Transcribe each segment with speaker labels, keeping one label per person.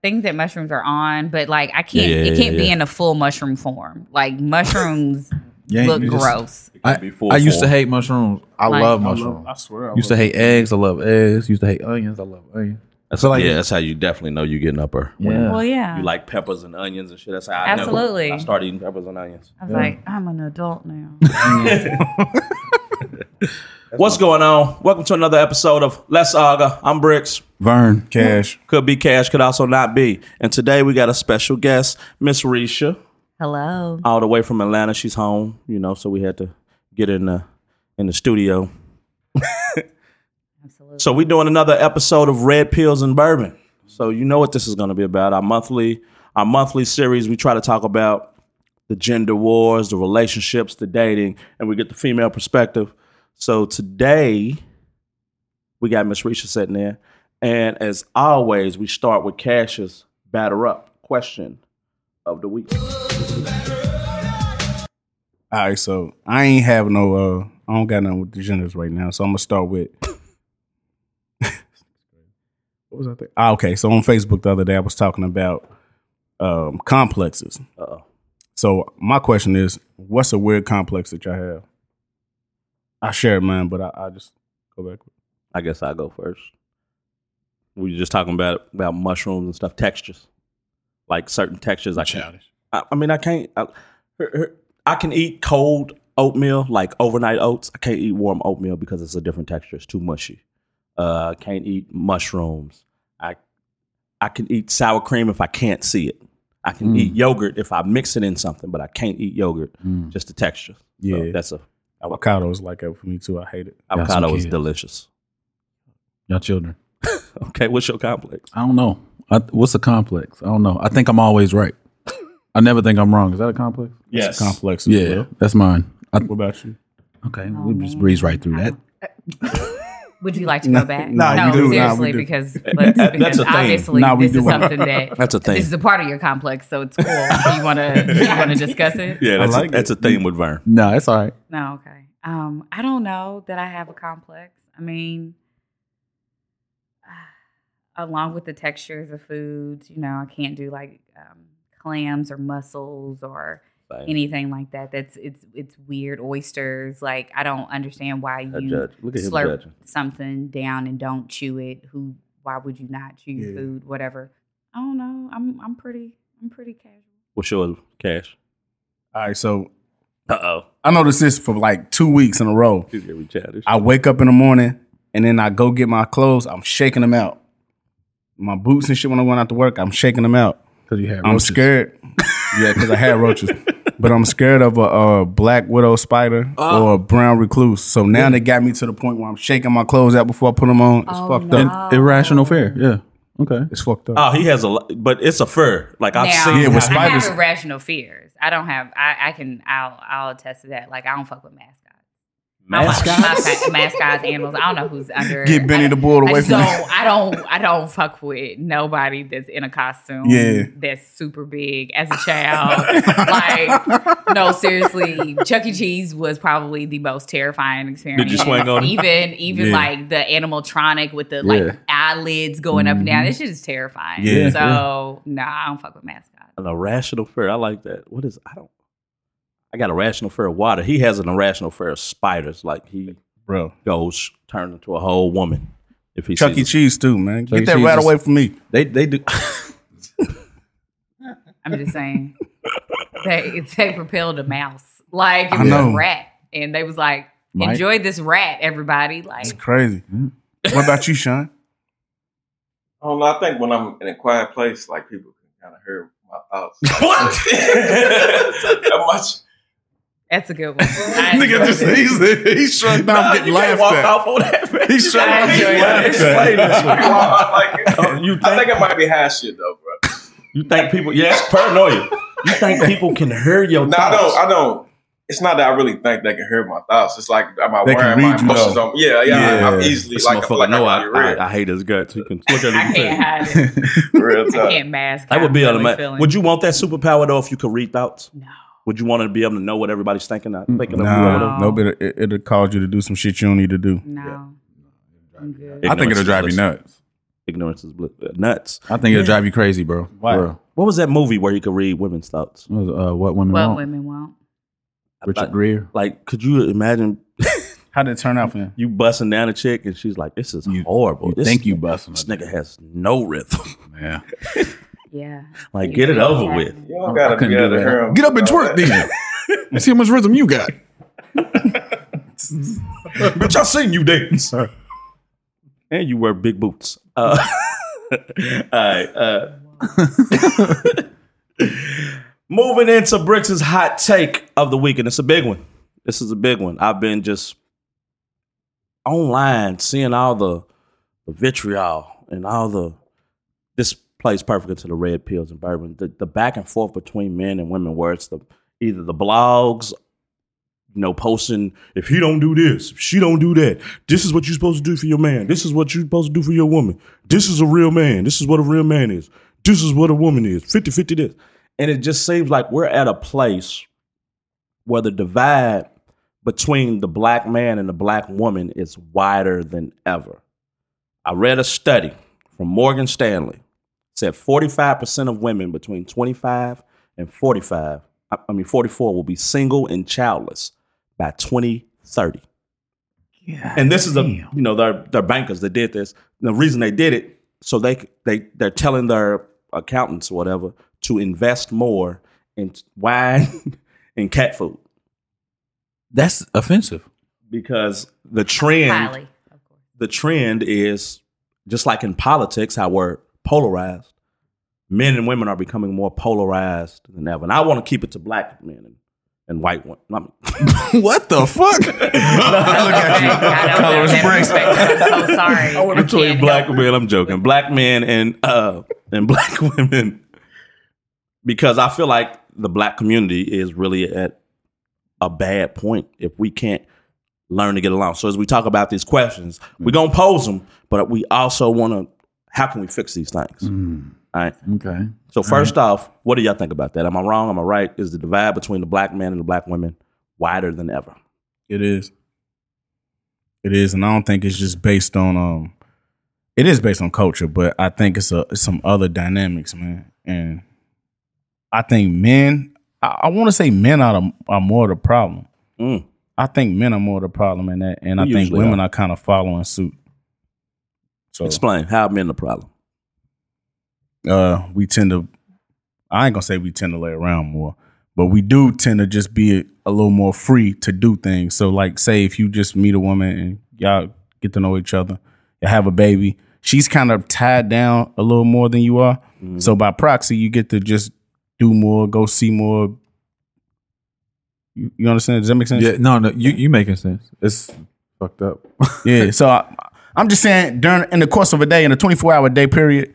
Speaker 1: things that mushrooms are on, but like I can't.
Speaker 2: Yeah, yeah,
Speaker 1: it can't
Speaker 2: yeah,
Speaker 1: be
Speaker 2: yeah.
Speaker 1: in a full mushroom form. Like mushrooms
Speaker 3: Yeah,
Speaker 1: look
Speaker 3: you just-
Speaker 1: gross.
Speaker 2: I, I used to hate mushrooms. I
Speaker 1: Like-
Speaker 2: love
Speaker 3: I love-
Speaker 2: mushrooms.
Speaker 3: I swear. I
Speaker 2: used to
Speaker 3: love-
Speaker 2: hate eggs. I love eggs. Used to hate onions. I love onions. So like,
Speaker 4: yeah, that's how you definitely know you getting upper. When
Speaker 2: Yeah.
Speaker 1: Well, yeah.
Speaker 4: You like peppers and onions and shit. That's how I know.
Speaker 1: Absolutely.
Speaker 4: I started eating peppers and onions.
Speaker 1: I was like, I'm an adult now.
Speaker 4: What's going on? Welcome to another episode of Let's Saga. I'm Bricks.
Speaker 3: Vern Cash.
Speaker 4: Could be cash, could also not be. And today we got a special guest, Miss Risha,
Speaker 1: Hello.
Speaker 4: all the way from Atlanta. She's home, you know, so we had to get in the in the studio.
Speaker 1: Absolutely.
Speaker 4: So we're doing another episode of Red Pills and Bourbon. So you know what this is going to be about. Our monthly, our monthly series. We try to talk about the gender wars, the relationships, the dating, and we get the female perspective. So today, we got Miss Risha sitting there, and as always, we start with Cash's batter up question of the week.
Speaker 3: All right, so I ain't have no. uh I don't got nothing with the genders right now, so I'm gonna start with. what was I think? Ah, okay, so on Facebook the other day, I was talking about um complexes.
Speaker 4: Uh-oh.
Speaker 3: So my question is, what's a weird complex that y'all have? I shared mine, but I, I just go back.
Speaker 4: I guess I'll go first. We were just talking about about mushrooms and stuff, textures, like certain textures. I can't. I, I mean, I can't. I, her- her- I can eat cold oatmeal, like overnight oats. I can't eat warm oatmeal because it's a different texture. It's too mushy. Uh, I can't eat mushrooms. I I can eat sour cream if I can't see it. I can
Speaker 2: Mm.
Speaker 4: eat yogurt if I mix it in something, but I can't eat yogurt. Just the texture. So
Speaker 3: Yeah.
Speaker 4: that's a
Speaker 3: Avocado is like that for me too. I hate it.
Speaker 2: some
Speaker 4: avocado is
Speaker 2: kids.
Speaker 4: delicious.
Speaker 2: Y'all children.
Speaker 4: Okay, what's your complex?
Speaker 2: I don't know. I, what's a complex? I don't know. I think I'm always right. I never think I'm wrong. Is that a complex?
Speaker 4: Yes,
Speaker 3: Complex. As
Speaker 2: Yeah,
Speaker 3: Well.
Speaker 2: that's mine. I,
Speaker 3: What about you?
Speaker 2: okay,
Speaker 1: Oh,
Speaker 2: we just breeze right through that.
Speaker 1: Would you like to go back?
Speaker 3: nah,
Speaker 1: no,
Speaker 3: you do, nah,
Speaker 1: seriously,
Speaker 3: we do.
Speaker 1: because, let's,
Speaker 4: That's
Speaker 1: because
Speaker 4: a thing.
Speaker 1: obviously
Speaker 3: Nah, we
Speaker 1: this is
Speaker 3: do.
Speaker 1: something that
Speaker 4: that's a thing.
Speaker 1: this is a part of your complex, so it's cool. Do you want to you want to discuss it?
Speaker 4: Yeah, that's,
Speaker 3: like
Speaker 4: a, that's a thing with Vern.
Speaker 2: No, it's all right.
Speaker 1: No, okay. Um, I don't know that I have a complex. I mean, along with the textures of foods, you know, I can't do like um, clams or mussels or anything like that. That's it's it's weird. Oysters, like I don't understand why
Speaker 4: A
Speaker 1: you
Speaker 4: judge. Look at him
Speaker 1: slurp
Speaker 4: judging.
Speaker 1: something down and don't chew it. Who? Why would you not chew
Speaker 3: Yeah.
Speaker 1: food? Whatever. I don't know. I'm I'm pretty I'm pretty casual.
Speaker 4: What's yours, Cash?
Speaker 3: All right, so
Speaker 4: Uh oh.
Speaker 3: I noticed this for like two weeks in a row.
Speaker 4: He's gonna be childish.
Speaker 3: I wake up in the morning and then I go get my clothes. I'm shaking them out. My boots and shit when I went out to work, I'm shaking them out.
Speaker 2: Because you had
Speaker 3: I'm
Speaker 2: roaches.
Speaker 3: scared. yeah, because I had roaches. But I'm scared of a, uh black widow spider or a brown recluse. So now they got me to the point where I'm shaking my clothes out before I put them on. It's
Speaker 1: Oh,
Speaker 3: fucked
Speaker 1: no.
Speaker 3: up.
Speaker 2: And irrational fear. Yeah. Okay.
Speaker 3: It's fucked up.
Speaker 4: oh, he has a, lo- but it's a fur. Like I've
Speaker 1: Now,
Speaker 4: seen.
Speaker 3: Yeah, with
Speaker 1: I
Speaker 3: spiders-
Speaker 1: have irrational fears. I don't have. I, I can. I'll. I'll attest to that. Like I don't fuck with mascots. I don't like
Speaker 4: Mascots?
Speaker 1: my- mascots, animals. I don't know who's under.
Speaker 3: Get Benny
Speaker 1: I-
Speaker 3: the Bull
Speaker 1: I
Speaker 3: away
Speaker 1: just
Speaker 3: from
Speaker 1: don't.
Speaker 3: me.
Speaker 1: I don't. I don't fuck with nobody that's in a costume.
Speaker 3: Yeah.
Speaker 1: that's super big as a child. like, no, seriously, Chuck E. Cheese was probably the most terrifying experience.
Speaker 4: Did you swing on him?
Speaker 1: Even even
Speaker 3: Yeah.
Speaker 1: like the animatronic with the like
Speaker 2: Yeah.
Speaker 1: eyelids going up and down. This shit is terrifying.
Speaker 3: Mm-hmm. Yeah.
Speaker 1: So nah, I don't fuck with mascots.
Speaker 4: An irrational fear. I like that. What is? I don't. I got a rational fear of water. He has an irrational fear of spiders. Like he
Speaker 3: Bro.
Speaker 4: goes turn into a whole woman if he
Speaker 3: Chuck E.
Speaker 4: sees it.
Speaker 3: Cheese too, man.
Speaker 2: Chuck E.
Speaker 3: Get that
Speaker 2: Cheese
Speaker 3: right
Speaker 2: is-
Speaker 3: away from me.
Speaker 2: They they do.
Speaker 1: I'm just saying they they propelled a mouse like it
Speaker 3: I
Speaker 1: was a
Speaker 3: know.
Speaker 1: rat, and they was like,
Speaker 2: Mike?
Speaker 1: "Enjoy this rat, everybody!" Like
Speaker 3: It's crazy. What about you, Sean?
Speaker 5: I don't know. I think when I'm in a quiet place, like people can kind of hear my thoughts.
Speaker 4: What?
Speaker 5: That much.
Speaker 1: that's a good one. I enjoyed
Speaker 3: just-
Speaker 1: it.
Speaker 3: he's, he's shut down, getting laughed
Speaker 4: walk
Speaker 3: at.
Speaker 4: off on that.
Speaker 3: He's shut
Speaker 1: I
Speaker 3: down,
Speaker 1: enjoy
Speaker 3: getting
Speaker 1: it.
Speaker 3: laughed at.
Speaker 5: Like,
Speaker 4: Oh, You
Speaker 5: I
Speaker 4: think,
Speaker 5: think it might be high shit though, bro.
Speaker 4: you think people? Yeah, it's paranoia. You think people can hear your
Speaker 5: No, I
Speaker 4: thoughts?
Speaker 5: don't. I don't. It's not that I really think they can hear my thoughts. It's like am I
Speaker 3: They can
Speaker 5: wearing my
Speaker 3: read you,
Speaker 5: emotions
Speaker 3: though.
Speaker 5: on? Yeah, yeah. I- I'm
Speaker 3: Yeah.
Speaker 5: easily
Speaker 4: This
Speaker 5: like, I feel
Speaker 4: motherfucker
Speaker 5: like
Speaker 4: know I,
Speaker 5: I, can be real,
Speaker 4: I, I hate his guts. You can look at him.
Speaker 1: I
Speaker 4: and tell.
Speaker 1: can't hide it.
Speaker 5: real
Speaker 1: I
Speaker 5: tough.
Speaker 1: can't mask.
Speaker 4: That
Speaker 1: how
Speaker 4: would be
Speaker 1: I'm
Speaker 4: on
Speaker 1: really
Speaker 4: the
Speaker 1: feeling.
Speaker 4: Would you want that superpower though if you could read thoughts?
Speaker 1: No.
Speaker 4: Would you want to be able to know what everybody's thinking? Of, thinking of you?
Speaker 3: No, no, but it, it'll cause you to do some shit you don't need to do.
Speaker 1: No. I'm good.
Speaker 4: Yeah.
Speaker 6: I think it'll drive you
Speaker 4: Ignorance.
Speaker 6: nuts.
Speaker 4: Ignorance is bl- uh, nuts.
Speaker 2: I think it'll drive you crazy, bro.
Speaker 3: Why?
Speaker 2: For real.
Speaker 4: What was that movie where he could read women's thoughts?
Speaker 2: What, was, uh, what women
Speaker 1: What
Speaker 2: want?
Speaker 1: women won't.
Speaker 2: Richard
Speaker 4: like,
Speaker 2: Greer.
Speaker 4: like, could you imagine
Speaker 3: How did it turn out for him?
Speaker 4: you busting down a chick and she's like, "This is
Speaker 2: You-
Speaker 4: horrible.
Speaker 2: You
Speaker 4: this,
Speaker 2: think Oh, you busting?
Speaker 4: this nigga has no rhythm.
Speaker 2: Yeah.
Speaker 1: Yeah.
Speaker 4: like,
Speaker 1: You
Speaker 4: get it
Speaker 1: know
Speaker 4: over
Speaker 1: what
Speaker 4: with."
Speaker 1: happened.
Speaker 5: You don't gotta
Speaker 2: couldn't
Speaker 5: be
Speaker 2: do
Speaker 5: able to
Speaker 2: that.
Speaker 5: hear 'em.
Speaker 2: Get up and twerk then. and see how much rhythm you got.
Speaker 4: Bitch, I seen you dance. And you wear big boots. Uh, all right. Uh, moving into Brix's hot take of the week, and it's a big one. This is a big one. I've been just online seeing all the, the vitriol and all the. This plays perfect into the red pills and bourbon. The, the back and forth between men and women, where it's the either the blogs you know, posting if he don't do this, if she don't do that, this is what you're supposed to do for your man. This is what you're supposed to do for your woman. This is a real man. This is what a real man is. This is what a woman is. 50 50 this. And it just seems like we're at a place where the divide between the black man and the black woman is wider than ever. I read a study from Morgan Stanley said 45% of women between 25 and 45, I I mean 44 will be single and childless by 2030.
Speaker 2: Yeah.
Speaker 4: And this is a you know their their bankers that did this. The reason they did it so they c- they they're telling their accountants or whatever to invest more in wine and cat food
Speaker 2: That's offensive.
Speaker 4: because the trend
Speaker 1: Highly, of course.
Speaker 4: the trend is just like in politics, how we're polarized. Men and women are becoming more polarized than ever, and I want to keep it to black men and, and white women. I mean,
Speaker 2: what the fuck?
Speaker 1: Look
Speaker 3: at you. Color is braced.
Speaker 1: I'm so sorry.
Speaker 4: I want to tell you,
Speaker 1: can't
Speaker 4: black
Speaker 1: help it.
Speaker 4: men. I'm joking. Black men and uh and black women, because I feel like the black community is really at a bad point if we can't learn to get along. So as we talk about these questions, we're gonna pose them, but we also want to. How can we fix these things? All right.
Speaker 2: okay.
Speaker 4: So first off, what do y'all think about that? Am I wrong? Am I right? Is the divide between the black man and the black women wider than ever?
Speaker 3: It is. It is, and I don't think it's just based on um it is based on culture, but I think it's a it's some other dynamics, man. And I think men I, I wanna say men are the, are more the problem.
Speaker 4: Mm.
Speaker 3: I think men are more the problem in that and I
Speaker 4: We
Speaker 3: think
Speaker 4: usually
Speaker 3: women are, kind of following suit. So
Speaker 4: Explain how men the problem.
Speaker 3: uh we tend to I ain't gonna say we tend to lay around more, but we do tend to just be a, a little more free to do things. So like say if you just meet a woman and y'all get to know each other, you have a baby, she's kind of tied down a little more than you are. So by proxy, you get to just do more, go see more. You, you understand? Does that make sense?
Speaker 2: Yeah. No. No. You you making sense? It's fucked up.
Speaker 3: Yeah. So I, I'm just saying, during in the course of a day, in a 24 hour day period,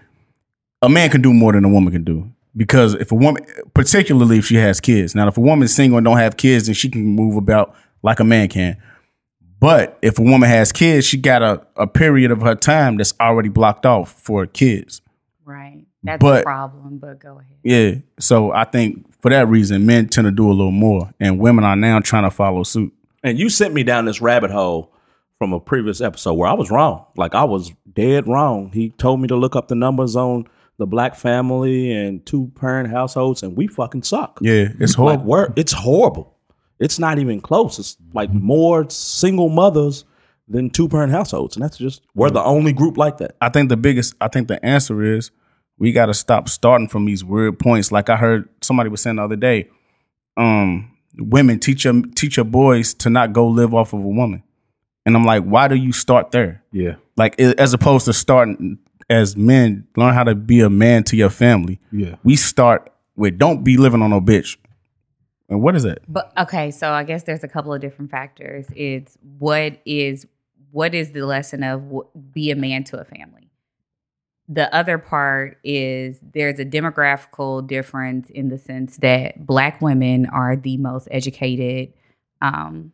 Speaker 3: a man can do more than a woman can do. Because if a woman, particularly if she has kids, now if a woman's single and don't have kids, then she can move about like a man can. But if a woman has kids, she got a, a period of her time that's already blocked off for kids.
Speaker 1: Right. That's
Speaker 3: But-
Speaker 1: a problem, but go ahead.
Speaker 3: Yeah. So I think for that reason, men tend to do a little more, and women are now trying to follow suit.
Speaker 4: And you sent me down this rabbit hole from a previous episode where I was wrong. Like I was dead wrong. He told me to look up the numbers on the black family and two parent households, and we fucking suck.
Speaker 3: Yeah, it's
Speaker 4: Like
Speaker 3: horrible.
Speaker 4: we're it's horrible. It's not even close. It's like more single mothers than two parent households, and that's just we're the only group like that.
Speaker 3: I think the biggest I think the answer is we gotta stop starting from these weird points. Like I heard somebody was saying the other day, um, women teach your teach your boys to not go live off of a woman. And I'm like, why do you start there?
Speaker 2: Yeah.
Speaker 3: Like i- as opposed to starting as men, learn how to be a man to your family.
Speaker 2: Yeah.
Speaker 3: We start with don't be living on no bitch. And what is that?
Speaker 1: But okay, so I guess there's a couple of different factors. It's what is what is the lesson of w- be a man to a family. The other part is there's a demographical difference in the sense that black women are the most educated um,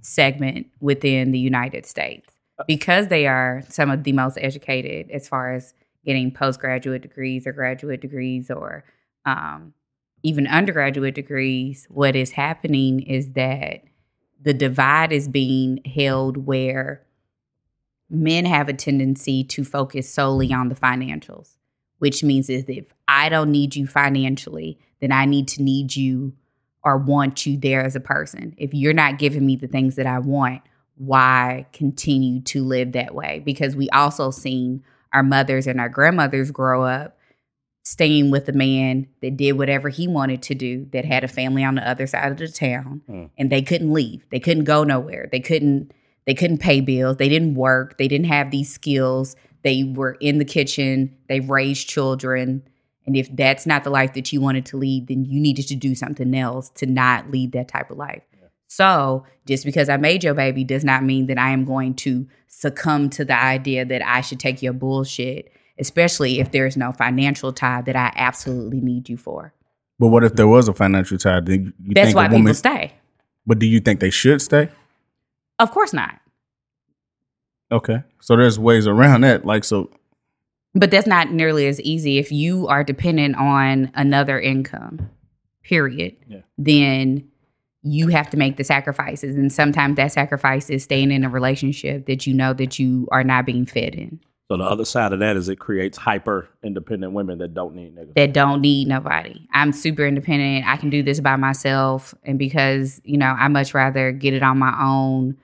Speaker 1: segment within the United States because they are some of the most educated as far as getting postgraduate degrees or graduate degrees or um, even undergraduate degrees, what is happening is that the divide is being held where men have a tendency to focus solely on the financials, which means is if I don't need you financially, then I need to need you or want you there as a person. If you're not giving me the things that I want, why continue to live that way? Because we also seen our mothers and our grandmothers grow up staying with a man that did whatever he wanted to do, that had a family on the other side of the town,
Speaker 4: Mm.
Speaker 1: and they couldn't leave. They couldn't go nowhere. They couldn't they couldn't pay bills. They didn't work. They didn't have these skills. They were in the kitchen. They raised children. And if that's not the life that you wanted to lead, then you needed to do something else to not lead that type of life. So just because I made your baby does not mean that I am going to succumb to the idea that I should take your bullshit, especially if there is no financial tie that I absolutely need you for.
Speaker 3: But what if there was a financial tie? Then you
Speaker 1: That's
Speaker 3: think
Speaker 1: why
Speaker 3: a woman,
Speaker 1: people stay.
Speaker 3: But do you think they should stay?
Speaker 1: Of course not.
Speaker 3: Okay. So there's ways around that. Like so
Speaker 1: But that's not nearly as easy if you are dependent on another income, period.
Speaker 4: Yeah.
Speaker 1: Then you have to make the sacrifices. And sometimes that sacrifice is staying in a relationship that you know that you are not being fed in,
Speaker 4: So the other side of that is it creates hyper independent women that don't need niggas.
Speaker 1: that don't need nobody. I'm super independent. I can do this by myself. And because, you know, I much rather get it on my own,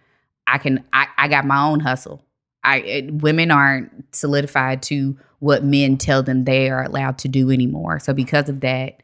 Speaker 1: I can, I, I got my own hustle. I, it, women aren't solidified to what men tell them they are allowed to do anymore. So because of that,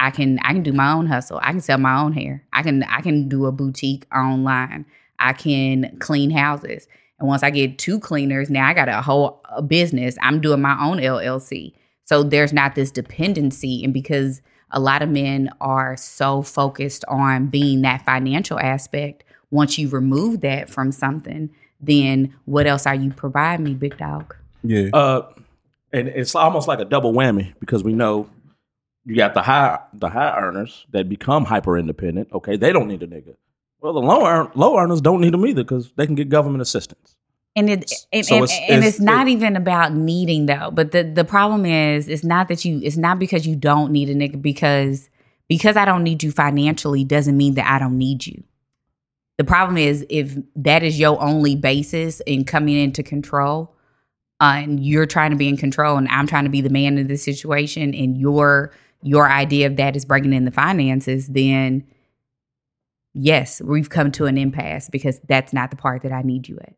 Speaker 1: I can I can do my own hustle. I can sell my own hair. I can I can do a boutique online. I can clean houses. And once I get two cleaners, now I got a whole uh business. I'm doing my own LLC. So there's not this dependency and because a lot of men are so focused on being that financial aspect, once you remove that from something, then what else are you providing me, big dog?
Speaker 3: yeah.
Speaker 4: Uh, and it's almost like a double whammy because we know you got the high the high earners that become hyper independent. Okay, they don't need a nigga. Well, the low earn, low earners don't need them either because they can get government assistance.
Speaker 1: And it and,
Speaker 4: So
Speaker 1: and,
Speaker 4: it's-
Speaker 1: and
Speaker 4: it's-
Speaker 1: it's not
Speaker 4: it-
Speaker 1: even about needing though. But the the problem is it's not that you it's not because you don't need a nigga because because I don't need you financially doesn't mean that I don't need you. The problem is if that is your only basis in coming into control, uh, and you're trying to be in control, and I'm trying to be the man in this situation, and your your idea of that is bringing in the finances, then yes, we've come to an impasse because that's not the part that I need you at.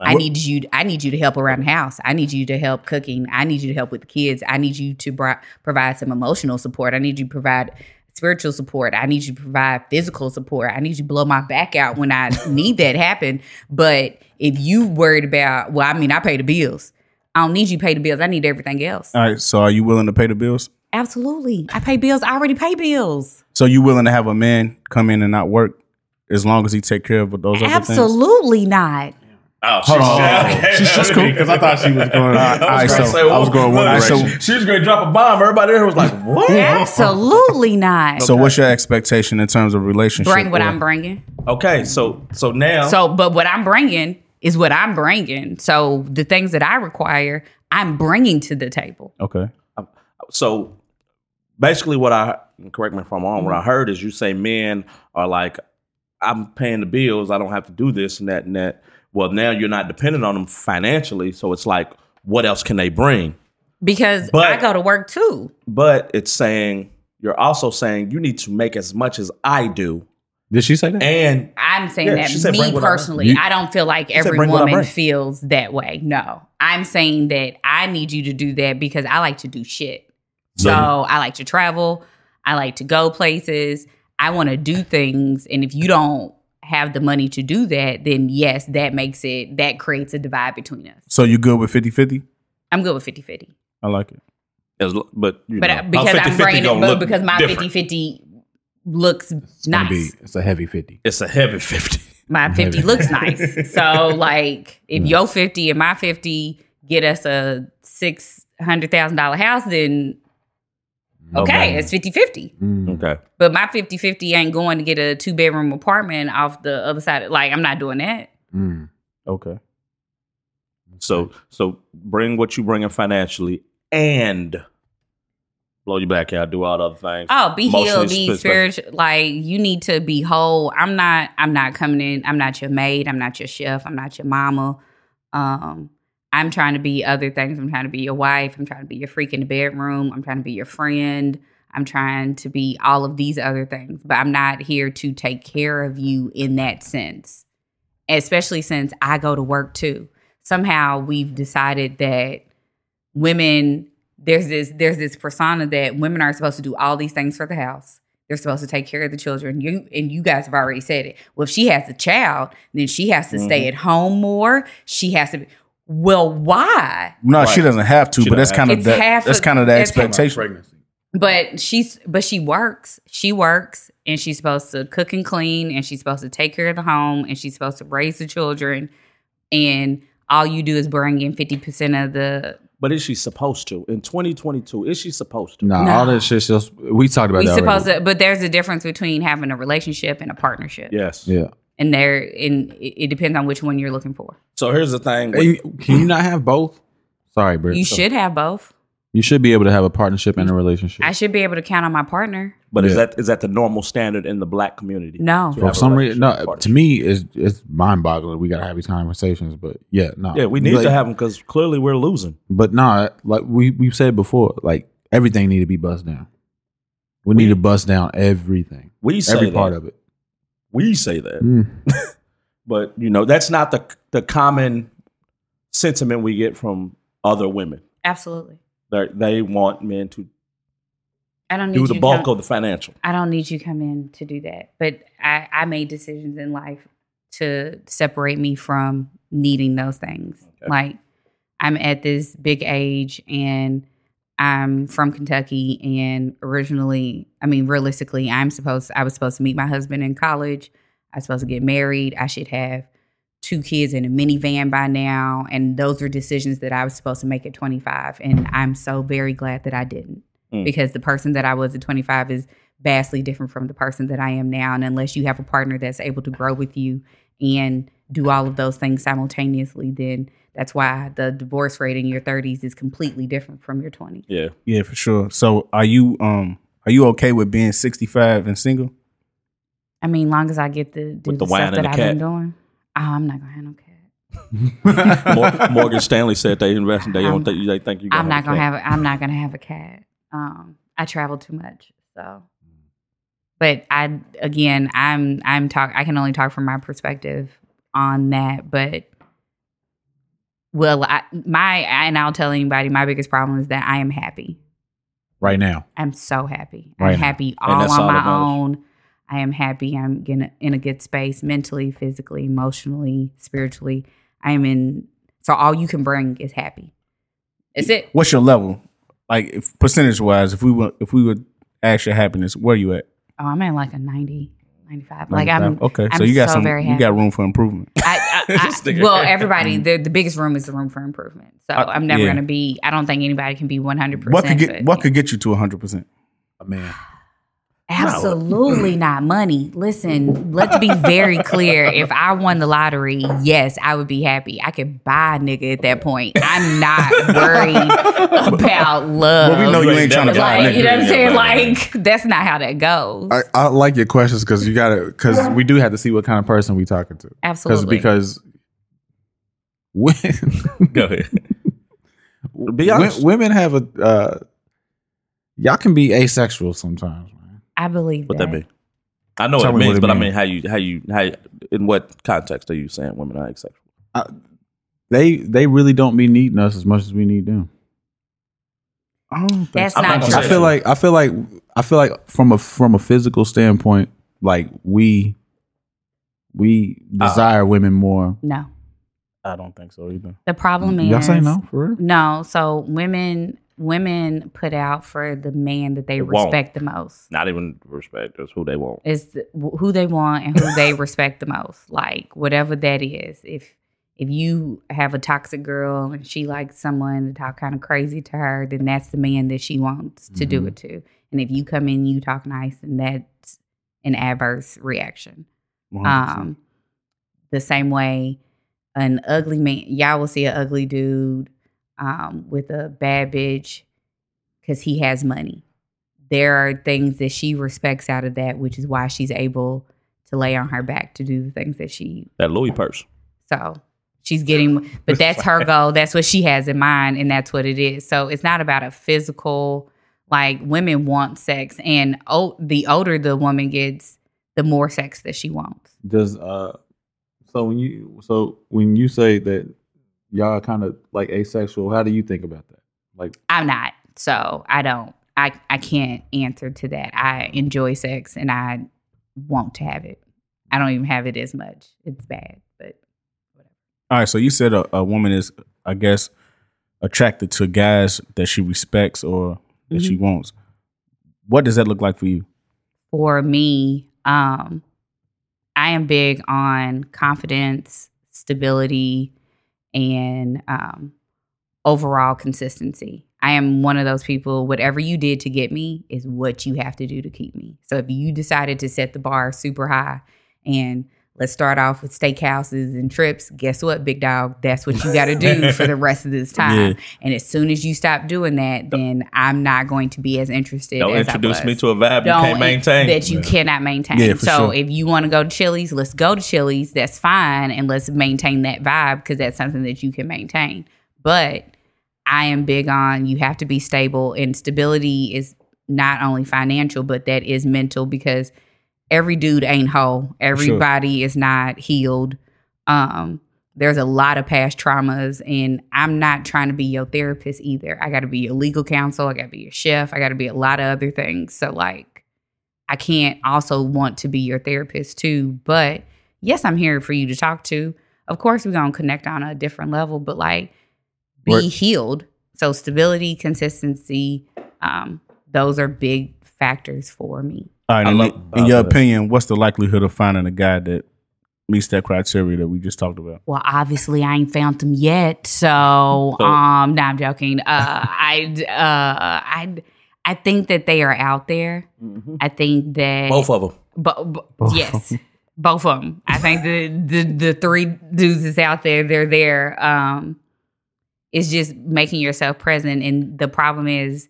Speaker 1: I
Speaker 4: What-
Speaker 1: need you. I need you to help around the house. I need you to help cooking. I need you to help with the kids. I need you to bri- provide some emotional support. I need you to provide spiritual support. I need you to provide physical support. I need you to blow my back out when I need that happen. But if you worried about, well, I mean, I pay the bills. I don't need you to pay the bills. I need everything else.
Speaker 3: All right. So are you willing to pay the bills?
Speaker 1: Absolutely, I pay bills. I already pay bills.
Speaker 3: So you willing to have a man come in and not work as long as he take care of those other things?
Speaker 1: Absolutely not.
Speaker 5: Oh,
Speaker 3: Hold on, hold on. She's- she's cool.
Speaker 5: Because I thought she was going.
Speaker 3: I- I- so, I was going one
Speaker 5: look,
Speaker 3: direction.
Speaker 5: she- She was going to drop a bomb. Everybody there was like, "What?"
Speaker 1: Absolutely not.
Speaker 3: So what's your expectation in terms of relationship?
Speaker 1: Bring what
Speaker 3: or-
Speaker 1: I'm bringing.
Speaker 4: Okay, so so now
Speaker 1: So, but what I'm bringing is what I'm bringing. So the things that I require, I'm bringing to the table.
Speaker 3: Okay.
Speaker 4: so basically what I correct me if I'm wrong, what I
Speaker 1: Mm-hmm.
Speaker 4: heard is you say men are like, I'm paying the bills, I don't have to do this and that and that. Well, now you're not dependent on them financially, so it's like, what else can they bring?
Speaker 1: Because
Speaker 4: But-
Speaker 1: I go to work too.
Speaker 4: But it's saying you're also saying you need to make as much as I do.
Speaker 2: Did she say that?
Speaker 4: And
Speaker 1: I'm saying
Speaker 4: Yeah,
Speaker 1: that
Speaker 4: she said,
Speaker 1: me
Speaker 4: "Bring what I bring."
Speaker 1: personally,
Speaker 2: You-
Speaker 1: I don't feel like every
Speaker 4: "Bring what I
Speaker 1: woman
Speaker 4: bring."
Speaker 1: feels that way. No, I'm saying that I need you to do that because I like to do shit. So I like to travel. I like to go places. I want to do things. And if you don't have the money to do that, then yes, that makes it, that creates a divide between us.
Speaker 3: So you good with 50-50?
Speaker 1: I'm good with 50 50.
Speaker 3: I like it.
Speaker 4: as, l- but you
Speaker 1: but
Speaker 4: know,
Speaker 1: uh, because I'm
Speaker 4: 50-50
Speaker 1: bringing it,
Speaker 4: gonna
Speaker 1: but
Speaker 4: look
Speaker 1: because my
Speaker 4: different.
Speaker 1: 50 50 looks
Speaker 2: It's gonna
Speaker 1: nice.
Speaker 2: be- it's a heavy fifty.
Speaker 4: it's a heavy fifty.
Speaker 1: my 50
Speaker 2: Maybe.
Speaker 1: looks nice. So, like, if your 50 and my 50 get us a $600,000 house, then
Speaker 2: Oh,
Speaker 1: okay, it's 50 50.
Speaker 2: Mm.
Speaker 4: Okay.
Speaker 1: But my 50 50 ain't going to get a two bedroom apartment off the other side. Like, I'm not doing that.
Speaker 2: Mm.
Speaker 3: Okay.
Speaker 4: So so bring what you bring in financially and blow your back out, do all the other things.
Speaker 1: Oh, be
Speaker 4: Emotionally
Speaker 1: healed, be
Speaker 4: spiritual.
Speaker 1: spiritual. Like you need to be whole. I'm not. I'm not coming in. I'm not your maid. I'm not your chef. I'm not your mama. Um, I'm trying to be other things. I'm trying to be your wife. I'm trying to be your freak in the bedroom. I'm trying to be your friend. I'm trying to be all of these other things, but I'm not here to take care of you in that sense, especially since I go to work too. Somehow we've decided that women there's this there's this persona that women are supposed to do all these things for the house. They're supposed to take care of the children. You and you guys have already said it. Well, if she has a child, then she has to stay at home more. She has to. Be, well, why?
Speaker 3: No,
Speaker 4: Right.
Speaker 3: she doesn't have to,
Speaker 4: She
Speaker 3: but
Speaker 4: don't
Speaker 3: that's
Speaker 4: have
Speaker 3: kind
Speaker 1: to.
Speaker 3: of
Speaker 1: It's
Speaker 3: that,
Speaker 1: half
Speaker 3: that's
Speaker 1: of-
Speaker 3: kind of the
Speaker 1: that's half of
Speaker 3: expectation.
Speaker 4: Pregnancy.
Speaker 1: But she's but she works. She works and she's supposed to cook and clean and she's supposed to take care of the home and she's supposed to raise the children. And all you do is bring in fifty percent of the
Speaker 4: But is she supposed to? In 2022, is she supposed to?
Speaker 2: Nah,
Speaker 1: Nah.
Speaker 2: all that shit's just we talked about
Speaker 1: we
Speaker 2: that.
Speaker 1: supposed
Speaker 2: already.
Speaker 1: to but there's a difference between having a relationship and a partnership.
Speaker 4: Yes.
Speaker 2: Yeah.
Speaker 1: And there and it, it depends on which one you're looking for.
Speaker 4: So here's the thing.
Speaker 2: Hey, you- can you not have both? Sorry, Britt.
Speaker 1: You should have both.
Speaker 2: You should be able to have a partnership and a relationship.
Speaker 1: I should be able to count on my partner.
Speaker 4: but is
Speaker 2: Yeah.
Speaker 4: that is that the normal standard in the black community?
Speaker 1: No.
Speaker 4: have
Speaker 2: For
Speaker 4: a
Speaker 2: some reason,
Speaker 4: relationship
Speaker 2: no. To
Speaker 4: partnership.
Speaker 2: me, it's it's mind boggling. We gotta have these conversations, but yeah, no.
Speaker 4: Yeah, we need
Speaker 2: Like,
Speaker 4: to have them because clearly we're losing.
Speaker 2: But nah, like we we said before, like everything need to be bust down. We need to bust down everything,
Speaker 4: We say
Speaker 2: every
Speaker 4: that.
Speaker 2: part of it.
Speaker 4: We say that.
Speaker 2: Mm.
Speaker 4: But you know, that's not the the common sentiment we get from other women.
Speaker 1: Absolutely.
Speaker 4: They they want men to
Speaker 1: I don't need
Speaker 4: do
Speaker 1: you
Speaker 4: the
Speaker 1: to
Speaker 4: bulk
Speaker 1: count-
Speaker 4: of the financial.
Speaker 1: I don't need you come in to do that. But I, I made decisions in life to separate me from needing those things.
Speaker 4: Okay.
Speaker 1: Like I'm at this big age and I'm from Kentucky and originally, I mean realistically, I'm supposed I was supposed to meet my husband in college. I was supposed to get married. I should have two kids in a minivan by now. And those are decisions that I was supposed to make at 25. And I'm so very glad that I didn't.
Speaker 4: Mm.
Speaker 1: Because the person that I was at 25 is vastly different from the person that I am now. And unless you have a partner that's able to grow with you and do all of those things simultaneously, then that's why the divorce rate in your 30s is completely different from your 20s.
Speaker 4: Yeah.
Speaker 3: Yeah, for sure. So are you um are you okay with being sixty five and single?
Speaker 1: I mean, long as I get to do
Speaker 4: With
Speaker 1: the,
Speaker 4: the wine
Speaker 1: stuff
Speaker 4: and
Speaker 1: that
Speaker 4: the
Speaker 1: I've
Speaker 4: cat.
Speaker 1: been doing, oh, I'm not gonna have no cat.
Speaker 4: Mor- Morgan Stanley said they invest and they don't think they think you.
Speaker 1: I'm not gonna
Speaker 4: a
Speaker 1: have. A, I'm not gonna have a cat. Um, I travel too much, so. But I again, I'm I'm talk. I can only talk from my perspective on that. But well, I, my and I'll tell anybody. My biggest problem is that I am happy.
Speaker 2: Right now,
Speaker 1: I'm so happy.
Speaker 2: Right
Speaker 1: I'm
Speaker 2: now.
Speaker 1: happy
Speaker 4: And
Speaker 1: all on
Speaker 4: that's all that
Speaker 1: my
Speaker 4: matters.
Speaker 1: own. I am happy. I'm gonna in a good space mentally, physically, emotionally, spiritually. I am in. So all you can bring is happy. That's it.
Speaker 3: What's your level? Like if percentage wise, if we were if we would ask your happiness, where you at?
Speaker 1: Oh, I'm at like a 90, 95. Like I'm,
Speaker 3: 95? okay. so
Speaker 1: I'm
Speaker 3: you got
Speaker 1: so
Speaker 3: some
Speaker 1: very
Speaker 3: you got room for improvement.
Speaker 1: I, I,
Speaker 4: This
Speaker 1: I,
Speaker 4: nigga.
Speaker 1: well, everybody, the, the biggest room is the room for improvement. So
Speaker 3: I-
Speaker 1: I, am never
Speaker 3: yeah.
Speaker 1: going to be, I don't think anybody can be 100%.
Speaker 3: What
Speaker 1: but,
Speaker 3: could get what
Speaker 1: yeah.
Speaker 3: could get you to hundred percent?
Speaker 2: a Oh, man.
Speaker 1: Absolutely not money. Listen, let's be very clear. If I won the lottery, yes, I would be happy. I could buy a nigga at that point. I'm not worried about love.
Speaker 3: Well, we know you ain't trying to buy a
Speaker 1: like, you know
Speaker 3: nigga.
Speaker 1: what I'm saying? Like, that's not how that goes.
Speaker 2: I, I like your questions because you gotta because we do have to see what kind of person we talking to. Because
Speaker 1: Absolutely.
Speaker 2: because when
Speaker 4: Go ahead. Be
Speaker 2: Wo-
Speaker 4: honest.
Speaker 2: women have a uh, y'all can be asexual sometimes, man.
Speaker 1: I believe
Speaker 4: What that mean? I know
Speaker 2: Tell
Speaker 4: what it
Speaker 2: me what
Speaker 4: means,
Speaker 2: it
Speaker 4: but I
Speaker 2: mean.
Speaker 4: mean how you how you how you- in what context are you saying women are asexual?
Speaker 2: They they really don't be needing us as much as we need them.
Speaker 1: That's
Speaker 4: I'm
Speaker 1: not
Speaker 4: not gonna
Speaker 1: true.
Speaker 2: I feel like I feel like I feel like from a from a physical standpoint, like we we desire women more.
Speaker 1: No.
Speaker 3: I don't think so either.
Speaker 1: The problem is
Speaker 2: Y'all say no for real?
Speaker 1: No, so women women put out for the man that they
Speaker 4: It won't.
Speaker 1: respect the most.
Speaker 4: Not even respect. That's who they want.
Speaker 1: It's the- wh- who they want and who they respect the most. Like whatever that is. If if you have a toxic girl and she likes someone to talk kind of crazy to her, then that's the man that she wants to do
Speaker 2: Mhm.
Speaker 1: it to. And if you come in, you talk nice, and that's an adverse reaction. Um, the same way an ugly man, y'all will see an ugly dude um, with a bad bitch because he has money. There are things that she respects out of that, which is why she's able to lay on her back to do the things that she.
Speaker 4: That Louis purse.
Speaker 1: So she's getting but that's her goal that's what she has in mind and that's what it is so it's not about a physical like women want sex and o- the older the woman gets the more sex that she wants
Speaker 2: Does uh, so when you so when you say that y'all kind of like asexual, how do you think about that? Like,
Speaker 1: i'm not so i don't i i can't answer to that i enjoy sex and i want to have it i don't even have it as much it's bad but
Speaker 3: All right, so you said a, a woman is, I guess, attracted to guys that she respects or that she
Speaker 1: Mm-hmm.
Speaker 3: wants. What does that look like for you?
Speaker 1: for me, um, I am big on confidence, stability, and um, overall consistency. I am one of those people, whatever you did to get me is what you have to do to keep me. So if you decided to set the bar super high and let's start off with steakhouses and trips, guess what, big dog? That's what you got to do for the rest of this time.
Speaker 4: Yeah.
Speaker 1: And as soon as you stop doing that, then I'm not going to be as interested.
Speaker 4: Don't
Speaker 1: as I
Speaker 4: introduce
Speaker 1: was
Speaker 4: me to a vibe you
Speaker 1: don't-
Speaker 4: can't maintain.
Speaker 1: that you cannot maintain.
Speaker 3: Yeah, for
Speaker 1: so
Speaker 3: sure.
Speaker 1: if you want to go to Chili's, let's go to Chili's. That's fine, and let's maintain that vibe because that's something that you can maintain. But I am big on you have to be stable, and stability is not only financial, but that is mental because every dude ain't whole. Everybody is not healed. Um, there's a lot of past traumas, and I'm not trying to be your therapist either. I got to be your legal counsel. I got to be your chef. I got to be a lot of other things. So, like, I can't also want to be your therapist too. But yes, I'm here for you to talk to. Of course, we're going to connect on a different level, but like, be
Speaker 2: Right.
Speaker 1: healed. So, stability, consistency, um, those are big factors for me.
Speaker 3: All right,
Speaker 4: I
Speaker 3: in,
Speaker 4: love-
Speaker 3: in
Speaker 4: I
Speaker 3: your
Speaker 4: love it.
Speaker 3: opinion, what's the likelihood of finding a guy that meets that criteria that we just talked about?
Speaker 1: Well, obviously, I ain't found them yet. So,
Speaker 4: So-
Speaker 1: um, no, I'm joking. Uh, I, uh, I, I think that they are out there. I think that
Speaker 4: Both of them.
Speaker 1: bo- bo- yes, both of them. I think the, the the three dudes is out there. They're there. Um, it's just making yourself present, and the problem is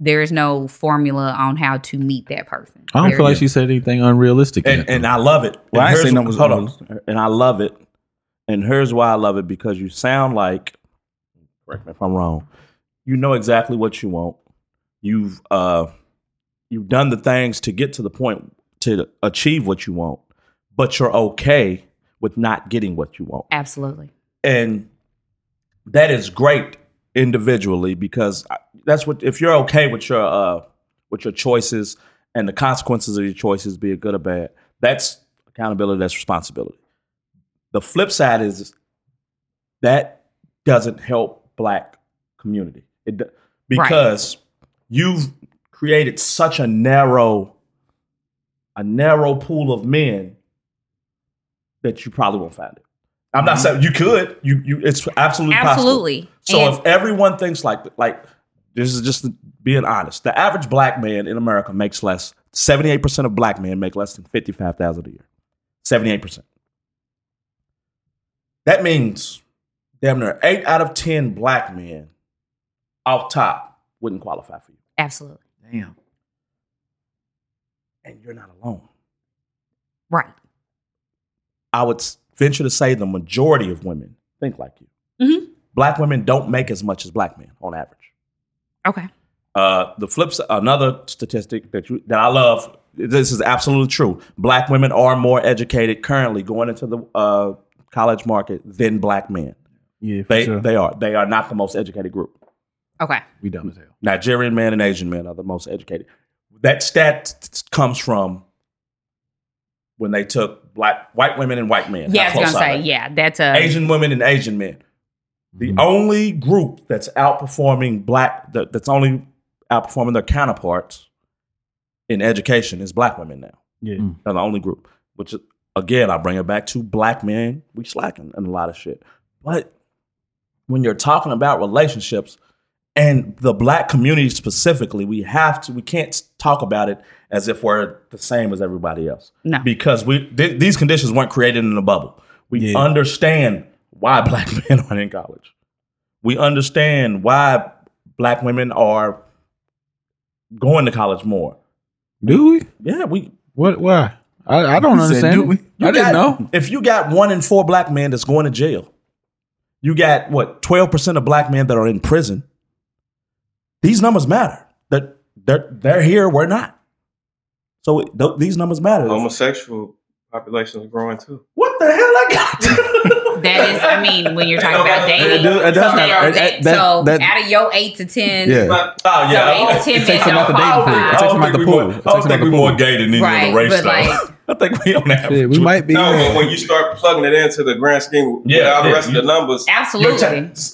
Speaker 1: there is no formula on how to meet that person.
Speaker 2: I don't
Speaker 1: There
Speaker 2: feel like
Speaker 1: is-
Speaker 2: she said anything unrealistic.
Speaker 4: and,
Speaker 2: yet,
Speaker 4: and
Speaker 2: though.
Speaker 4: I love it. And
Speaker 3: Well, I ain't
Speaker 4: here's-
Speaker 3: saying nothing was
Speaker 4: hold
Speaker 3: wrong.
Speaker 4: on, and I love it. And here's why I love it because you sound like, correct me if I'm wrong. You know exactly what you want. You've uh, you've done the things to get to the point to achieve what you want, but you're okay with not getting what you want
Speaker 1: absolutely.
Speaker 4: and that is great individually because I- that's what if you're okay with your uh with your choices and the consequences of your choices be it good or bad that's accountability that's responsibility the flip side is that doesn't help black community it do- because you've created such a narrow a narrow pool of men that you probably won't find it i'm not saying you could you you it's absolutely possible.
Speaker 1: Absolutely.
Speaker 4: So
Speaker 1: And-
Speaker 4: if everyone thinks like like this is just being honest, the average black man in America makes less. Seventy eight percent of black men make less than fifty five thousand a year. Seventy eight percent. That means damn near eight out of ten black men off top wouldn't qualify for you,
Speaker 1: absolutely.
Speaker 4: and you're not alone.
Speaker 1: Right.
Speaker 4: I would s- venture to say the majority of women think like you.
Speaker 1: Mhm.
Speaker 4: Black women don't make as much as black men on average.
Speaker 1: Okay.
Speaker 4: Uh, the flip side, another statistic that you that I love. This is absolutely true. Black women are more educated currently going into the uh, college market than black men.
Speaker 2: yeah, for
Speaker 4: They
Speaker 2: sure.
Speaker 4: they are they are not the most educated group.
Speaker 1: Okay.
Speaker 2: we dumb as hell.
Speaker 4: Nigerian men and Asian men are the most educated. That stat t- t- comes from when they took black white women and white men.
Speaker 1: Yeah, I
Speaker 4: How
Speaker 1: was gonna
Speaker 4: close are
Speaker 1: say,
Speaker 4: they?
Speaker 1: yeah, that's uh, a
Speaker 4: Asian women and Asian men. The
Speaker 2: Mm-hmm.
Speaker 4: only group that's outperforming black that, that's only outperforming their counterparts in education is black women now.
Speaker 3: Yeah.
Speaker 2: Mm.
Speaker 4: They're the only group. Which is- again, I bring it back to black men. We slacking in a lot of shit. But when you're talking about relationships and the black community specifically, we have to we can't talk about it as if we're the same as everybody else
Speaker 1: no.
Speaker 4: because we th- these conditions weren't created in a bubble. We
Speaker 3: Yeah.
Speaker 4: understand why black men aren't in college. We understand why black women are going to college more.
Speaker 2: Do we?
Speaker 4: Yeah, we
Speaker 2: What? Why? I, I don't
Speaker 3: You said,
Speaker 2: understand.
Speaker 3: do we?
Speaker 2: it. I didn't
Speaker 4: got-
Speaker 2: know.
Speaker 4: If you got one in four black men that's going to jail, you got what twelve percent of black men that are in prison. These numbers matter. That they're, they're here, we're not. So it- th- these numbers matter.
Speaker 5: Homosexual population is growing too.
Speaker 4: what the hell I got?
Speaker 1: That is, I mean, when you're talking about
Speaker 5: It
Speaker 1: dating,
Speaker 2: do- it does
Speaker 1: so, that-
Speaker 2: have- it- it- that-
Speaker 1: so
Speaker 2: that-
Speaker 1: out of your eight to ten,
Speaker 2: Yeah.
Speaker 5: But,
Speaker 4: oh
Speaker 1: So
Speaker 4: yeah,
Speaker 1: eight to ten
Speaker 2: It takes
Speaker 1: men
Speaker 2: them out
Speaker 1: don't
Speaker 2: the dating
Speaker 1: qualify.
Speaker 2: pool. It
Speaker 5: I
Speaker 2: takes
Speaker 5: don't
Speaker 2: them out
Speaker 5: think
Speaker 2: the
Speaker 5: we
Speaker 2: pool.
Speaker 5: more-
Speaker 2: It
Speaker 5: I
Speaker 2: takes
Speaker 5: don't
Speaker 2: them out
Speaker 5: think
Speaker 2: the
Speaker 5: we're more
Speaker 2: pool.
Speaker 5: gay than any
Speaker 1: Right,
Speaker 5: other race,
Speaker 1: but
Speaker 5: though.
Speaker 1: like-
Speaker 4: I think we on
Speaker 2: Yeah,
Speaker 4: average.
Speaker 2: we might be.
Speaker 5: no, but when you start plugging it into the grand scheme
Speaker 4: Yeah,
Speaker 5: without
Speaker 4: yeah,
Speaker 5: the rest
Speaker 4: you-
Speaker 5: of the numbers,
Speaker 1: absolutely.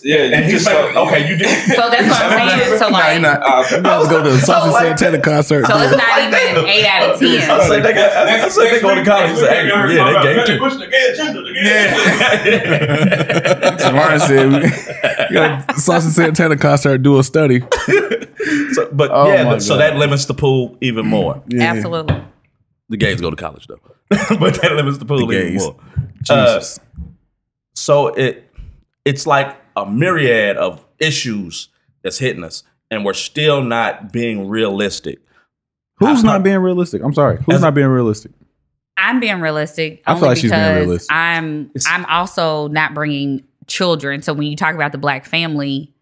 Speaker 5: yeah, you
Speaker 4: And he's
Speaker 5: just
Speaker 4: like,
Speaker 5: start-
Speaker 4: okay, you did.
Speaker 1: so that's what I'm saying. So like,
Speaker 2: You
Speaker 5: Uh,
Speaker 2: have to go to a Sausage Santana concert.
Speaker 1: so it's not even eight out of
Speaker 4: I
Speaker 1: ten.
Speaker 4: said they got. I said they go to college. and say, hey, yeah, they gay too.
Speaker 5: Pushing the gay agenda, the gay
Speaker 4: Yeah.
Speaker 2: Lauren said, we got a Sausage Santana concert, do a study.
Speaker 4: So, but
Speaker 2: Oh
Speaker 4: yeah,
Speaker 2: my
Speaker 4: but- so
Speaker 2: God.
Speaker 4: that limits the pool even more.
Speaker 3: Yeah.
Speaker 1: Absolutely.
Speaker 4: The gays go to college though, but that limits the pool
Speaker 3: The
Speaker 4: even
Speaker 3: gays.
Speaker 4: more. Uh,
Speaker 5: Uh,
Speaker 3: Jesus.
Speaker 4: So it it's like a myriad of issues that's hitting us, and we're still not being realistic.
Speaker 2: Who's not being realistic? I'm sorry. Who's
Speaker 4: As-
Speaker 2: not being realistic?
Speaker 1: I'm being realistic.
Speaker 2: I feel
Speaker 1: only
Speaker 2: like she's being
Speaker 1: because
Speaker 2: realistic.
Speaker 1: I'm
Speaker 4: It's-
Speaker 1: I'm also not bringing children. So when you talk about the black family,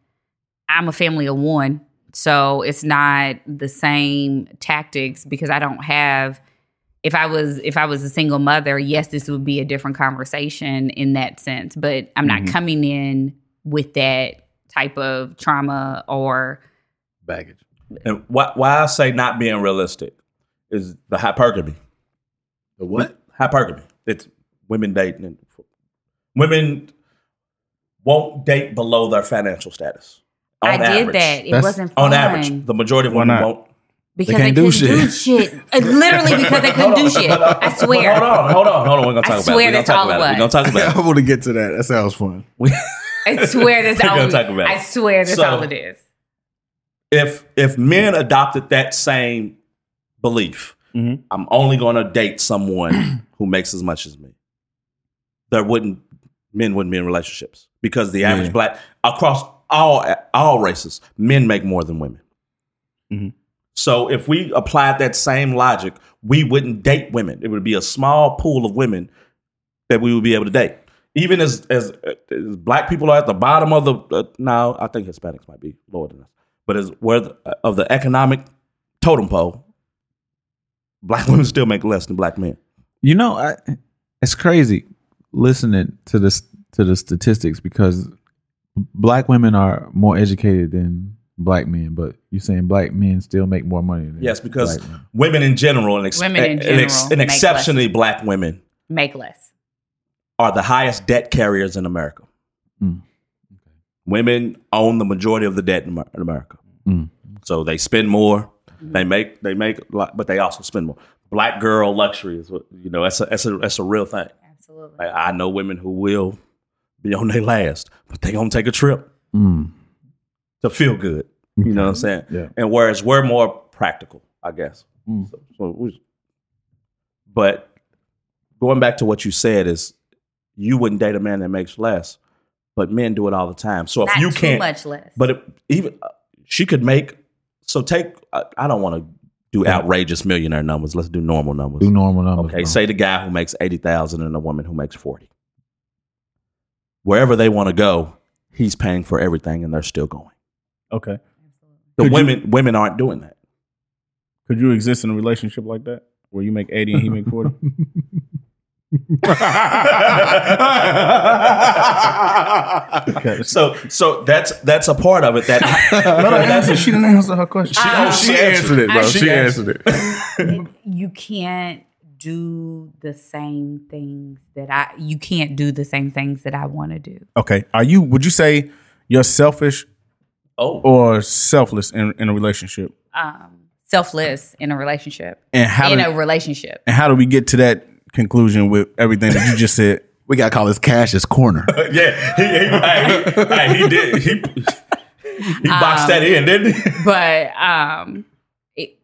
Speaker 1: I'm a family of one. So it's not the same tactics because I don't have if I was if I was a single mother, yes, this would be a different conversation in that sense, but I'm not
Speaker 3: Mhm.
Speaker 2: Mm-hmm.
Speaker 1: coming in with that type of trauma or
Speaker 3: Baggage.
Speaker 4: And why, why I say not being realistic is the hypergamy.
Speaker 3: The what?
Speaker 4: Hypergamy. It's women dating. and- Women won't date below their financial status. On
Speaker 1: I did
Speaker 4: average.
Speaker 1: that. It
Speaker 2: That's-
Speaker 1: wasn't fun.
Speaker 4: On average, the majority of
Speaker 3: Why
Speaker 4: women
Speaker 3: not?
Speaker 4: won't.
Speaker 1: because
Speaker 2: They
Speaker 1: they,
Speaker 2: can't
Speaker 1: couldn't
Speaker 2: do
Speaker 1: do shit. Uh, Literally because they couldn't do shit. I swear.
Speaker 4: Hold on, hold on, hold on. We're gonna
Speaker 1: I
Speaker 4: talk about
Speaker 1: swear
Speaker 4: it. We're
Speaker 1: that's
Speaker 4: gonna talk
Speaker 1: all it
Speaker 4: about it. We're gonna
Speaker 1: was.
Speaker 4: talk about
Speaker 2: I
Speaker 4: it.
Speaker 2: want to get to that. That sounds fun.
Speaker 1: I swear that's
Speaker 4: We're
Speaker 1: all.
Speaker 4: gonna
Speaker 1: it-
Speaker 4: talk about
Speaker 1: I
Speaker 4: it.
Speaker 1: swear that's
Speaker 4: So-
Speaker 1: all it is.
Speaker 4: If if men adopted that same belief,
Speaker 3: Mhm.
Speaker 4: I'm only gonna date someone who makes as much as me. There wouldn't men wouldn't be in relationships because the average
Speaker 3: Yeah.
Speaker 4: black across all all races, men make more than women.
Speaker 3: Mhm.
Speaker 4: So if we applied that same logic, we wouldn't date women. It would be a small pool of women that we would be able to date. Even as as, as black people are at the bottom of the uh, now, I think Hispanics might be lower than us, but as where the, of the economic totem pole, black women still make less than black men.
Speaker 2: You know, I, it's crazy listening to this to the statistics because black women are more educated than black men, but you're saying black men still make more money. Than
Speaker 4: Yes, because
Speaker 2: black men.
Speaker 4: women in general, and ex-
Speaker 1: Women in
Speaker 4: and
Speaker 1: general
Speaker 4: ex- and
Speaker 1: make less.
Speaker 4: exceptionally black women,
Speaker 1: Make less.
Speaker 4: are the highest debt carriers in America.
Speaker 2: Mm.
Speaker 4: Women own the majority of the debt in Amer- in America,
Speaker 2: Mm.
Speaker 4: so they spend more.
Speaker 1: Mm-hmm.
Speaker 4: They make they make a lot, but they also spend more. Black girl luxury is what you know. That's a that's a that's a real thing.
Speaker 1: Absolutely.
Speaker 4: Like, I know women who will be on their last, but they gonna take a trip
Speaker 2: Mm.
Speaker 4: to feel good. You know what I'm saying?
Speaker 2: Yeah.
Speaker 4: And whereas we're more practical, I guess.
Speaker 2: Mm.
Speaker 4: So, so we- but going back to what you said is you wouldn't date a man that makes less, but men do it all the time. So if
Speaker 1: Not
Speaker 4: you
Speaker 1: too
Speaker 4: can't,
Speaker 1: much less.
Speaker 4: but it, even uh, she could make. So take. I, I don't want to do outrageous millionaire numbers. Let's do normal numbers.
Speaker 2: Do normal numbers.
Speaker 4: Okay,
Speaker 2: bro.
Speaker 4: say the guy who makes eighty thousand and a woman who makes forty. Wherever they want to go, he's paying for everything, and they're still going.
Speaker 3: Okay.
Speaker 4: The
Speaker 3: Could you-
Speaker 4: women women aren't doing that.
Speaker 3: Could you exist in a relationship like that? Where you make 80 and he make 40?
Speaker 4: so so that's that's a part of it that no, no, that's
Speaker 3: she didn't answer her question.
Speaker 1: She- oh,
Speaker 4: she answered
Speaker 3: it,
Speaker 1: bro. She She
Speaker 3: Ah. answered it.
Speaker 1: you can't do the same things that I. You can't do the same things that I want to do.
Speaker 3: Okay. Are you, would you say you're selfish
Speaker 4: oh
Speaker 3: or selfless in, in a relationship?
Speaker 1: Um, selfless in a relationship.
Speaker 3: And how,
Speaker 1: in
Speaker 3: do,
Speaker 1: a relationship.
Speaker 3: and how do we get to that conclusion with everything that you just said?
Speaker 2: We gotta call this Cash's corner.
Speaker 4: yeah he he, hey, he, hey, he did he he
Speaker 1: Um,
Speaker 4: boxed that in didn't he
Speaker 1: But um, it,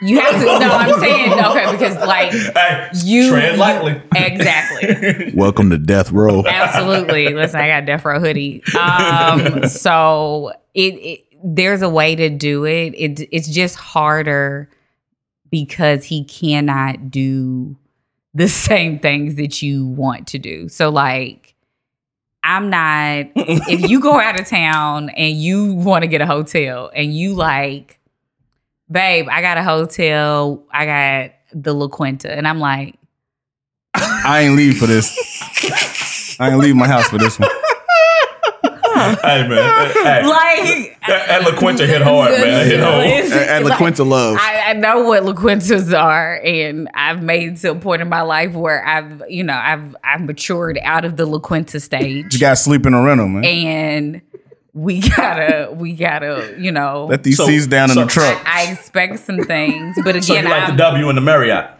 Speaker 1: you have to. No, I'm saying okay because like
Speaker 4: hey,
Speaker 1: you
Speaker 4: tread lightly
Speaker 1: exactly.
Speaker 2: Welcome to death row.
Speaker 1: Absolutely. Listen, I got Death Row hoodie. Um, so it, it there's a way to do it. It it's just harder because he cannot do the same things that you want to do. So like I'm not if you go out of town and you want to get a hotel and you like babe, I got a hotel, I got the La Quinta and I'm like
Speaker 3: I ain't leave for this. I ain't leave my house for this one.
Speaker 5: hey man, hey,
Speaker 1: like
Speaker 5: that, that La Quinta hit hard, man. That hit hard.
Speaker 1: It's-
Speaker 6: At, at La
Speaker 1: like,
Speaker 6: Quinta Love.
Speaker 1: I, I know what La Quintas are, and I've made to a point in my life where I've, you know, I've I've matured out of the La Quinta
Speaker 3: You
Speaker 1: stage,
Speaker 3: got to sleep in a rental, man.
Speaker 1: and we gotta, we gotta, you know,
Speaker 3: Let these
Speaker 4: So-
Speaker 3: C's down
Speaker 4: so-
Speaker 3: in the truck.
Speaker 1: I expect some things, but
Speaker 4: So you
Speaker 1: again,
Speaker 4: like the
Speaker 1: I'm-
Speaker 4: W and the Marriott.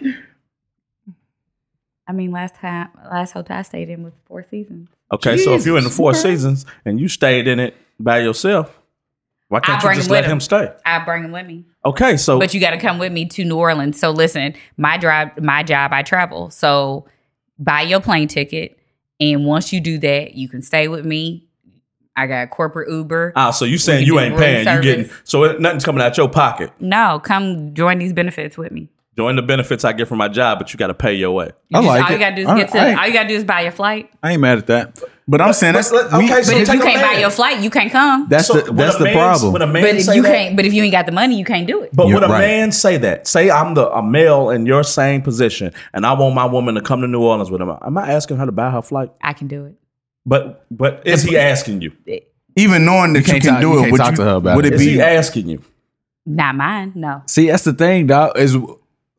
Speaker 1: I mean, last time, last hotel I stayed in was Four Seasons.
Speaker 4: Okay, so if you're in the Four Seasons and you stayed in it by yourself, why can't
Speaker 1: I
Speaker 4: you
Speaker 1: bring
Speaker 4: just
Speaker 1: with
Speaker 4: let
Speaker 1: him.
Speaker 4: him stay?
Speaker 1: I bring him with me.
Speaker 4: Okay, so
Speaker 1: but you got to come with me to New Orleans. So listen, my drive, my job, I travel. So buy your plane ticket, and once you do that, you can stay with me. I got a corporate Uber.
Speaker 4: ah, so you saying
Speaker 1: can
Speaker 4: you
Speaker 1: do
Speaker 4: ain't
Speaker 1: room
Speaker 4: paying? You getting
Speaker 1: service.
Speaker 4: so it, nothing's coming out your pocket.
Speaker 1: no, come join these benefits with me.
Speaker 4: Join the benefits I get from my job, but you got to pay your way.
Speaker 1: You
Speaker 2: I
Speaker 1: just-
Speaker 2: like
Speaker 1: all
Speaker 2: it.
Speaker 1: you gotta do is
Speaker 2: I-
Speaker 1: get to.
Speaker 2: I-
Speaker 1: all you gotta do is buy your flight.
Speaker 2: I ain't mad at that.
Speaker 3: But I'm saying that's
Speaker 4: But- but- okay,
Speaker 3: we-
Speaker 4: so
Speaker 1: But if
Speaker 4: take
Speaker 1: you
Speaker 4: a
Speaker 1: can't buy
Speaker 4: man.
Speaker 1: your flight, you can't come.
Speaker 2: That's
Speaker 4: So
Speaker 2: the
Speaker 4: when
Speaker 2: that's
Speaker 4: a
Speaker 2: the
Speaker 4: man's-
Speaker 2: problem.
Speaker 4: When a man
Speaker 1: But if
Speaker 4: say
Speaker 1: you
Speaker 4: that-
Speaker 1: can't. But if you ain't got the money, you can't do it.
Speaker 4: But
Speaker 2: Yeah,
Speaker 4: would a
Speaker 2: right.
Speaker 4: man say that? Say I'm the a male in your same position, and I want my woman to come to New Orleans with him. Am I asking her to buy her flight?
Speaker 1: I can do it.
Speaker 4: But but is he asking you?
Speaker 3: even knowing that you,
Speaker 2: can't
Speaker 3: can
Speaker 2: talk- you
Speaker 3: do
Speaker 2: can't
Speaker 3: it, would,
Speaker 2: talk
Speaker 3: you,
Speaker 2: to her about
Speaker 3: would
Speaker 2: it.
Speaker 3: it
Speaker 4: Is
Speaker 3: be?
Speaker 4: he asking you?
Speaker 1: Not mine. No.
Speaker 2: See, that's the thing, dog. Is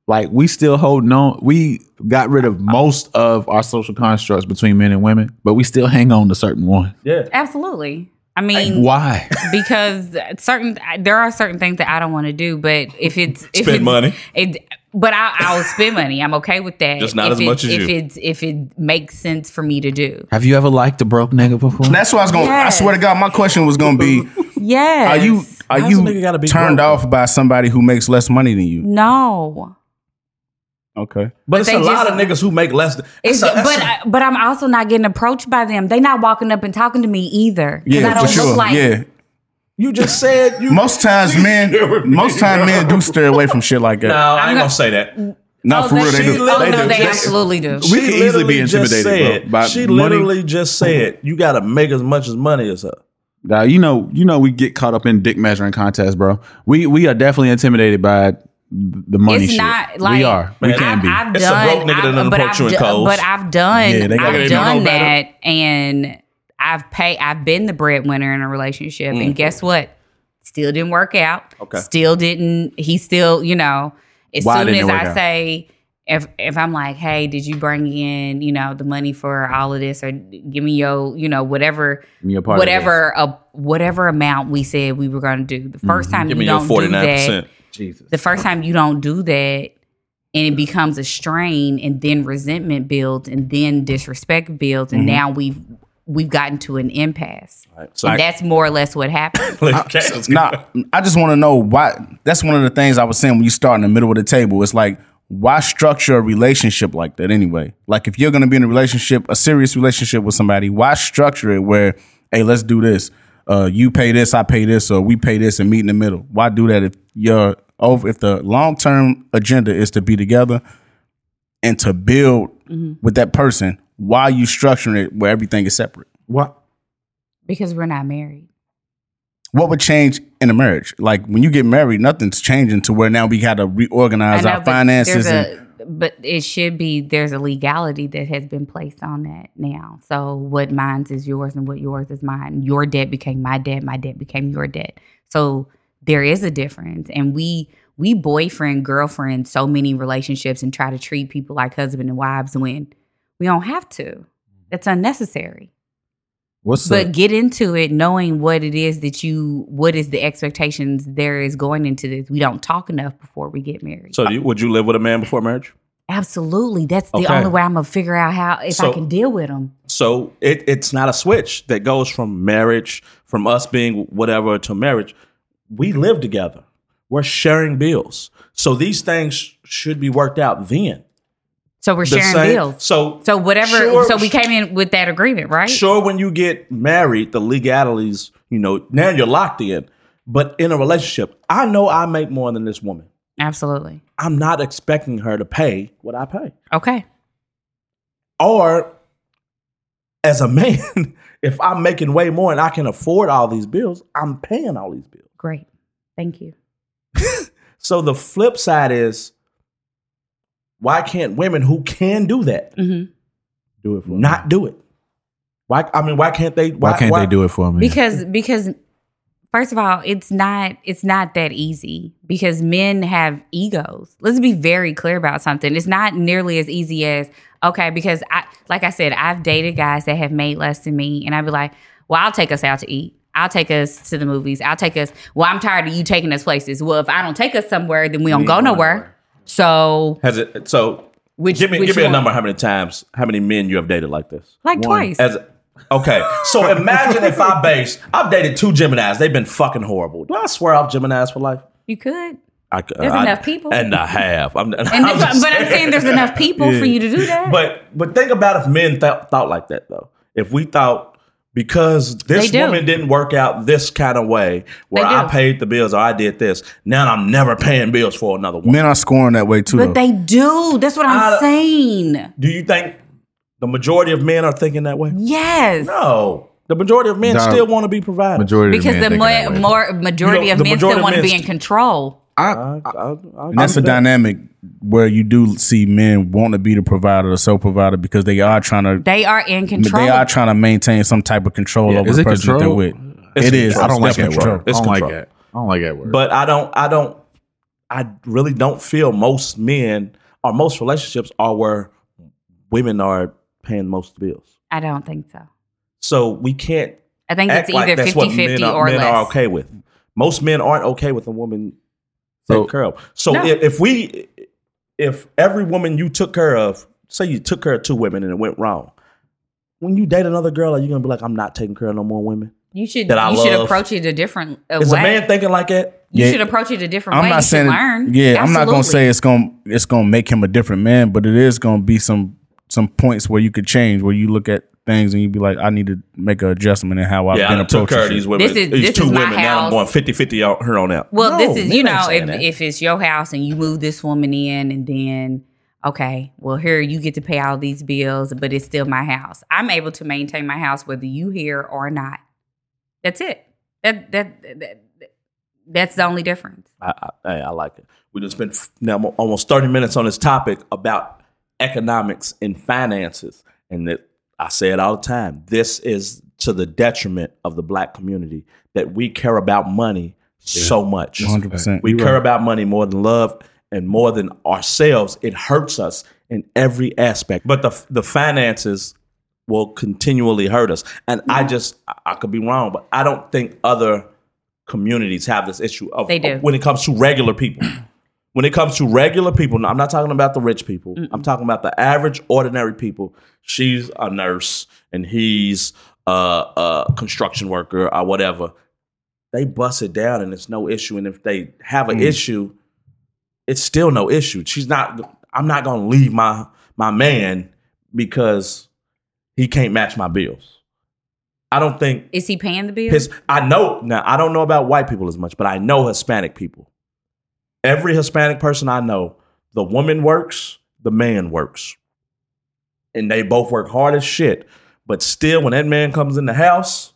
Speaker 2: like we still holding on. We got rid of most of our social constructs between men and women, but we still hang on to certain ones.
Speaker 4: Yeah.
Speaker 1: Absolutely. I mean,
Speaker 2: Why?
Speaker 1: because certain there are certain things that I don't want to do. But if it's if
Speaker 4: Spend
Speaker 1: it's,
Speaker 4: money.
Speaker 1: it, but I, I'll spend money. I'm okay with that.
Speaker 4: Just not
Speaker 1: if
Speaker 4: as
Speaker 1: it-
Speaker 4: much as
Speaker 1: if
Speaker 4: you.
Speaker 1: it's if it makes sense for me to do.
Speaker 2: Have you ever liked a broke nigga before?
Speaker 3: That's what I was going. to I
Speaker 1: Yes.
Speaker 3: swear to God, my question was going to be:
Speaker 1: Yes.
Speaker 3: Are you
Speaker 4: Why
Speaker 3: are
Speaker 4: does a
Speaker 3: you
Speaker 4: nigga gotta be
Speaker 3: turned
Speaker 4: broke?
Speaker 3: off by somebody who makes less money than you?
Speaker 1: No.
Speaker 3: Okay,
Speaker 4: But, it's a
Speaker 1: they
Speaker 4: lot
Speaker 1: just-
Speaker 4: of niggas who make less. Than,
Speaker 1: It's,
Speaker 4: that's a- that's
Speaker 1: but
Speaker 4: a-
Speaker 1: I but I'm also not getting approached by them. They not walking up and talking to me either. 'Cause I
Speaker 3: yeah,
Speaker 1: don't
Speaker 3: for
Speaker 1: look
Speaker 3: sure.
Speaker 1: Like,
Speaker 3: yeah,
Speaker 4: you just said you.
Speaker 3: most times men, most time men do steer away from shit like that.
Speaker 4: No, I ain't
Speaker 1: not-
Speaker 4: gonna say that.
Speaker 3: Not
Speaker 1: oh,
Speaker 3: for
Speaker 1: they-
Speaker 3: real, they
Speaker 4: she
Speaker 3: do.
Speaker 1: Oh,
Speaker 4: They
Speaker 1: no,
Speaker 4: do.
Speaker 1: they
Speaker 4: They-
Speaker 1: absolutely do.
Speaker 2: We could easily
Speaker 4: literally
Speaker 2: be
Speaker 4: just
Speaker 2: intimidated,
Speaker 4: said,
Speaker 2: bro, by
Speaker 4: she
Speaker 2: money.
Speaker 4: literally just said you got to make as much as money as her.
Speaker 2: Nah, you know, you know, we get caught up in dick measuring contests, bro. We we are definitely intimidated by the money.
Speaker 1: It's
Speaker 2: shit.
Speaker 1: not like
Speaker 2: we are. we
Speaker 4: Man,
Speaker 2: can
Speaker 1: I've,
Speaker 2: be.
Speaker 1: I've
Speaker 4: It's a
Speaker 1: done,
Speaker 4: broke nigga that
Speaker 1: I've-
Speaker 4: done
Speaker 1: but,
Speaker 4: approached
Speaker 1: I've
Speaker 4: you in
Speaker 1: do-
Speaker 4: Kohl's.
Speaker 1: but I've done,
Speaker 2: Yeah, they gotta
Speaker 1: I've
Speaker 2: know
Speaker 1: done
Speaker 4: better.
Speaker 1: that, and I've paid. I've been the breadwinner in a relationship,
Speaker 2: Mm-hmm.
Speaker 1: and guess what? Still didn't work out.
Speaker 4: Okay.
Speaker 1: Still didn't. He still, you know, as
Speaker 2: Why
Speaker 1: soon
Speaker 2: didn't it
Speaker 1: as
Speaker 2: work
Speaker 1: I
Speaker 2: out?
Speaker 1: say. If, if I'm like, hey, did you bring in, you know, the money for all of this, or give me your, you know, whatever,
Speaker 2: Me a part of
Speaker 1: whatever, uh, whatever amount we said we were going to do. The 1st
Speaker 2: Mm-hmm.
Speaker 1: time
Speaker 4: Give
Speaker 1: you
Speaker 4: me your
Speaker 1: don't
Speaker 4: forty
Speaker 1: do
Speaker 4: nine
Speaker 1: that,
Speaker 4: percent.
Speaker 1: the first time you don't do that and it becomes a strain and then resentment builds and then disrespect builds and now we've we've gotten to an impasse
Speaker 4: So
Speaker 1: and that's more or less what happened
Speaker 3: Nah, I just want to know why. That's one of the things I was saying when you start in the middle of the table. It's like, why structure a relationship like that anyway? Like, if you're going to be in a relationship, a serious relationship with somebody, why structure it where, hey, let's do this. Uh, you pay this, I pay this, or we pay this and meet in the middle. Why do that if you're over? If the long term agenda is to be together and to build
Speaker 1: Mm-hmm.
Speaker 3: with that person, why are you structuring it where everything is separate?
Speaker 2: What?
Speaker 1: because we're not married
Speaker 3: what would change in a marriage? Like when you get married, nothing's changing to where now we got to reorganize our
Speaker 1: but
Speaker 3: finances.
Speaker 1: there's
Speaker 3: And,
Speaker 1: a- but it should be there's a legality that has been placed on that now so what mine's is yours and what yours is mine your debt became my debt my debt became your debt so there is a difference and we we boyfriend girlfriend so many relationships and try to treat people like husband and wives when we don't have to that's unnecessary
Speaker 2: What's the
Speaker 1: but get into it knowing what it is that you what is the expectations there is going into this we don't talk enough before we get married
Speaker 4: So do you, would you live with a man before marriage?
Speaker 1: Absolutely. That's the
Speaker 4: Okay.
Speaker 1: only way I'm gonna figure out how if
Speaker 4: So-
Speaker 1: I can deal with them.
Speaker 4: So it, it's not a switch that goes from marriage, from us being whatever to marriage. We
Speaker 1: Mm-hmm.
Speaker 4: live together. We're sharing bills. So these things should be worked out then.
Speaker 1: So we're
Speaker 4: The
Speaker 1: sharing
Speaker 4: same-
Speaker 1: bills.
Speaker 4: So
Speaker 1: So whatever.
Speaker 4: Sure.
Speaker 1: so we came in with that agreement, right?
Speaker 4: sure when you get married the legalities you know now you're locked in but in a relationship i know i make more than this woman
Speaker 1: Absolutely.
Speaker 4: I'm not expecting her to pay what I pay.
Speaker 1: Okay.
Speaker 4: Or as a man, if I'm making way more and I can afford all these bills, I'm paying all these bills.
Speaker 1: Great. Thank you.
Speaker 4: So the flip side is why can't women who can do that
Speaker 1: Mm-hmm.
Speaker 2: Do it
Speaker 4: not do it? Why I mean why can't they
Speaker 2: Why, can't they do it for me?
Speaker 1: Because because first of all, it's not it's not that easy because men have egos. Let's be very clear about something. It's not nearly as easy as okay because I like I said I've dated guys that have made less than me and I'd be like, "Well, I'll take us out to eat." I'll take us to the movies. I'll take us. Well, I'm tired of you taking us places. Well, if I don't take us somewhere, then we don't go nowhere. So,
Speaker 4: Has it so
Speaker 1: which
Speaker 4: give me
Speaker 1: which
Speaker 4: give me a
Speaker 1: one?
Speaker 4: number how many times how many men you have dated like this?
Speaker 1: Like twice.
Speaker 4: As okay, so imagine if I base I've dated two Gemini's. They've been fucking horrible. Do I swear off Gemini's for life?
Speaker 1: you could.
Speaker 4: I,
Speaker 1: There's
Speaker 4: I-
Speaker 1: enough people.
Speaker 4: and I have. I'm,
Speaker 1: And
Speaker 4: I'm
Speaker 1: if-
Speaker 4: just
Speaker 1: but I'm saying there's enough people for you to do that.
Speaker 4: But but think about if men thou- thought like that though. If we thought because
Speaker 1: They
Speaker 4: this
Speaker 1: do.
Speaker 4: woman didn't work out this kind of way, where
Speaker 1: They
Speaker 4: I
Speaker 1: do.
Speaker 4: paid the bills or I did this, now I'm never paying bills for another woman.
Speaker 3: Men are scoring that way too.
Speaker 1: But
Speaker 3: though.
Speaker 1: they do. That's what I'm
Speaker 4: I-
Speaker 1: saying.
Speaker 4: Do you think the majority of men are thinking that way?
Speaker 1: Yes.
Speaker 4: No, the majority of men
Speaker 2: No.
Speaker 4: still want to be provided.
Speaker 2: majority
Speaker 1: Because
Speaker 2: of
Speaker 1: the
Speaker 2: men
Speaker 1: more,
Speaker 2: thinking that way.
Speaker 1: more majority
Speaker 4: You know,
Speaker 1: of
Speaker 4: the
Speaker 1: men still
Speaker 4: majority of
Speaker 1: want to
Speaker 4: men
Speaker 1: be in
Speaker 4: st-
Speaker 1: control.
Speaker 2: I,
Speaker 3: and that's a dynamic where you do see men want to be the provider, the sole provider, because they are trying to
Speaker 1: They are in control.
Speaker 3: they are trying to maintain some type of control over
Speaker 2: is
Speaker 3: the
Speaker 2: it
Speaker 3: person that they're
Speaker 2: control?
Speaker 3: with.
Speaker 4: It's
Speaker 3: It is.
Speaker 2: I don't like
Speaker 3: It's
Speaker 2: that
Speaker 3: definitely
Speaker 2: word. I
Speaker 4: It's
Speaker 2: don't like
Speaker 4: control.
Speaker 2: that. I don't like that word.
Speaker 4: But I don't. I don't. I really don't feel most men or most relationships are where women are paying most bills.
Speaker 1: I don't think so.
Speaker 4: So we can't
Speaker 1: I think it's
Speaker 4: act like
Speaker 1: either
Speaker 4: that's
Speaker 1: 50
Speaker 4: what
Speaker 1: 50
Speaker 4: men, are,
Speaker 1: or
Speaker 4: men
Speaker 1: less.
Speaker 4: are okay with. Most men aren't okay with a woman
Speaker 2: So-
Speaker 4: taking care of. So
Speaker 1: No.
Speaker 4: if, if we, if every woman you took care of, say you took care of two women and it went wrong, when you date another girl, are you gonna be like, I'm not taking care of no more women?
Speaker 1: You should
Speaker 4: That I
Speaker 1: you should
Speaker 4: love.
Speaker 1: approach it a different uh,
Speaker 4: Is a
Speaker 1: way.
Speaker 4: man thinking like that?
Speaker 1: you
Speaker 3: Yeah.
Speaker 1: should approach it a different
Speaker 3: I'm
Speaker 1: way.
Speaker 3: not
Speaker 1: you should
Speaker 3: saying
Speaker 1: learn.
Speaker 3: yeah. I'm not gonna
Speaker 1: Absolutely.
Speaker 3: say it's gonna it's gonna make him a different man, but it is gonna be some some points where you could change where you look at things and you be like, I need to make an adjustment in how I've been
Speaker 4: I took
Speaker 3: approaching.
Speaker 4: care of
Speaker 3: shit.
Speaker 4: these women.
Speaker 1: This is-
Speaker 4: these
Speaker 1: this
Speaker 4: two
Speaker 1: is my
Speaker 4: women. Now I'm
Speaker 1: house.
Speaker 4: going 50 50 on her on out.
Speaker 1: Well,
Speaker 4: No,
Speaker 1: this is you
Speaker 4: men ain't
Speaker 1: know
Speaker 4: saying
Speaker 1: if,
Speaker 4: that.
Speaker 1: if it's your house and you move this woman in and then okay, well here you get to pay all these bills, but it's still my house. I'm able to maintain my house whether you here or not. That's it. That that, that, that- that's the only difference.
Speaker 4: I, I, hey, I like it. We just spent now mo- almost thirty minutes on this topic about economics and finances, and that I say it all the time. This is to the detriment of the black community that we care about money so much.
Speaker 3: 100%.
Speaker 4: We care about money more than love and more than ourselves. It hurts us in every aspect. But the the finances will continually hurt us. And I just I- I could be wrong, but I don't think other communities have this issue of,
Speaker 1: They do.
Speaker 4: of when it comes to regular people. when it comes to regular people, no, I'm not talking about the rich people. I'm talking about the average ordinary people. She's a nurse and he's a, a construction worker or whatever. They bust it down and it's no issue. And if they have
Speaker 1: Mm.
Speaker 4: an issue, it's still no issue. She's not. I'm not gonna leave my my man because he can't match my bills. I don't think
Speaker 1: Is he paying the bills?
Speaker 4: his. I know now. I don't know about white people as much, but I know Hispanic people. Every Hispanic person I know, the woman works, the man works, and they both work hard as shit. But still, when that man comes in the house,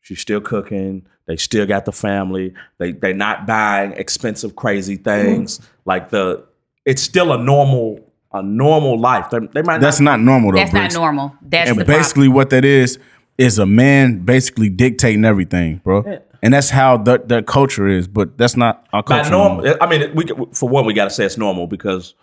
Speaker 4: she's still cooking. They still got the family. They they not buying expensive crazy things like the. It's still a normal a normal life. They, they might
Speaker 3: That's
Speaker 4: not.
Speaker 3: not normal though.
Speaker 1: that's not
Speaker 3: Briggs.
Speaker 1: normal. That's
Speaker 3: and
Speaker 1: the
Speaker 3: basically what that is is a man basically dictating everything, bro. And that's how the, the culture is, but that's not our
Speaker 4: By
Speaker 3: culture. no more.
Speaker 4: normal, I mean, we could- for one, we got to say it's normal because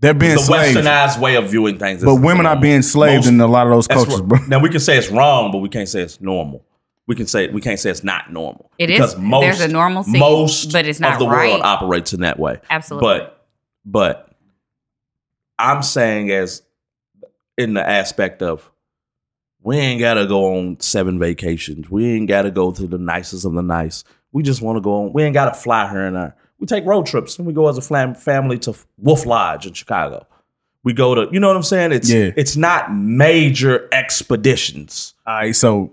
Speaker 3: They're being
Speaker 4: the
Speaker 3: slaves,
Speaker 4: westernized way of viewing things. Is
Speaker 3: but women are being slaves
Speaker 4: Most-
Speaker 3: in a lot of those
Speaker 4: that's
Speaker 3: cultures,
Speaker 4: wrong.
Speaker 3: bro.
Speaker 4: Now we can say it's wrong, but we can't say it's normal. We can say we can't say it's not normal.
Speaker 1: It is- there's a normalcy,
Speaker 4: Most
Speaker 1: but it's not
Speaker 4: of the
Speaker 1: right.
Speaker 4: world operates in that way.
Speaker 1: Absolutely.
Speaker 4: But but I'm saying as in the aspect of we ain't gotta go on seven vacations. We ain't gotta go to the nicest of the nice. We just want to go on. We ain't gotta fly her and her. We take road trips and we go as a flam- family to Wolf Lodge in Chicago. We go to you know what I'm saying. It's
Speaker 3: Yeah.
Speaker 4: it's not major expeditions.
Speaker 3: All right, so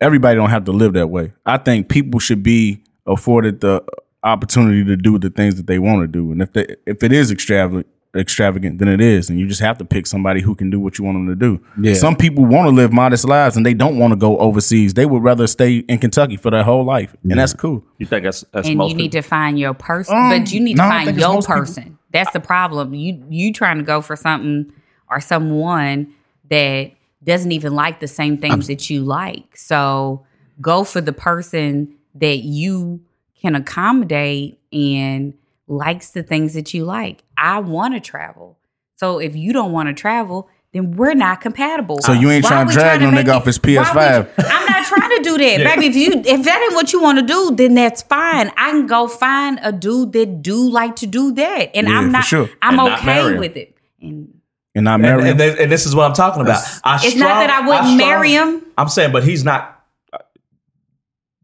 Speaker 3: everybody don't have to live that way. I think people should be afforded the opportunity to do the things that they want to do. And if they, if it is extravagant, extravagant, then it is. And you just have to pick somebody who can do what you want them to do.
Speaker 2: Yeah.
Speaker 3: Some people want to live modest lives and they don't want to go overseas. They would rather stay in Kentucky for their whole life, and that's cool.
Speaker 4: You think that's, that's
Speaker 1: and
Speaker 4: most
Speaker 1: you need
Speaker 4: people?
Speaker 1: to find your person,
Speaker 3: Um,
Speaker 1: but you need to
Speaker 3: no, I don't
Speaker 1: find
Speaker 3: think it's
Speaker 1: your
Speaker 3: most people.
Speaker 1: person. That's the problem. You you trying to go for something or someone that doesn't even like the same things that you like. So go for the person that you can accommodate and likes the things that you like. I want to travel. So if you don't want to travel, then we're not compatible.
Speaker 3: So you ain't
Speaker 1: Why
Speaker 3: trying
Speaker 1: we
Speaker 3: to drag
Speaker 1: tryna
Speaker 3: no
Speaker 1: make
Speaker 3: nigga off his
Speaker 1: why would
Speaker 3: PS5.
Speaker 1: you- I'm not trying to do that, baby. If you if that ain't what you want to do, then that's fine. I can go find a dude that do like to do that, and
Speaker 3: Yeah, for
Speaker 1: I'm not.
Speaker 3: sure.
Speaker 1: I'm
Speaker 4: And not marry
Speaker 1: okay
Speaker 4: him.
Speaker 1: with it. And
Speaker 3: And not marry.
Speaker 4: And, and, th- and this is what I'm talking about. I
Speaker 1: it's not that I wouldn't marry him.
Speaker 4: I'm saying, but he's not.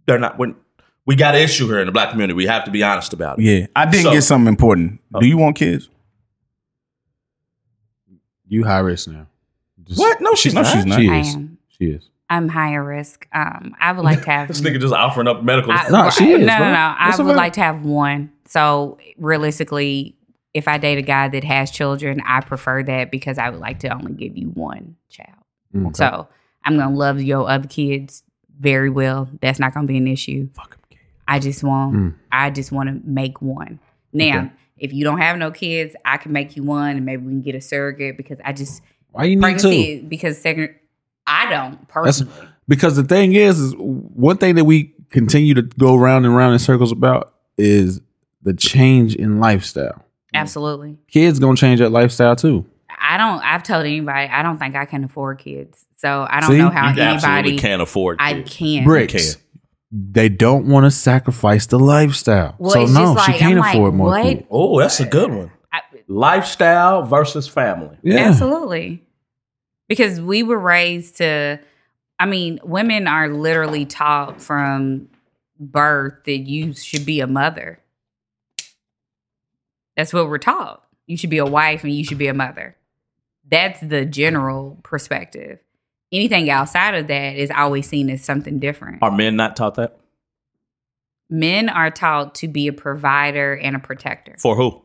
Speaker 4: They're not. When we got an issue here in the black community, we have to be honest about it.
Speaker 3: yeah, I didn't
Speaker 4: So-
Speaker 3: get something important. Do you want kids?
Speaker 2: You high risk now. Just-
Speaker 4: What? No, she's
Speaker 3: No,
Speaker 4: not.
Speaker 3: she's not.
Speaker 2: She
Speaker 1: I
Speaker 2: is.
Speaker 1: am.
Speaker 2: She is.
Speaker 1: I'm higher risk. Um, I would like to have.
Speaker 4: This nigga just offering up medical.
Speaker 1: I,
Speaker 2: Nah,
Speaker 1: right.
Speaker 2: she is,
Speaker 1: no, no,
Speaker 2: bro.
Speaker 1: no. I
Speaker 2: That's a
Speaker 1: would
Speaker 2: fact.
Speaker 1: like to have one. So realistically, if I date a guy that has children, I prefer that because I would like to only give you one child.
Speaker 2: Mm.
Speaker 1: So I'm gonna love your other kids very well. That's not gonna be an issue. I just want
Speaker 2: Mm.
Speaker 1: I just want to make one. Now, if you don't have no kids, I can make you one, and maybe we can get a surrogate because I just
Speaker 2: Why you need two?
Speaker 1: pregnancy because second I don't personally.
Speaker 2: because the thing is, is one thing that we continue to go round and round in circles about is the change in lifestyle.
Speaker 1: Absolutely,
Speaker 2: Kids gonna change that lifestyle too.
Speaker 1: I don't. I've told anybody I don't think I can afford kids, so I don't
Speaker 2: See?
Speaker 1: know how
Speaker 4: you absolutely
Speaker 1: anybody.
Speaker 4: can't afford.
Speaker 1: I
Speaker 4: kids.
Speaker 1: can't.
Speaker 2: Bricks. They don't want to sacrifice the lifestyle.
Speaker 1: Well,
Speaker 2: so
Speaker 1: it's
Speaker 2: no,
Speaker 1: just
Speaker 2: she
Speaker 1: like,
Speaker 2: can't
Speaker 1: I'm
Speaker 2: afford
Speaker 1: like,
Speaker 2: more.
Speaker 1: what?
Speaker 2: kids.
Speaker 4: Oh, that's a good one.
Speaker 1: I-
Speaker 4: Lifestyle versus family.
Speaker 2: Yeah.
Speaker 1: Absolutely. Because we were raised to, I mean, women are literally taught from birth that you should be a mother. That's what we're taught. You should be a wife and you should be a mother. That's the general perspective. Anything outside of that is always seen as something different.
Speaker 4: Are men not taught that?
Speaker 1: Men are taught to be a provider and a protector
Speaker 4: For who?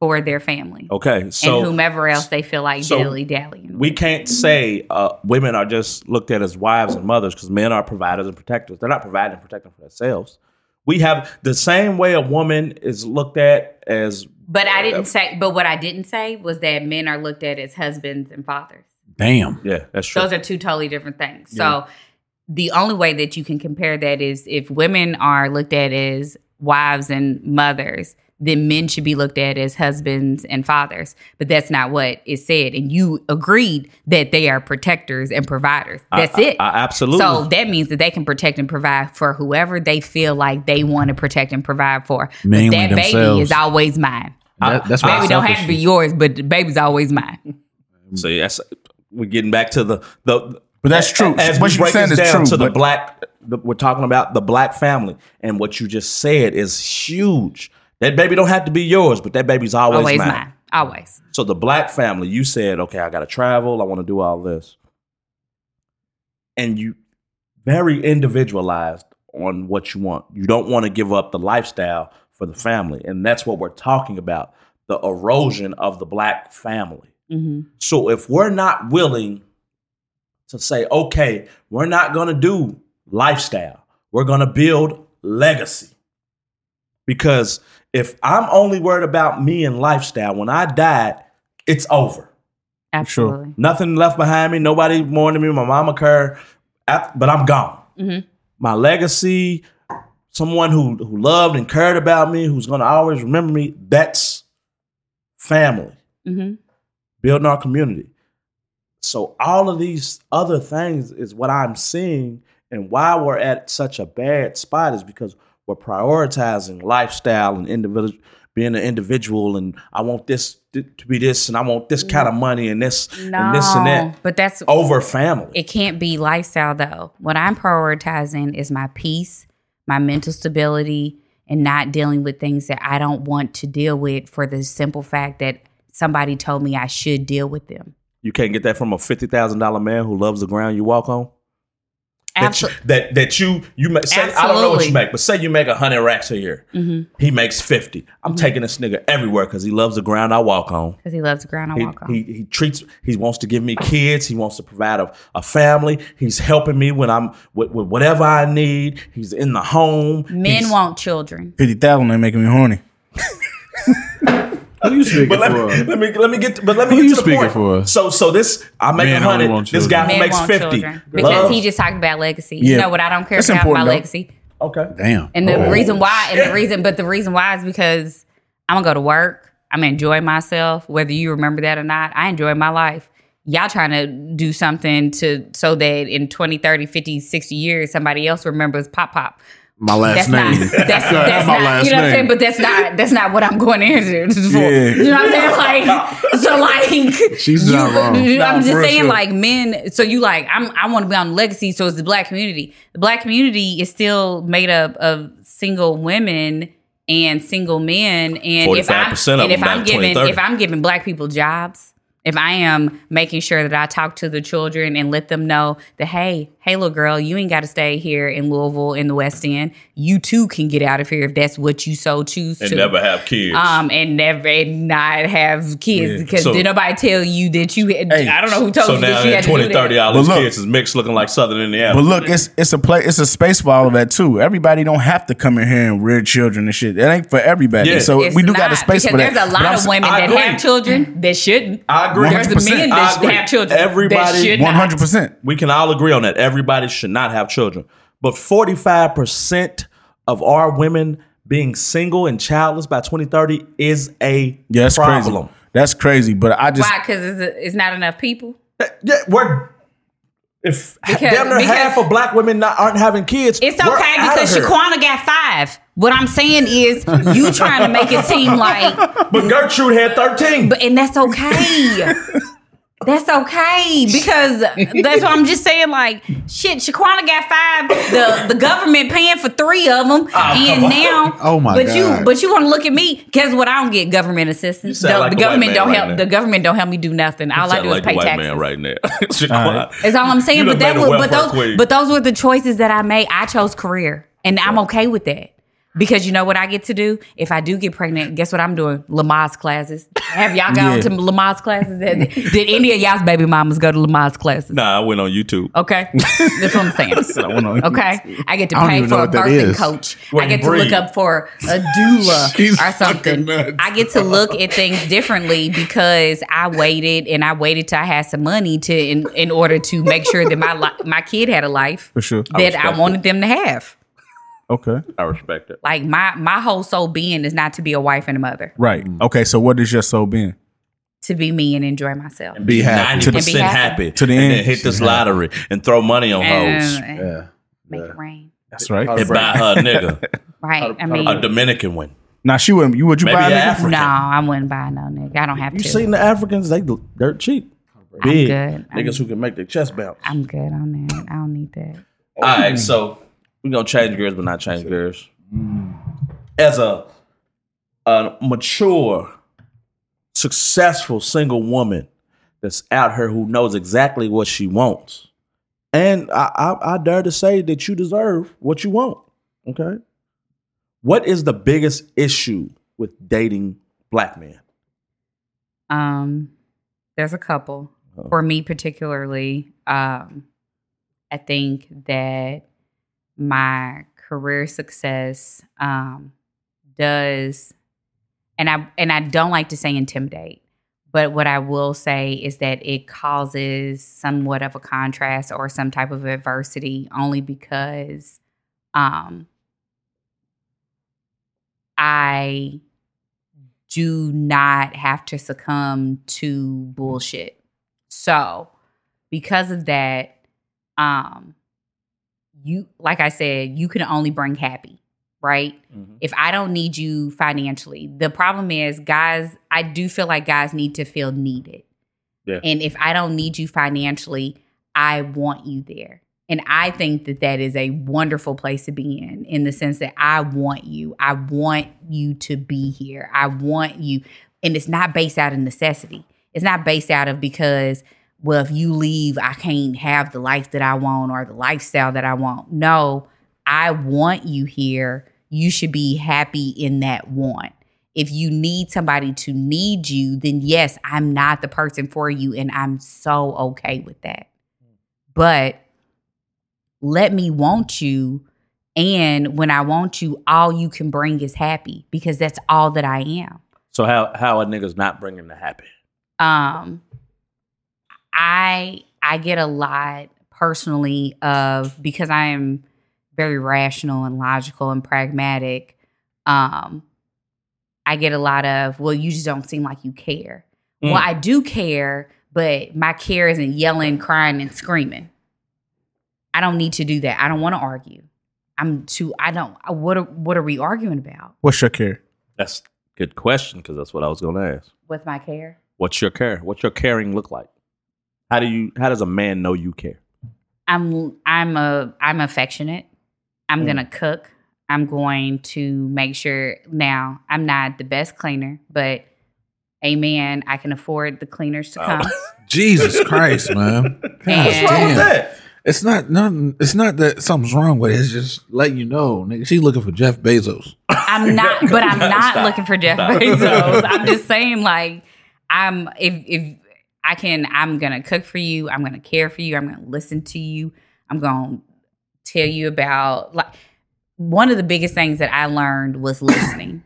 Speaker 1: for their family
Speaker 4: Okay,
Speaker 1: and
Speaker 4: Oh, so
Speaker 1: whomever else they feel like
Speaker 4: so
Speaker 1: dilly dallying.
Speaker 4: we can't say uh, women are just looked at as wives and mothers because men are providers and protectors. They're not providing and protecting for themselves. We have the same way a woman is looked at as
Speaker 1: But I didn't say. But what I didn't say was that men are looked at as husbands and fathers.
Speaker 2: Damn.
Speaker 4: yeah, that's true.
Speaker 1: Those are two totally different things. So the only way that you can compare that is if women are looked at as wives and mothers, then men should be looked at as husbands and fathers. But that's not what is said. And you agreed that they are protectors and providers.
Speaker 4: I-
Speaker 1: That's
Speaker 4: I-
Speaker 1: it.
Speaker 4: I, absolutely.
Speaker 1: So that means that they can protect and provide for whoever they feel like they want to protect and provide for. But
Speaker 2: Mainly
Speaker 1: that baby
Speaker 2: themselves.
Speaker 1: is always mine.
Speaker 2: That- that's why
Speaker 4: Ah,
Speaker 1: Baby
Speaker 2: I
Speaker 1: don't have to be yours, but the baby's always mine.
Speaker 4: so yes, we're getting back to the the.
Speaker 3: But that's true.
Speaker 4: As
Speaker 3: What
Speaker 4: we
Speaker 3: you're
Speaker 4: break
Speaker 3: saying
Speaker 4: this
Speaker 3: is
Speaker 4: down
Speaker 3: true,
Speaker 4: to the
Speaker 3: but-
Speaker 4: black, the, we're talking about the black family, and what you just said is huge. That baby don't have to be yours, but that baby's always,
Speaker 1: Always
Speaker 4: mine.
Speaker 1: mine. Always.
Speaker 4: So the black family, you said, okay, I got to travel, I want to do all this, and you very individualized on what you want. You don't want to give up the lifestyle for the family, and that's what we're talking about: the erosion of the black family.
Speaker 1: hmm
Speaker 4: So if we're not willing to say, okay, we're not going to do lifestyle, we're going to build legacy. Because if I'm only worried about me and lifestyle, when I died, it's over.
Speaker 1: Absolutely.
Speaker 4: Nothing left behind me. Nobody mourning me. My mama care, I- but I'm gone.
Speaker 1: Mhm.
Speaker 4: My legacy, someone who who loved and cared about me, who's going to always remember me. That's family
Speaker 1: hmm
Speaker 4: building our community. So all of these other things is what I'm seeing, and why we're at such a bad spot is because we're prioritizing lifestyle and individual being an individual, and I want this th- to be this, and I want
Speaker 1: Mm-hmm.
Speaker 4: this kind of money, and this and this and that
Speaker 1: but that's
Speaker 4: over family.
Speaker 1: it. Can't be lifestyle though. What I'm prioritizing is my peace, my mental stability, and not dealing with things that I don't want to deal with for the simple fact that somebody told me I should deal with them.
Speaker 4: You can't get that from a fifty thousand dollar man who loves the ground you walk on. that you,
Speaker 1: Absol-
Speaker 4: that that you you make, say I don't know what
Speaker 1: Absolutely.
Speaker 4: you make, but say you make hundred racks a year.
Speaker 1: Mm-hmm.
Speaker 4: He makes fifty. I'm taking this nigga everywhere because he loves the ground I walk on.
Speaker 1: Because he loves the ground I
Speaker 4: He,
Speaker 1: walk on.
Speaker 4: he he treats he wants to give me kids. He wants to provide a, a family. He's helping me when I'm with, with whatever I need. He's in the home.
Speaker 1: Men want children.
Speaker 3: Fifty thousand ain't making me horny.
Speaker 2: Who you speaking
Speaker 4: But let me,
Speaker 2: for?
Speaker 4: let me let me get to- but let me
Speaker 2: Who
Speaker 4: get
Speaker 2: you
Speaker 4: to the
Speaker 2: speaking
Speaker 4: point.
Speaker 2: for?
Speaker 4: So so this I make
Speaker 2: Men
Speaker 4: a
Speaker 2: only
Speaker 4: hundred.
Speaker 2: want
Speaker 4: This
Speaker 2: children.
Speaker 4: guy who
Speaker 1: Men
Speaker 4: makes
Speaker 1: want
Speaker 4: fifty.
Speaker 1: children. Because
Speaker 4: Love.
Speaker 1: he just talked about legacy.
Speaker 3: Yeah.
Speaker 1: You know what? I don't care
Speaker 3: That's
Speaker 1: about my
Speaker 3: important, though.
Speaker 1: legacy.
Speaker 4: okay.
Speaker 3: Damn.
Speaker 1: And the
Speaker 3: Oh.
Speaker 1: reason why, and
Speaker 4: shit.
Speaker 1: the reason, but the reason why is because I'm gonna go to work. I'm gonna enjoy myself, whether you remember that or not. I enjoy my life. Y'all trying to do something to so that in 20, 30, 50, 60 years, somebody else remembers Pop Pop.
Speaker 6: My last
Speaker 1: That's
Speaker 6: name.
Speaker 1: not. That's, that's,
Speaker 6: my
Speaker 1: not.
Speaker 6: last
Speaker 1: you know what I'm saying?
Speaker 6: name.
Speaker 1: But that's not. That's not what I'm going in there for. You know what I'm saying? Like, so like,
Speaker 6: She's
Speaker 1: you-
Speaker 6: not wrong.
Speaker 1: you- I'm
Speaker 4: Nah,
Speaker 1: just
Speaker 4: for
Speaker 1: saying,
Speaker 4: sure.
Speaker 1: like, men. So you like, I'm. I want to be on legacy. So it's the black community. The black community is still made up of single women and single men. And if I'm,
Speaker 4: 45% of
Speaker 1: and if
Speaker 4: them by
Speaker 1: I'm giving,
Speaker 4: 2030.
Speaker 1: if I'm giving black people jobs. If I am making sure that I talk to the children and let them know that, hey, hey, little girl, you ain't got to stay here in Louisville in the West End. You too can get out of here if that's what you so choose
Speaker 4: And
Speaker 1: to.
Speaker 4: never have kids.
Speaker 1: um, and never and not have kids
Speaker 4: Yeah.
Speaker 1: because
Speaker 4: So-
Speaker 1: did nobody tell you that you? Had, I don't know who told
Speaker 4: so
Speaker 1: you
Speaker 4: now
Speaker 1: that you
Speaker 4: in
Speaker 1: had to do
Speaker 4: 20,
Speaker 1: that.
Speaker 4: 30, all these
Speaker 3: But look-
Speaker 4: kids is mixed looking like Southern Indiana.
Speaker 3: But look, it's it's a play, it's a space for all of that too. Everybody don't have to come in here and rear children and shit. It ain't for everybody.
Speaker 4: Yeah.
Speaker 3: So
Speaker 1: It's
Speaker 3: we do
Speaker 1: not,
Speaker 3: got a space
Speaker 1: because
Speaker 3: for that.
Speaker 1: There's a
Speaker 3: But I'm
Speaker 1: lot
Speaker 3: s-
Speaker 1: of women
Speaker 4: I
Speaker 1: that
Speaker 4: agree. Mm-hmm.
Speaker 1: have children that shouldn't.
Speaker 4: I agree.
Speaker 1: There's the men
Speaker 3: 100%.
Speaker 1: that
Speaker 4: I agree.
Speaker 1: have children.
Speaker 4: Everybody-
Speaker 1: that should
Speaker 3: One
Speaker 1: not.
Speaker 3: hundred percent.
Speaker 4: we can all agree on that. Everybody should not have children. But 45% of our women being single and childless by 2030 is a
Speaker 3: Yeah, that's
Speaker 4: problem.
Speaker 3: crazy. That's crazy. But I just
Speaker 1: Why? Because it's, it's not enough people.
Speaker 4: Yeah, we're if
Speaker 1: Because-
Speaker 4: damn near
Speaker 1: because-
Speaker 4: half of black women not, aren't having kids.
Speaker 1: It's
Speaker 4: we're
Speaker 1: okay
Speaker 4: outta
Speaker 1: because
Speaker 4: here.
Speaker 1: Shaquana got five. What I'm saying is, you trying to make it seem like,
Speaker 4: But Gertrude had 13.
Speaker 1: but and that's okay. That's okay because that's what I'm just saying. Like, shit, Shaquana got five. The the government paying for three of
Speaker 4: Oh,
Speaker 1: them, and now,
Speaker 6: Oh, my
Speaker 1: but
Speaker 6: God.
Speaker 1: you but you want to look at me? Guess what? I don't get government assistance.
Speaker 4: sound
Speaker 1: The,
Speaker 4: like
Speaker 1: the
Speaker 4: a white
Speaker 1: government
Speaker 4: man
Speaker 1: don't
Speaker 4: right
Speaker 1: help.
Speaker 4: now.
Speaker 1: The government don't help me do nothing. All I
Speaker 4: Sound
Speaker 1: do
Speaker 4: like
Speaker 1: is pay
Speaker 4: a white
Speaker 1: taxes.
Speaker 4: man right now. Shaquana.
Speaker 1: That's all I'm
Speaker 4: You
Speaker 1: saying. But
Speaker 4: done
Speaker 1: that
Speaker 4: made a
Speaker 1: was, but
Speaker 4: welfare
Speaker 1: those,
Speaker 4: queen.
Speaker 1: but those were the choices that I made. I chose career, and I'm okay with that because you know what I get to do. If I do get pregnant, guess what I'm doing? Lamaze classes. Have y'all gone
Speaker 3: Yeah.
Speaker 1: to Lamaze classes? Did did any of y'all's baby mamas go to Lamaze classes?
Speaker 4: Nah, I went on YouTube.
Speaker 1: Okay, that's what I'm saying. Okay, I get to
Speaker 6: I don't
Speaker 1: pay
Speaker 6: even
Speaker 1: for
Speaker 6: know
Speaker 1: a
Speaker 6: what that
Speaker 1: birthing
Speaker 6: is.
Speaker 1: coach.
Speaker 4: Well,
Speaker 1: I get
Speaker 4: you
Speaker 1: to
Speaker 4: breathe.
Speaker 1: look up for a doula
Speaker 6: She's
Speaker 1: or
Speaker 6: fucking
Speaker 1: something.
Speaker 6: nuts.
Speaker 1: I get to look at things differently because I waited and I waited till I had some money to in, in order to make sure that my li- my kid had a life
Speaker 3: for sure.
Speaker 1: that
Speaker 4: respect
Speaker 1: I wanted them to have.
Speaker 3: Okay.
Speaker 4: I respect it.
Speaker 1: Like my my whole soul being is not to be a wife and a mother,
Speaker 3: Right.
Speaker 2: Mm.
Speaker 3: Okay. So what is your soul being?
Speaker 1: to be me and enjoy myself.
Speaker 3: Be happy.
Speaker 4: Ninety
Speaker 3: To the,
Speaker 1: And be
Speaker 4: percent
Speaker 1: happy.
Speaker 4: happy
Speaker 3: To the
Speaker 4: and
Speaker 3: end.
Speaker 4: then hit this lottery and throw money on hoes
Speaker 1: And- and
Speaker 6: Yeah.
Speaker 1: make it rain.
Speaker 3: that's right.
Speaker 4: and buy her a nigga
Speaker 1: Right. I mean,
Speaker 4: a Dominican one.
Speaker 3: Now she wouldn't. You would you
Speaker 4: Maybe
Speaker 3: buy
Speaker 4: an
Speaker 3: a nigga?
Speaker 4: African.
Speaker 1: no, I wouldn't buy no nigga. I don't have
Speaker 4: You
Speaker 1: to.
Speaker 4: seen the Africans? They dirt cheap.
Speaker 1: I'm
Speaker 4: Big
Speaker 1: good. I'm-
Speaker 4: niggas who can make their chest bounce.
Speaker 1: I'm good on that. I don't need that.
Speaker 4: All right, so we gonna change gears, but not change gears. Mm. As a a mature, successful single woman that's out here who knows exactly what she wants, and I, I, I dare to say that you deserve what you want. Okay, what is the biggest issue with dating black men?
Speaker 1: Um, there's a couple for me particularly. Um, I think that my career success um, does, and I and I don't like to say intimidate, but what I will say is that it causes somewhat of a contrast or some type of adversity, only because um, I do not have to succumb to bullshit. So, because of that, um, you like I said, you can only bring happy, right?
Speaker 4: Mm-hmm.
Speaker 1: If I don't need you financially, the problem is, guys. I do feel like guys need to feel needed,
Speaker 4: Yeah.
Speaker 1: and if I don't need you financially, I want you there. And I think that that is a wonderful place to be in, in the sense that I want you. I want you to be here. I want you. And it's not based out of necessity. It's not based out of because well, if you leave, I can't have the life that I want or the lifestyle that I want. No, I want you here. You should be happy in that want. If you need somebody to need you, then yes, I'm not the person for you. And I'm so okay with that. But let me want you. And when I want you, all you can bring is happy because that's all that I am.
Speaker 4: So how how a nigga's not bringing the happy?
Speaker 1: Um, I I get a lot personally of because I am very rational and logical and pragmatic. Um, I get a lot of well, you just don't seem like you care.
Speaker 4: Mm.
Speaker 1: Well, I do care, but my care isn't yelling, crying, and screaming. I don't need to do that. I don't want to argue. I'm too. I don't. What are, what are we arguing about?
Speaker 3: What's your care?
Speaker 4: That's a good question because that's what I was going to ask.
Speaker 1: With my care,
Speaker 4: What's your care? What's your caring look like? How do you? How does a man know you care?
Speaker 1: I'm I'm a I'm affectionate.
Speaker 4: Mm.
Speaker 1: I'm gonna cook. I'm going to make sure now I'm not the best cleaner, but amen, I can afford the cleaners
Speaker 4: Oh.
Speaker 1: to come.
Speaker 2: Jesus Christ, man.
Speaker 1: What's wrong with
Speaker 2: damn. It's not nothing. It's not that something's wrong with it. It's just letting you know, nigga. She's looking for Jeff Bezos.
Speaker 1: I'm not but I'm not
Speaker 4: Stop.
Speaker 1: looking for Jeff
Speaker 4: Stop.
Speaker 1: Bezos. I'm just saying like I'm if if I can I'm gonna cook for you, I'm gonna care for you, I'm gonna listen to you, I'm gonna tell you about like one of the biggest things that I learned was listening.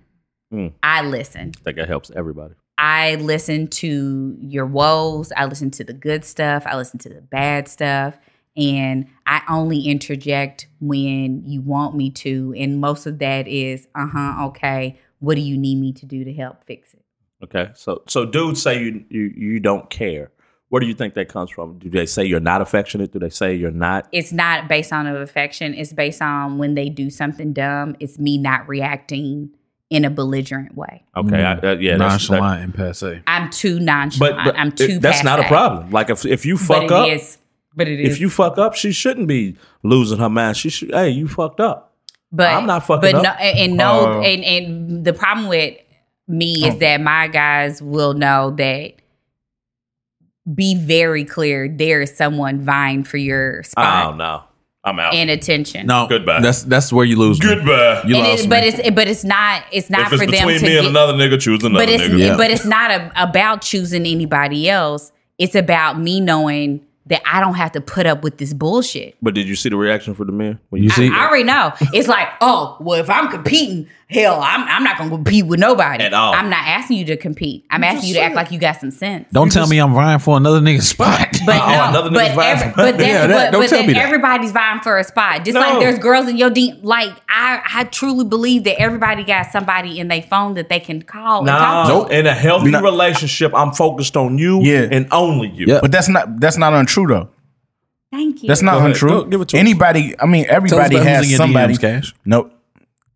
Speaker 4: Mm.
Speaker 1: I listen.
Speaker 4: I think that helps everybody.
Speaker 1: I listen to your woes. I listen to the good stuff. I listen to the bad stuff. And I only interject when you want me to. And most of that is, uh huh, okay, what do you need me to do to help fix it?
Speaker 4: Okay, so so dudes say you you you don't care. Where do you think that comes from? Do they say you're not affectionate? Do they say you're not?
Speaker 1: It's not based on affection, it's based on when they do something dumb, it's me not reacting in a belligerent way.
Speaker 4: Okay,
Speaker 2: Mm.
Speaker 4: I, uh, yeah, that's, that-
Speaker 2: nonchalant and passe.
Speaker 1: I'm too nonchalant.
Speaker 4: but, but
Speaker 1: I'm too.
Speaker 4: it- that's not a
Speaker 1: passe.
Speaker 4: problem. Like if if you
Speaker 1: But
Speaker 4: fuck
Speaker 1: it
Speaker 4: up,
Speaker 1: is- But it is.
Speaker 4: if you fuck up, she shouldn't be losing her mind. She should. Hey, you fucked up.
Speaker 1: But
Speaker 4: I'm not fucking
Speaker 1: But
Speaker 4: up.
Speaker 1: no, and, and no,
Speaker 2: Uh,
Speaker 3: Oh.
Speaker 1: and and the problem with me
Speaker 2: oh.
Speaker 1: is that my guys will know that. Be very clear. There is someone vying for your
Speaker 4: Oh
Speaker 1: spot
Speaker 4: no, I'm out.
Speaker 1: and attention.
Speaker 2: Ah, No,
Speaker 4: Goodbye.
Speaker 2: That's that's where you lose. me.
Speaker 4: Goodbye.
Speaker 2: You
Speaker 1: And
Speaker 2: lost
Speaker 1: it,
Speaker 2: me.
Speaker 1: but it's but it's not it's not for them to get,
Speaker 4: nigga, choose
Speaker 1: but it's
Speaker 2: Yeah.
Speaker 1: but it's not a, about choosing anybody else. It's about me knowing that I don't have to put up with this bullshit.
Speaker 4: But did you see the reaction from the men? When
Speaker 2: You
Speaker 1: I-
Speaker 2: see,
Speaker 1: I already know. It's like, oh, well, if I'm competing, hell, I'm, I'm not going to compete with nobody.
Speaker 4: At all.
Speaker 1: I'm not asking you to compete. I'm asking you to act like you got some sense.
Speaker 2: don't tell me I'm vying for another nigga's spot.
Speaker 1: But
Speaker 4: Oh,
Speaker 1: no,
Speaker 4: another
Speaker 1: but,
Speaker 4: nigga's vying
Speaker 1: every,
Speaker 4: for-
Speaker 1: but, that's,
Speaker 2: Yeah, that-
Speaker 1: but,
Speaker 2: don't
Speaker 1: but
Speaker 2: tell
Speaker 1: then
Speaker 2: me that.
Speaker 1: everybody's vying for a spot. Just like
Speaker 4: No.
Speaker 1: there's girls in your DM. Like I, I truly believe that everybody got somebody in their phone that they can call. and
Speaker 4: Nah,
Speaker 1: talk to.
Speaker 4: in a healthy
Speaker 3: No.
Speaker 4: relationship, I'm focused on you
Speaker 3: Yeah.
Speaker 4: and only you.
Speaker 2: Yeah.
Speaker 3: But that's not that's not untrue though.
Speaker 1: Thank you.
Speaker 3: That's not
Speaker 4: Go ahead.
Speaker 3: untrue.
Speaker 4: Go- give it to us.
Speaker 3: Anybody, I mean, everybody
Speaker 2: about who's in
Speaker 3: has
Speaker 2: your
Speaker 3: somebody.
Speaker 2: DMs, Cash.
Speaker 3: Nope.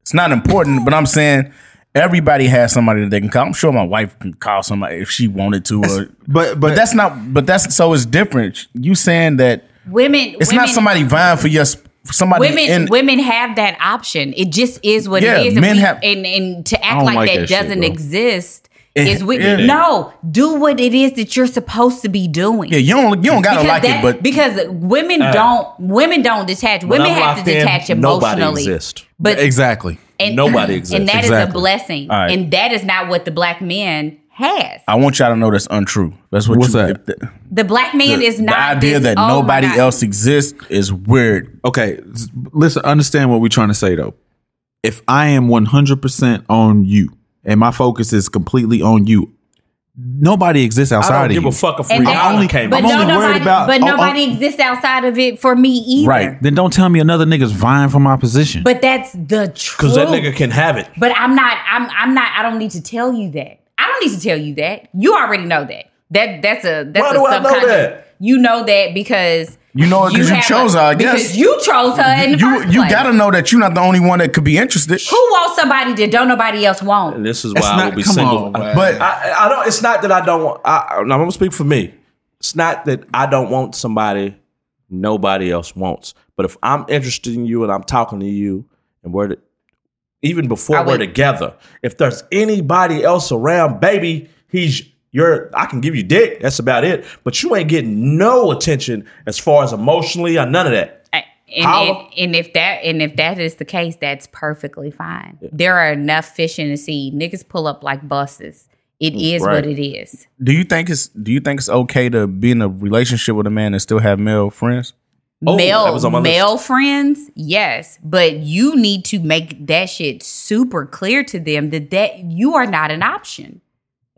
Speaker 3: It's not important, but I'm saying everybody has somebody that they can call. I'm sure my wife can call somebody if she wanted to. Or,
Speaker 2: but
Speaker 3: but that's not. But that's so it's different. You saying that
Speaker 1: women.
Speaker 3: it's
Speaker 1: women,
Speaker 3: not somebody vying for your sp- somebody.
Speaker 1: Women,
Speaker 3: in,
Speaker 1: women have that option. It just is what
Speaker 3: Yeah,
Speaker 1: it is. And,
Speaker 3: men
Speaker 1: we-
Speaker 3: have-
Speaker 1: and and to
Speaker 2: I
Speaker 1: act
Speaker 2: don't
Speaker 1: like,
Speaker 2: like
Speaker 1: that,
Speaker 2: that shit,
Speaker 1: doesn't
Speaker 2: bro.
Speaker 1: exist is we
Speaker 3: yeah.
Speaker 1: no do what it is that you're supposed to be doing.
Speaker 3: yeah, you don't you don't gotta
Speaker 1: because
Speaker 3: like
Speaker 1: that-
Speaker 3: it, but
Speaker 1: because women don't women don't detach.
Speaker 4: When
Speaker 1: Women
Speaker 4: I'm
Speaker 1: have to
Speaker 4: locked in,
Speaker 1: detach
Speaker 4: Nobody
Speaker 1: emotionally.
Speaker 4: exists.
Speaker 1: But
Speaker 2: exactly.
Speaker 1: and,
Speaker 4: nobody exists.
Speaker 1: and that is a
Speaker 2: Exactly.
Speaker 1: blessing.
Speaker 3: right.
Speaker 1: And that is not what the black man has.
Speaker 3: I want y'all to know that's untrue. That's what
Speaker 2: What's
Speaker 3: you.
Speaker 2: that?
Speaker 3: if The,
Speaker 1: The black man is
Speaker 3: the
Speaker 1: not
Speaker 3: idea
Speaker 1: this-
Speaker 3: that
Speaker 1: oh my
Speaker 3: nobody
Speaker 1: God.
Speaker 3: else exists is weird.
Speaker 2: Okay, s- listen. Understand what we're trying to say though. If I am 100 percent on you and my focus is completely on you, nobody exists outside
Speaker 4: I don't
Speaker 2: of
Speaker 4: give
Speaker 2: you.
Speaker 4: a fuck if
Speaker 1: And that-
Speaker 4: Rihanna came.
Speaker 1: but
Speaker 2: I'm
Speaker 1: no,
Speaker 2: only
Speaker 1: nobody,
Speaker 2: worried about-
Speaker 1: but
Speaker 2: oh, oh.
Speaker 1: nobody exists outside of it for me either.
Speaker 3: Right.
Speaker 2: then don't tell me another nigga's vying for my position.
Speaker 1: But that's the truth.
Speaker 4: because that nigga can have it.
Speaker 1: But I'm not. I'm. I'm not. I don't need to tell you that. I don't need to tell you that. You already know that. That. That's a. That's
Speaker 4: Why
Speaker 1: a
Speaker 4: do I know
Speaker 1: subconscious-
Speaker 4: that?
Speaker 1: You know that because
Speaker 3: You know it 'cause you
Speaker 1: have
Speaker 3: chose her, I guess.
Speaker 1: Because you chose her in the
Speaker 3: You
Speaker 1: first
Speaker 3: you
Speaker 1: place.
Speaker 3: gotta know that you're not the only one that could be interested.
Speaker 1: Who wants somebody that don't nobody else want?
Speaker 4: And this is why
Speaker 2: It's
Speaker 4: I
Speaker 2: not-
Speaker 4: will be
Speaker 2: come
Speaker 4: single.
Speaker 2: on, man.
Speaker 3: But
Speaker 4: I, I don't. It's not that I don't want. I, I'm gonna speak for me. It's not that I don't want somebody nobody else wants. But if I'm interested in you and I'm talking to you, and we're to, even before
Speaker 1: I
Speaker 4: we're
Speaker 1: would-
Speaker 4: together, if there's anybody else around, baby, he's You're I can give you dick. That's about it. But you ain't getting no attention as far as emotionally or none of that.
Speaker 1: I- And,
Speaker 4: Holla.
Speaker 1: and, and if that and if that is the case, that's perfectly fine. There are enough fish in the sea. Niggas pull up like buses. It is
Speaker 4: Mm, Right.
Speaker 1: what it is.
Speaker 3: Do you think it's do you think it's okay to be in a relationship with a man and still have male friends?
Speaker 4: Oh, that was on my
Speaker 1: male
Speaker 4: list.
Speaker 1: male friends, yes, but you need to make that shit super clear to them that that you are not an option.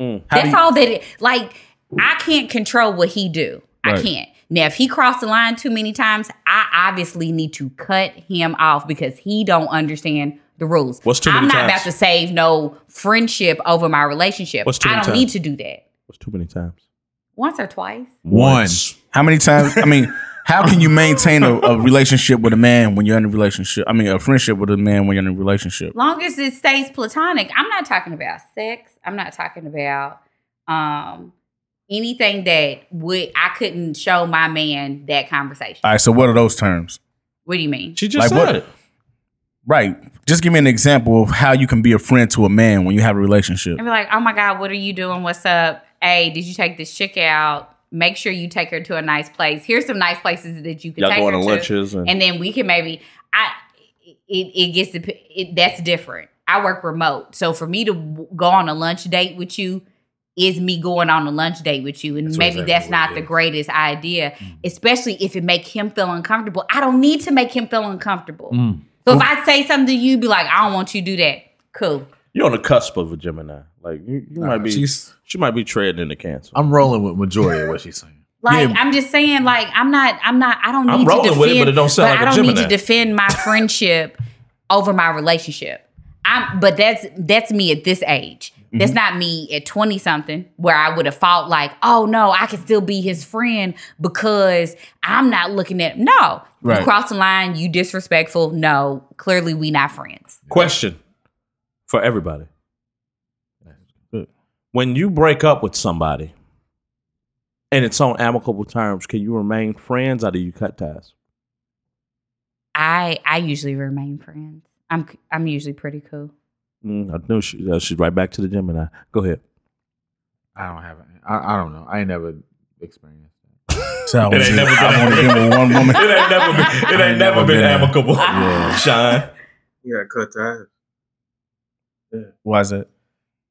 Speaker 4: Mm. How do
Speaker 1: That's
Speaker 4: you-
Speaker 1: all that. It, like I can't control what he do. I
Speaker 3: Right.
Speaker 1: can't. Now, if he crossed the line too many times, I obviously need to cut him off because he don't understand the rules.
Speaker 4: What's too many
Speaker 1: I'm not
Speaker 4: times?
Speaker 1: about to save no friendship over my relationship.
Speaker 4: What's too
Speaker 1: I
Speaker 4: many
Speaker 1: don't
Speaker 4: times?
Speaker 1: need to do that
Speaker 4: That's too many times.
Speaker 1: once or twice.
Speaker 2: Once.
Speaker 3: How many times? I mean, how can you maintain a, a relationship with a man when you're in a relationship? I mean, a friendship with a man when you're in a relationship.
Speaker 1: long as it stays platonic i'm not talking about sex i'm not talking about um anything that would i couldn't show my man that conversation
Speaker 3: All right. So what are those terms?
Speaker 1: what do you mean
Speaker 4: She just
Speaker 3: Like
Speaker 4: said
Speaker 3: what-
Speaker 4: it.
Speaker 3: Right. Just give me an example of how you can be a friend to a man when you have a relationship.
Speaker 1: and be like oh my god what are you doing what's up hey did you take this chick out make sure you take her to a nice place here's some nice places that you can
Speaker 4: Y'all
Speaker 1: take her
Speaker 4: going
Speaker 1: to
Speaker 4: to lunches and,
Speaker 1: and then we can maybe i it, it gets to p- it, that's different i work remote so for me to w- go on a lunch date with you is me going on a lunch date with you and
Speaker 4: That's what
Speaker 1: maybe
Speaker 4: exactly
Speaker 1: that's
Speaker 4: what it
Speaker 1: not the
Speaker 4: is. Mm.
Speaker 1: greatest idea especially if it make him feel uncomfortable i don't need to make him feel uncomfortable
Speaker 2: Mm.
Speaker 1: so if i say something to you be like i don't want you to do that cool
Speaker 4: you're on the cusp of a Gemini. Like you, you might be
Speaker 2: She's,
Speaker 4: she might be treading into cancer.
Speaker 2: I'm rolling with majority of what she's saying.
Speaker 1: like
Speaker 4: Yeah.
Speaker 1: i'm just saying like i'm not i'm not i don't need
Speaker 4: I'm
Speaker 1: to
Speaker 4: rolling
Speaker 1: defend,
Speaker 4: with it, but it don't sound
Speaker 1: but
Speaker 4: like
Speaker 1: I
Speaker 4: a
Speaker 1: don't need to
Speaker 4: Gemini.
Speaker 1: defend my friendship over my relationship. I'm, but that's that's me at this age.
Speaker 4: Mm-hmm.
Speaker 1: That's not me at twenty something where I would have fought like, oh no, I can still be his friend because I'm not looking at no.
Speaker 3: Right.
Speaker 1: You cross the line, you disrespectful. No, clearly we not friends.
Speaker 4: Question for everybody. When you break up with somebody and it's on amicable terms, can you remain friends or do you cut ties?
Speaker 1: I I usually remain friends. I'm I'm usually pretty cool.
Speaker 4: Mm, I knew she, uh, she's right back to the Gemini. Go ahead.
Speaker 2: I don't have it. I, I don't know. I ain't never experienced that.
Speaker 3: So I
Speaker 4: It ain't
Speaker 3: only-
Speaker 4: never
Speaker 3: I've only been with one woman.
Speaker 4: ain't never been,
Speaker 3: it ain't never been
Speaker 4: amicable,
Speaker 1: Yeah.
Speaker 4: Shine.
Speaker 5: Yeah, cut ties.
Speaker 3: Why is that?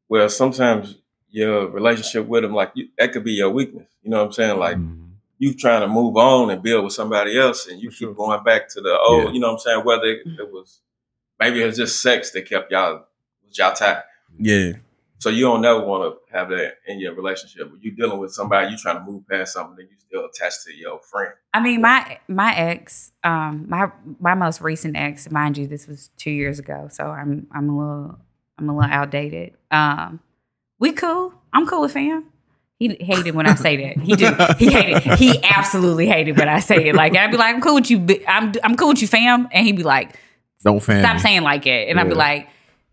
Speaker 5: Well, sometimes your relationship with them, like you, that could be your weakness. You know what I'm saying? Like
Speaker 4: Mm-hmm.
Speaker 2: Mhm.
Speaker 5: you trying to move on and build with somebody else, and you keep going back to the old.
Speaker 2: Yeah.
Speaker 5: You know what I'm saying? Whether it, it was maybe it was just sex that kept y'all was y'all tied.
Speaker 3: Yeah.
Speaker 5: So you don't never want to have that in your relationship. When you're dealing with somebody, you trying to move past something, then you still attached to your friend.
Speaker 1: I mean, my my ex, um, my my most recent ex, mind you, this was two years ago, so I'm I'm a little I'm a little outdated. Um, we cool. I'm cool with him. He hated when I say that. He did. He hated. He absolutely hated when I say it. Like I'd be like, I'm cool with you. bi- I'm I'm cool with you, fam. And he'd be like,
Speaker 2: Don't fan
Speaker 1: Stop
Speaker 2: me.
Speaker 1: saying like it. And I'd be
Speaker 2: Yeah.
Speaker 1: like.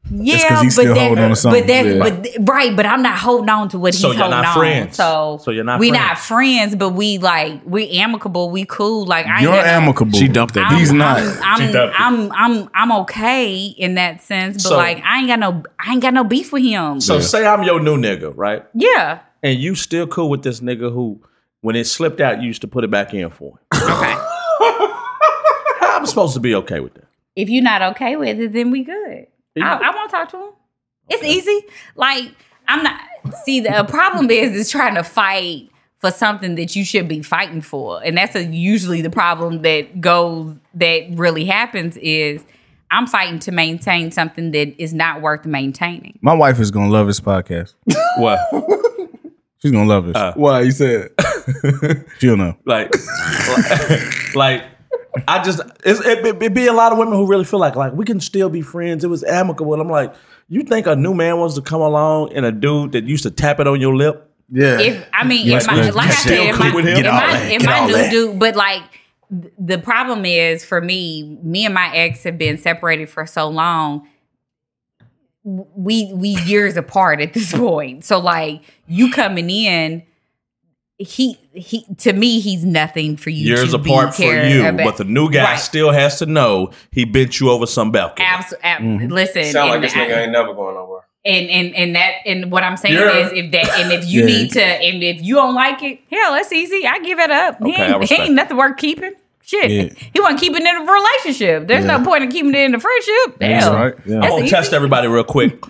Speaker 3: It's
Speaker 1: Yeah,
Speaker 3: 'cause he's
Speaker 1: but
Speaker 3: still holding on to
Speaker 1: that's, but
Speaker 3: something.
Speaker 1: that's,
Speaker 2: Yeah.
Speaker 1: but th- right, but I'm not holding on to what
Speaker 4: So
Speaker 1: he's
Speaker 4: you're
Speaker 1: holding
Speaker 4: not
Speaker 1: on.
Speaker 4: friends.
Speaker 1: So,
Speaker 4: So you're not
Speaker 1: we
Speaker 4: friends.
Speaker 1: not friends, but we like we amicable, we cool. Like I ain't
Speaker 3: You're
Speaker 1: gonna-
Speaker 3: amicable.
Speaker 2: She dumped that.
Speaker 1: I'm-
Speaker 3: He's not.
Speaker 1: I'm I'm, I'm I'm I'm okay in that sense, but
Speaker 4: So-
Speaker 1: like I ain't got no I ain't got no beef with him.
Speaker 4: So say I'm your new nigga, right?
Speaker 1: yeah,
Speaker 4: And you still cool with this nigga who, when it slipped out, you used to put it back in for him.
Speaker 1: okay.
Speaker 4: I'm supposed to be okay with that.
Speaker 1: if you're not okay with it, then we good. I, I won't talk to him. It's easy. Like I'm not. See, the problem is is trying to fight for something that you should be fighting for, and that's a, usually the problem that goes that really happens is I'm fighting to maintain something that is not worth maintaining.
Speaker 3: My wife is gonna love this podcast.
Speaker 4: What?
Speaker 3: She's gonna love this.
Speaker 2: Why you said?
Speaker 3: She'll know.
Speaker 4: like like I just it's, it, it, it be a lot of women who really feel like like we can still be friends. It was amicable. And I'm like, you think a new man wants to come along and a dude that used to tap it on your lip?
Speaker 2: yeah.
Speaker 1: If I mean,
Speaker 3: Yes,
Speaker 1: if my,
Speaker 3: please.
Speaker 1: like I
Speaker 3: Yes,
Speaker 1: said, if
Speaker 4: cool
Speaker 1: my,
Speaker 4: with him.
Speaker 1: if
Speaker 4: Get
Speaker 3: all
Speaker 1: my,
Speaker 3: that.
Speaker 1: if
Speaker 3: Get
Speaker 1: my
Speaker 3: all
Speaker 1: new
Speaker 3: that.
Speaker 1: dude, but like th- the problem is for me, me and my ex have been separated for so long. w- We we years apart at this point. So like you coming in, he he to me he's nothing for you.
Speaker 4: Years
Speaker 1: to be
Speaker 4: apart for
Speaker 1: cared
Speaker 4: you,
Speaker 1: about.
Speaker 4: but the new guy
Speaker 1: Right.
Speaker 4: still has to know he bent you over some balcony.
Speaker 1: Abs- ab- listen,
Speaker 4: Mm-hmm.
Speaker 5: Sound like
Speaker 1: and
Speaker 5: this nigga
Speaker 1: I-
Speaker 5: ain't never going nowhere.
Speaker 1: And and and that and what I'm saying
Speaker 5: Yeah.
Speaker 1: is if that and if you
Speaker 3: Yeah.
Speaker 1: need to and if you don't like it, hell, that's easy. I give it up.
Speaker 4: Okay,
Speaker 1: he,
Speaker 4: I
Speaker 1: ain't, he
Speaker 4: respect
Speaker 1: ain't nothing worth keeping. Shit,
Speaker 3: Yeah.
Speaker 1: he wasn't keeping it in a relationship. There's no point in keeping it in a friendship.
Speaker 3: That's
Speaker 1: Hell,
Speaker 3: right.
Speaker 4: I'm
Speaker 1: That's
Speaker 4: gonna
Speaker 1: easy.
Speaker 4: test everybody real quick.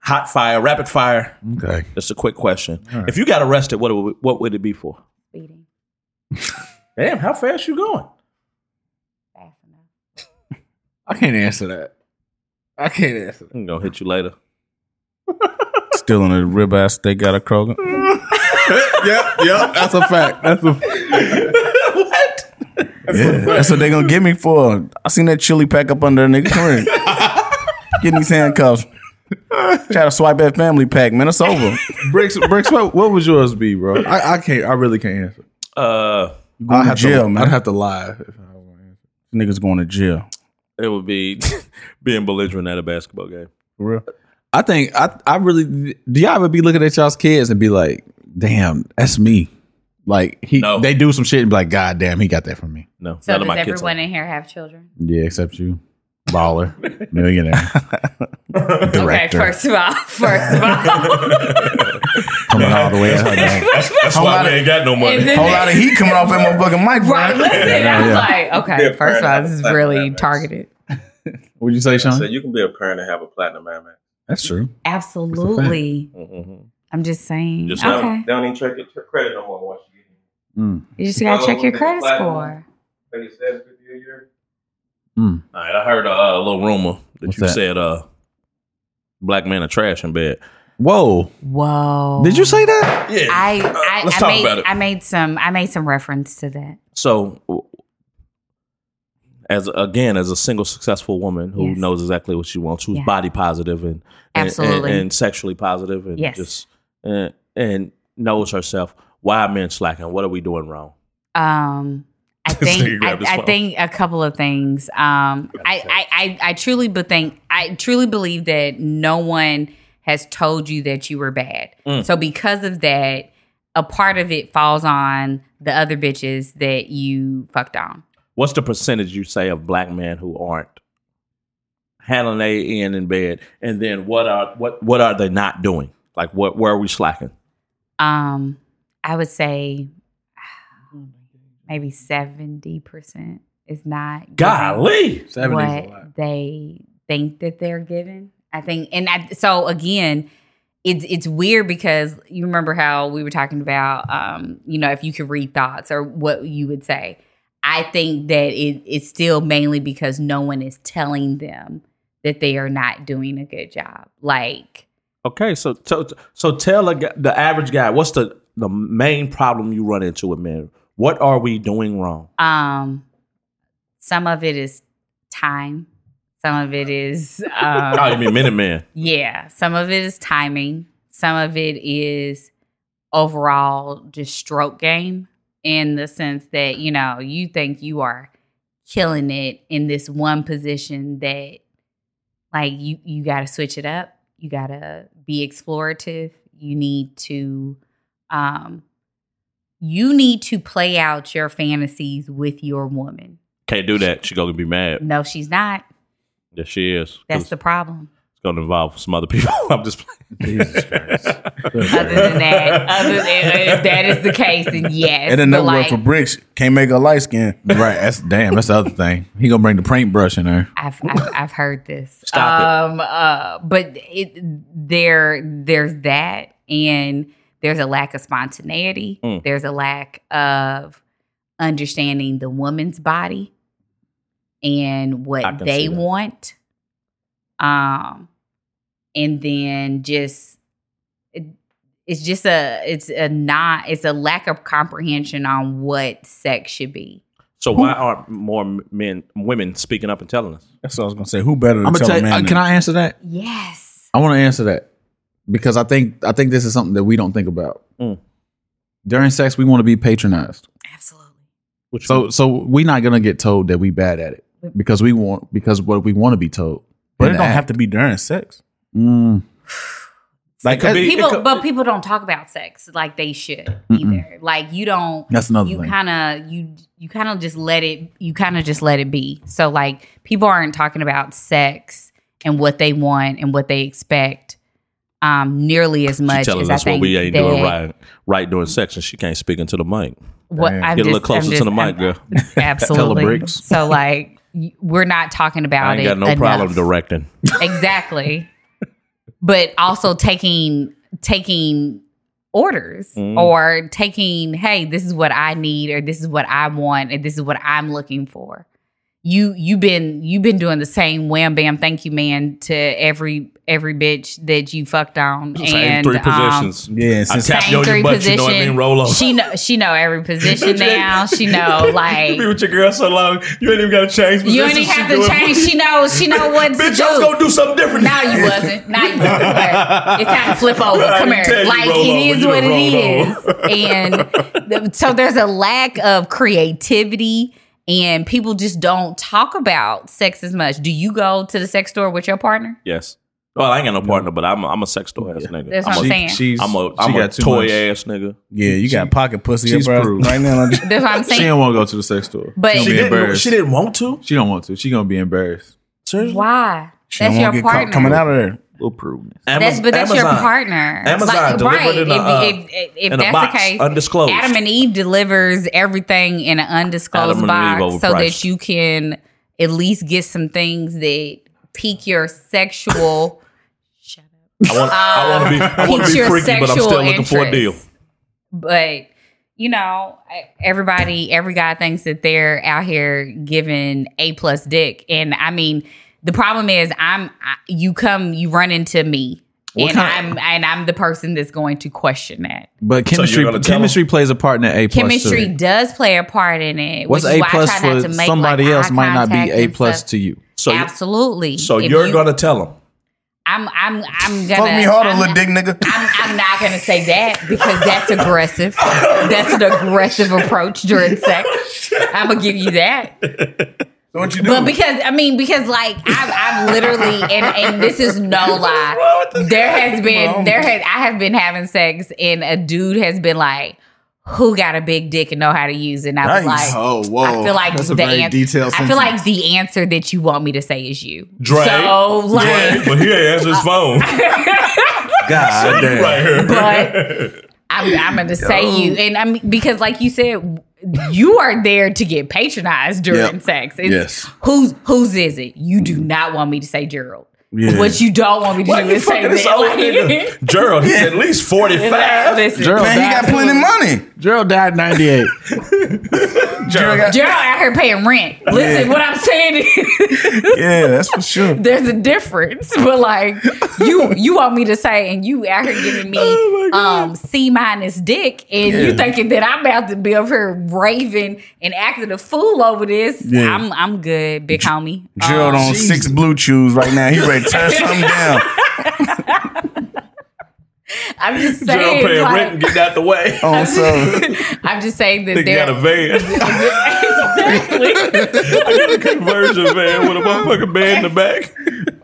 Speaker 4: Hot fire, rapid fire.
Speaker 2: Okay.
Speaker 4: Just a quick question.
Speaker 2: All right.
Speaker 4: If you got arrested, what would, what would it be for?
Speaker 1: Speeding.
Speaker 4: Damn, how fast you going?
Speaker 1: Fast enough.
Speaker 2: I can't answer that. I can't answer that.
Speaker 4: I'm gonna hit you later.
Speaker 3: Still in a ribeye steak out of Kroger.
Speaker 2: yep, yep. That's a fact. That's a
Speaker 4: what?
Speaker 3: Yeah, that's what they gonna get me for. I seen that chili pack up under a nigga. Come here. Get these handcuffs. Try to swipe that family pack, man. It's over.
Speaker 2: bricks. Bricks. What, what would yours be, bro? I, I can't. I really can't answer.
Speaker 4: Uh,
Speaker 3: Going to
Speaker 2: have
Speaker 3: jail,
Speaker 2: to,
Speaker 3: man.
Speaker 2: I'd have to lie. If I was gonna answer.
Speaker 3: Niggas going to jail.
Speaker 4: it would be being belligerent at a basketball game.
Speaker 3: For real.
Speaker 2: I think I. I really. Do y'all ever be looking at y'all's kids and be like, "Damn, that's me." Like he,
Speaker 4: No.
Speaker 2: they do some shit and be like, "God damn, he got that from me."
Speaker 4: No,
Speaker 1: So
Speaker 4: none of
Speaker 1: does
Speaker 4: my kids.
Speaker 1: everyone in here have children?
Speaker 2: Yeah, except you, baller, millionaire, director,
Speaker 1: Okay, first of all, first of all,
Speaker 2: coming all the way out.
Speaker 5: That's why we ain't got no money.
Speaker 1: And then-
Speaker 3: Whole lot of heat coming off that motherfucking mic, bro.
Speaker 1: right? Listen, I was like, okay,
Speaker 5: Yeah,
Speaker 1: first of all,
Speaker 5: fair
Speaker 1: this is
Speaker 5: enough.
Speaker 1: really targeted.
Speaker 2: Would you say,
Speaker 5: So
Speaker 2: Sean?
Speaker 5: you can be a parent and have a platinum man.
Speaker 2: That's true.
Speaker 1: Absolutely,
Speaker 4: Mhm.
Speaker 1: I'm just saying.
Speaker 4: Just
Speaker 5: They don't-
Speaker 1: okay,
Speaker 5: They don't even check your tr- credit no more once you get in.
Speaker 2: Mm.
Speaker 1: you just gotta check your credit score.
Speaker 5: Pay your 750 a year.
Speaker 4: All right, I heard a uh, little rumor that
Speaker 2: What's
Speaker 4: you
Speaker 2: that?
Speaker 4: said uh, black men are trash in bed.
Speaker 2: Whoa!
Speaker 1: Whoa!
Speaker 2: Did you say that?
Speaker 4: Yeah.
Speaker 1: I I,
Speaker 4: Uh, let's
Speaker 1: I
Speaker 4: talk
Speaker 1: made
Speaker 4: about it.
Speaker 1: I made some I made some reference to that.
Speaker 4: so, w- as again, as a single successful woman who
Speaker 1: Yes.
Speaker 4: knows exactly what she wants, who's
Speaker 1: Yeah.
Speaker 4: body positive and and-
Speaker 1: Absolutely.
Speaker 4: and, and sexually positive and
Speaker 1: Yes.
Speaker 4: just and, and knows herself. Why are men slacking? What are we doing wrong?
Speaker 1: Um, I
Speaker 4: nigga
Speaker 1: think I,
Speaker 4: grabbed his
Speaker 1: I
Speaker 4: phone.
Speaker 1: think a couple of things. Um, I, I, I I truly but think I truly believe that no one has told you that you were bad.
Speaker 4: Mm.
Speaker 1: So because of that, a part of it falls on the other bitches that you fucked on.
Speaker 4: What's the percentage you say of black men who aren't handling they end in bed? And then what are what what are they not doing? Like what where are we slacking?
Speaker 1: Um, I would say
Speaker 4: Oh
Speaker 1: maybe seventy percent is not giving-
Speaker 4: Golly.
Speaker 1: what they think that they're given. I think, and I, so again, it's it's weird because you remember how we were talking about, um, you know, if you could read thoughts or what you would say. I think that it, it's still mainly because no one is telling them that they are not doing a good job. Like,
Speaker 4: Okay, so so so tell a, gu- the average guy what's the the main problem you run into with men? What are we doing wrong?
Speaker 1: um, some of it is time. Some of it is um,
Speaker 4: Oh, you mean Minuteman?
Speaker 1: Yeah, some of it is timing. Some of it is overall just stroke game in the sense that, you know, you think you are killing it in this one position that like you you got to switch it up. You got to be explorative. You need to um you need to play out your fantasies with your woman.
Speaker 4: Can't do that. She gonna be mad.
Speaker 1: No, she's not.
Speaker 4: Yes, she is.
Speaker 1: That's
Speaker 4: It's
Speaker 1: the problem.
Speaker 4: gonna involve some other people. I'm just playing.
Speaker 2: Jesus Christ.
Speaker 1: Other than that, other than, if that is the case, then yes.
Speaker 3: And
Speaker 1: but,
Speaker 3: then that work
Speaker 1: like,
Speaker 3: for bricks. Can't make a light skin.
Speaker 2: Right. That's damn. That's the other thing. He gonna bring the paint brush in there.
Speaker 1: I've, I've I've heard this.
Speaker 4: Stop it.
Speaker 1: um, Uh, but it there there's that, and there's a lack of spontaneity.
Speaker 4: Mm.
Speaker 1: There's a lack of understanding the woman's body and
Speaker 4: I
Speaker 1: what
Speaker 4: can
Speaker 1: they
Speaker 4: see that.
Speaker 1: want. Um, and then just it, it's just a it's a not it's a lack of comprehension on what sex should be.
Speaker 4: So why aren't more men, women speaking up and telling us?
Speaker 3: That's what I was gonna say. Who better to
Speaker 2: I'm gonna
Speaker 3: tell
Speaker 2: tell
Speaker 3: a
Speaker 2: you.
Speaker 3: man?
Speaker 2: uh,
Speaker 3: than-
Speaker 2: can I answer that?
Speaker 1: Yes.
Speaker 2: I want to answer that because I think I think this is something that we don't think about.
Speaker 4: Mm.
Speaker 2: During sex, we want to be patronized.
Speaker 1: Absolutely.
Speaker 4: Which
Speaker 2: So so we not gonna get told that we bad at it because we want because what we want to be told.
Speaker 3: but it don't have to be during sex.
Speaker 2: Mm,
Speaker 4: like could be, it
Speaker 1: people,
Speaker 4: could-
Speaker 1: but people don't talk about sex like they should either. Like you don't.
Speaker 2: that's another
Speaker 1: You
Speaker 2: thing.
Speaker 1: kind of you you kind of just let it. You kind of just let it be. So like people aren't talking about sex and what they want and what they expect um, nearly as
Speaker 4: She
Speaker 1: much
Speaker 4: telling
Speaker 1: as I
Speaker 4: us
Speaker 1: think
Speaker 4: what we ain't
Speaker 1: that
Speaker 4: doing right, right during sex, and she can't speak into the mic.
Speaker 1: what
Speaker 3: Damn.
Speaker 1: I'm
Speaker 4: Get a
Speaker 1: just-
Speaker 4: little
Speaker 1: I'm
Speaker 4: closer to
Speaker 1: just-
Speaker 4: the mic,
Speaker 1: I'm-
Speaker 4: girl.
Speaker 1: Absolutely.
Speaker 4: bricks.
Speaker 1: so like y- we're not talking about
Speaker 4: I ain't
Speaker 1: it.
Speaker 4: got no
Speaker 1: enough.
Speaker 4: problem directing.
Speaker 1: exactly. But also taking taking orders
Speaker 4: Mm.
Speaker 1: or taking, hey, this is what I need or this is what I want and this is what I'm looking for. You you've been you've been doing the same wham bam thank you man to every every bitch that you fucked on
Speaker 4: Same
Speaker 1: and
Speaker 4: three
Speaker 1: um,
Speaker 4: positions.
Speaker 3: Yeah,
Speaker 4: I
Speaker 3: since
Speaker 4: tap
Speaker 1: same
Speaker 4: you on
Speaker 1: three
Speaker 4: your butt, you know what I
Speaker 1: position.
Speaker 4: mean? Roll over.
Speaker 1: she know she know every position now. She know like
Speaker 4: you been with your girl so long, you ain't even got to change positions.
Speaker 1: you ain't even have
Speaker 4: She
Speaker 1: to
Speaker 4: doing-
Speaker 1: change. She knows she know what to
Speaker 4: Bitch,
Speaker 1: do.
Speaker 4: I was gonna do something different.
Speaker 1: No, you wasn't. No, you wasn't. But It's time to flip over. Come
Speaker 4: I didn't tell
Speaker 1: here.
Speaker 4: you
Speaker 1: Like
Speaker 4: roll over.
Speaker 1: it is
Speaker 4: You
Speaker 1: what
Speaker 4: done
Speaker 1: it is.
Speaker 4: rolled
Speaker 1: And th- so there's a lack of creativity and people just don't talk about sex as much. Do you go to the sex store with your partner?
Speaker 4: Yes. Well, I ain't got no partner, but I'm a, I'm a sex toy ass nigga.
Speaker 1: That's what
Speaker 4: I'm
Speaker 1: I'm
Speaker 4: a,
Speaker 1: saying.
Speaker 2: She's,
Speaker 4: I'm a,
Speaker 2: she
Speaker 4: I'm a
Speaker 2: got too
Speaker 4: toy
Speaker 2: much-
Speaker 4: ass nigga.
Speaker 3: yeah, you got pocket pussy
Speaker 2: she's
Speaker 3: up her ass
Speaker 2: proved.
Speaker 3: right now.
Speaker 1: That's what I'm
Speaker 2: She
Speaker 1: saying.
Speaker 2: don't want to go to the sex store.
Speaker 1: But-
Speaker 2: she,
Speaker 1: She
Speaker 2: gonna be embarrassed. She,
Speaker 4: didn't want to.
Speaker 2: don't want to. She gonna be embarrassed.
Speaker 4: Seriously?
Speaker 1: Why?
Speaker 3: She
Speaker 1: That's
Speaker 3: don't wanna
Speaker 1: your
Speaker 3: get caught
Speaker 1: partner.
Speaker 3: coming out of there.
Speaker 2: Little prudeness.
Speaker 1: That's but that's your partner.
Speaker 4: Amazon delivered
Speaker 1: right.
Speaker 4: in a, uh,
Speaker 1: if if, if, if
Speaker 4: in a
Speaker 1: that's
Speaker 4: box,
Speaker 1: the case,
Speaker 4: undisclosed.
Speaker 1: Adam and Eve delivers everything in an
Speaker 4: Adam
Speaker 1: undisclosed
Speaker 4: and
Speaker 1: box
Speaker 4: Eve
Speaker 1: so
Speaker 4: overpriced.
Speaker 1: that you can at least get some things that pique your sexual. Shut up.
Speaker 4: I want, I want to be, I want to
Speaker 1: pique
Speaker 4: be
Speaker 1: your
Speaker 4: freaky, but I'm
Speaker 1: sexual
Speaker 4: still looking for a deal.
Speaker 1: interest. But you know, everybody, every guy thinks that they're out here giving a plus dick, and I mean, the problem is, I'm I, you come, you run into me,
Speaker 2: What
Speaker 1: and
Speaker 2: kind-
Speaker 1: I'm and I'm the person that's going to question that.
Speaker 2: But chemistry
Speaker 4: gonna tell
Speaker 2: chemistry plays a part in that A plus.
Speaker 1: Chemistry
Speaker 2: too.
Speaker 1: does play a part in it.
Speaker 2: What's
Speaker 1: which is
Speaker 2: A
Speaker 1: why I
Speaker 2: plus
Speaker 1: try
Speaker 2: for
Speaker 1: not to make,
Speaker 2: somebody
Speaker 1: like,
Speaker 2: else
Speaker 1: eye
Speaker 2: might not be
Speaker 1: contact
Speaker 2: A
Speaker 1: and
Speaker 2: plus
Speaker 1: stuff.
Speaker 2: to you.
Speaker 4: So, you-
Speaker 1: Absolutely.
Speaker 4: so
Speaker 1: If
Speaker 4: you're
Speaker 1: you-
Speaker 4: gonna tell him.
Speaker 1: I'm I'm I'm gonna
Speaker 3: Fuck me harder,
Speaker 1: uh, I'm-
Speaker 3: little dick nigga.
Speaker 1: I'm, I'm not going to say that because that's aggressive. That's an aggressive approach during sex. I'm going to give you that.
Speaker 3: So what you
Speaker 1: But
Speaker 3: do?
Speaker 1: because, I mean, because like I've, I've literally, and, and this is no
Speaker 4: wrong
Speaker 1: lie,
Speaker 4: with this
Speaker 1: there has been, there has, I have been having sex and a dude has been like, who got a big dick and know how to use it? And I was
Speaker 3: Nice.
Speaker 1: like,
Speaker 6: Oh, whoa.
Speaker 1: I feel like
Speaker 6: that's
Speaker 1: the
Speaker 6: a very
Speaker 1: an-
Speaker 6: detailed
Speaker 1: I feel like the answer that you want me to say is you.
Speaker 4: Dre.
Speaker 1: So like,
Speaker 4: but he ain't answer his phone.
Speaker 3: God damn.
Speaker 4: here.
Speaker 1: but I'm, I'm going to say you, and I'm because, like you said, you are there to get patronized during
Speaker 6: Yep.
Speaker 1: sex. It's,
Speaker 3: Yes.
Speaker 1: Whose whose is it? You do not want me to say Gerald.
Speaker 3: Yeah.
Speaker 1: What you don't want me to
Speaker 4: Why
Speaker 1: do
Speaker 4: you
Speaker 1: is say
Speaker 4: fucking this
Speaker 1: that.
Speaker 4: old
Speaker 1: Like,
Speaker 4: nigga? Gerald, he's at least 45.
Speaker 1: listen,
Speaker 2: Gerald
Speaker 3: Man, he got plenty of money.
Speaker 2: Gerald died in ninety eight.
Speaker 3: Gerald got-
Speaker 1: Gerald out here paying rent. Listen, what I'm saying is
Speaker 3: yeah, that's for sure.
Speaker 1: there's a difference, but like you you want me to say, and you out here giving me um C minus dick, and you
Speaker 3: Oh Yeah.
Speaker 1: thinking that I'm about to be up here raving and acting a fool over this.
Speaker 3: Yeah.
Speaker 1: I'm I'm good, big homie.
Speaker 3: Gerald
Speaker 1: Um,
Speaker 3: on six blue chews right now. He ready to tear something down.
Speaker 1: I'm just
Speaker 4: Gerald
Speaker 1: saying,
Speaker 4: paying
Speaker 1: like,
Speaker 4: rent and getting out the way.
Speaker 3: On some.
Speaker 1: I'm just saying that
Speaker 4: They got
Speaker 1: there.
Speaker 4: a van.
Speaker 1: exactly.
Speaker 4: Conversion van with a motherfucking bed in the back.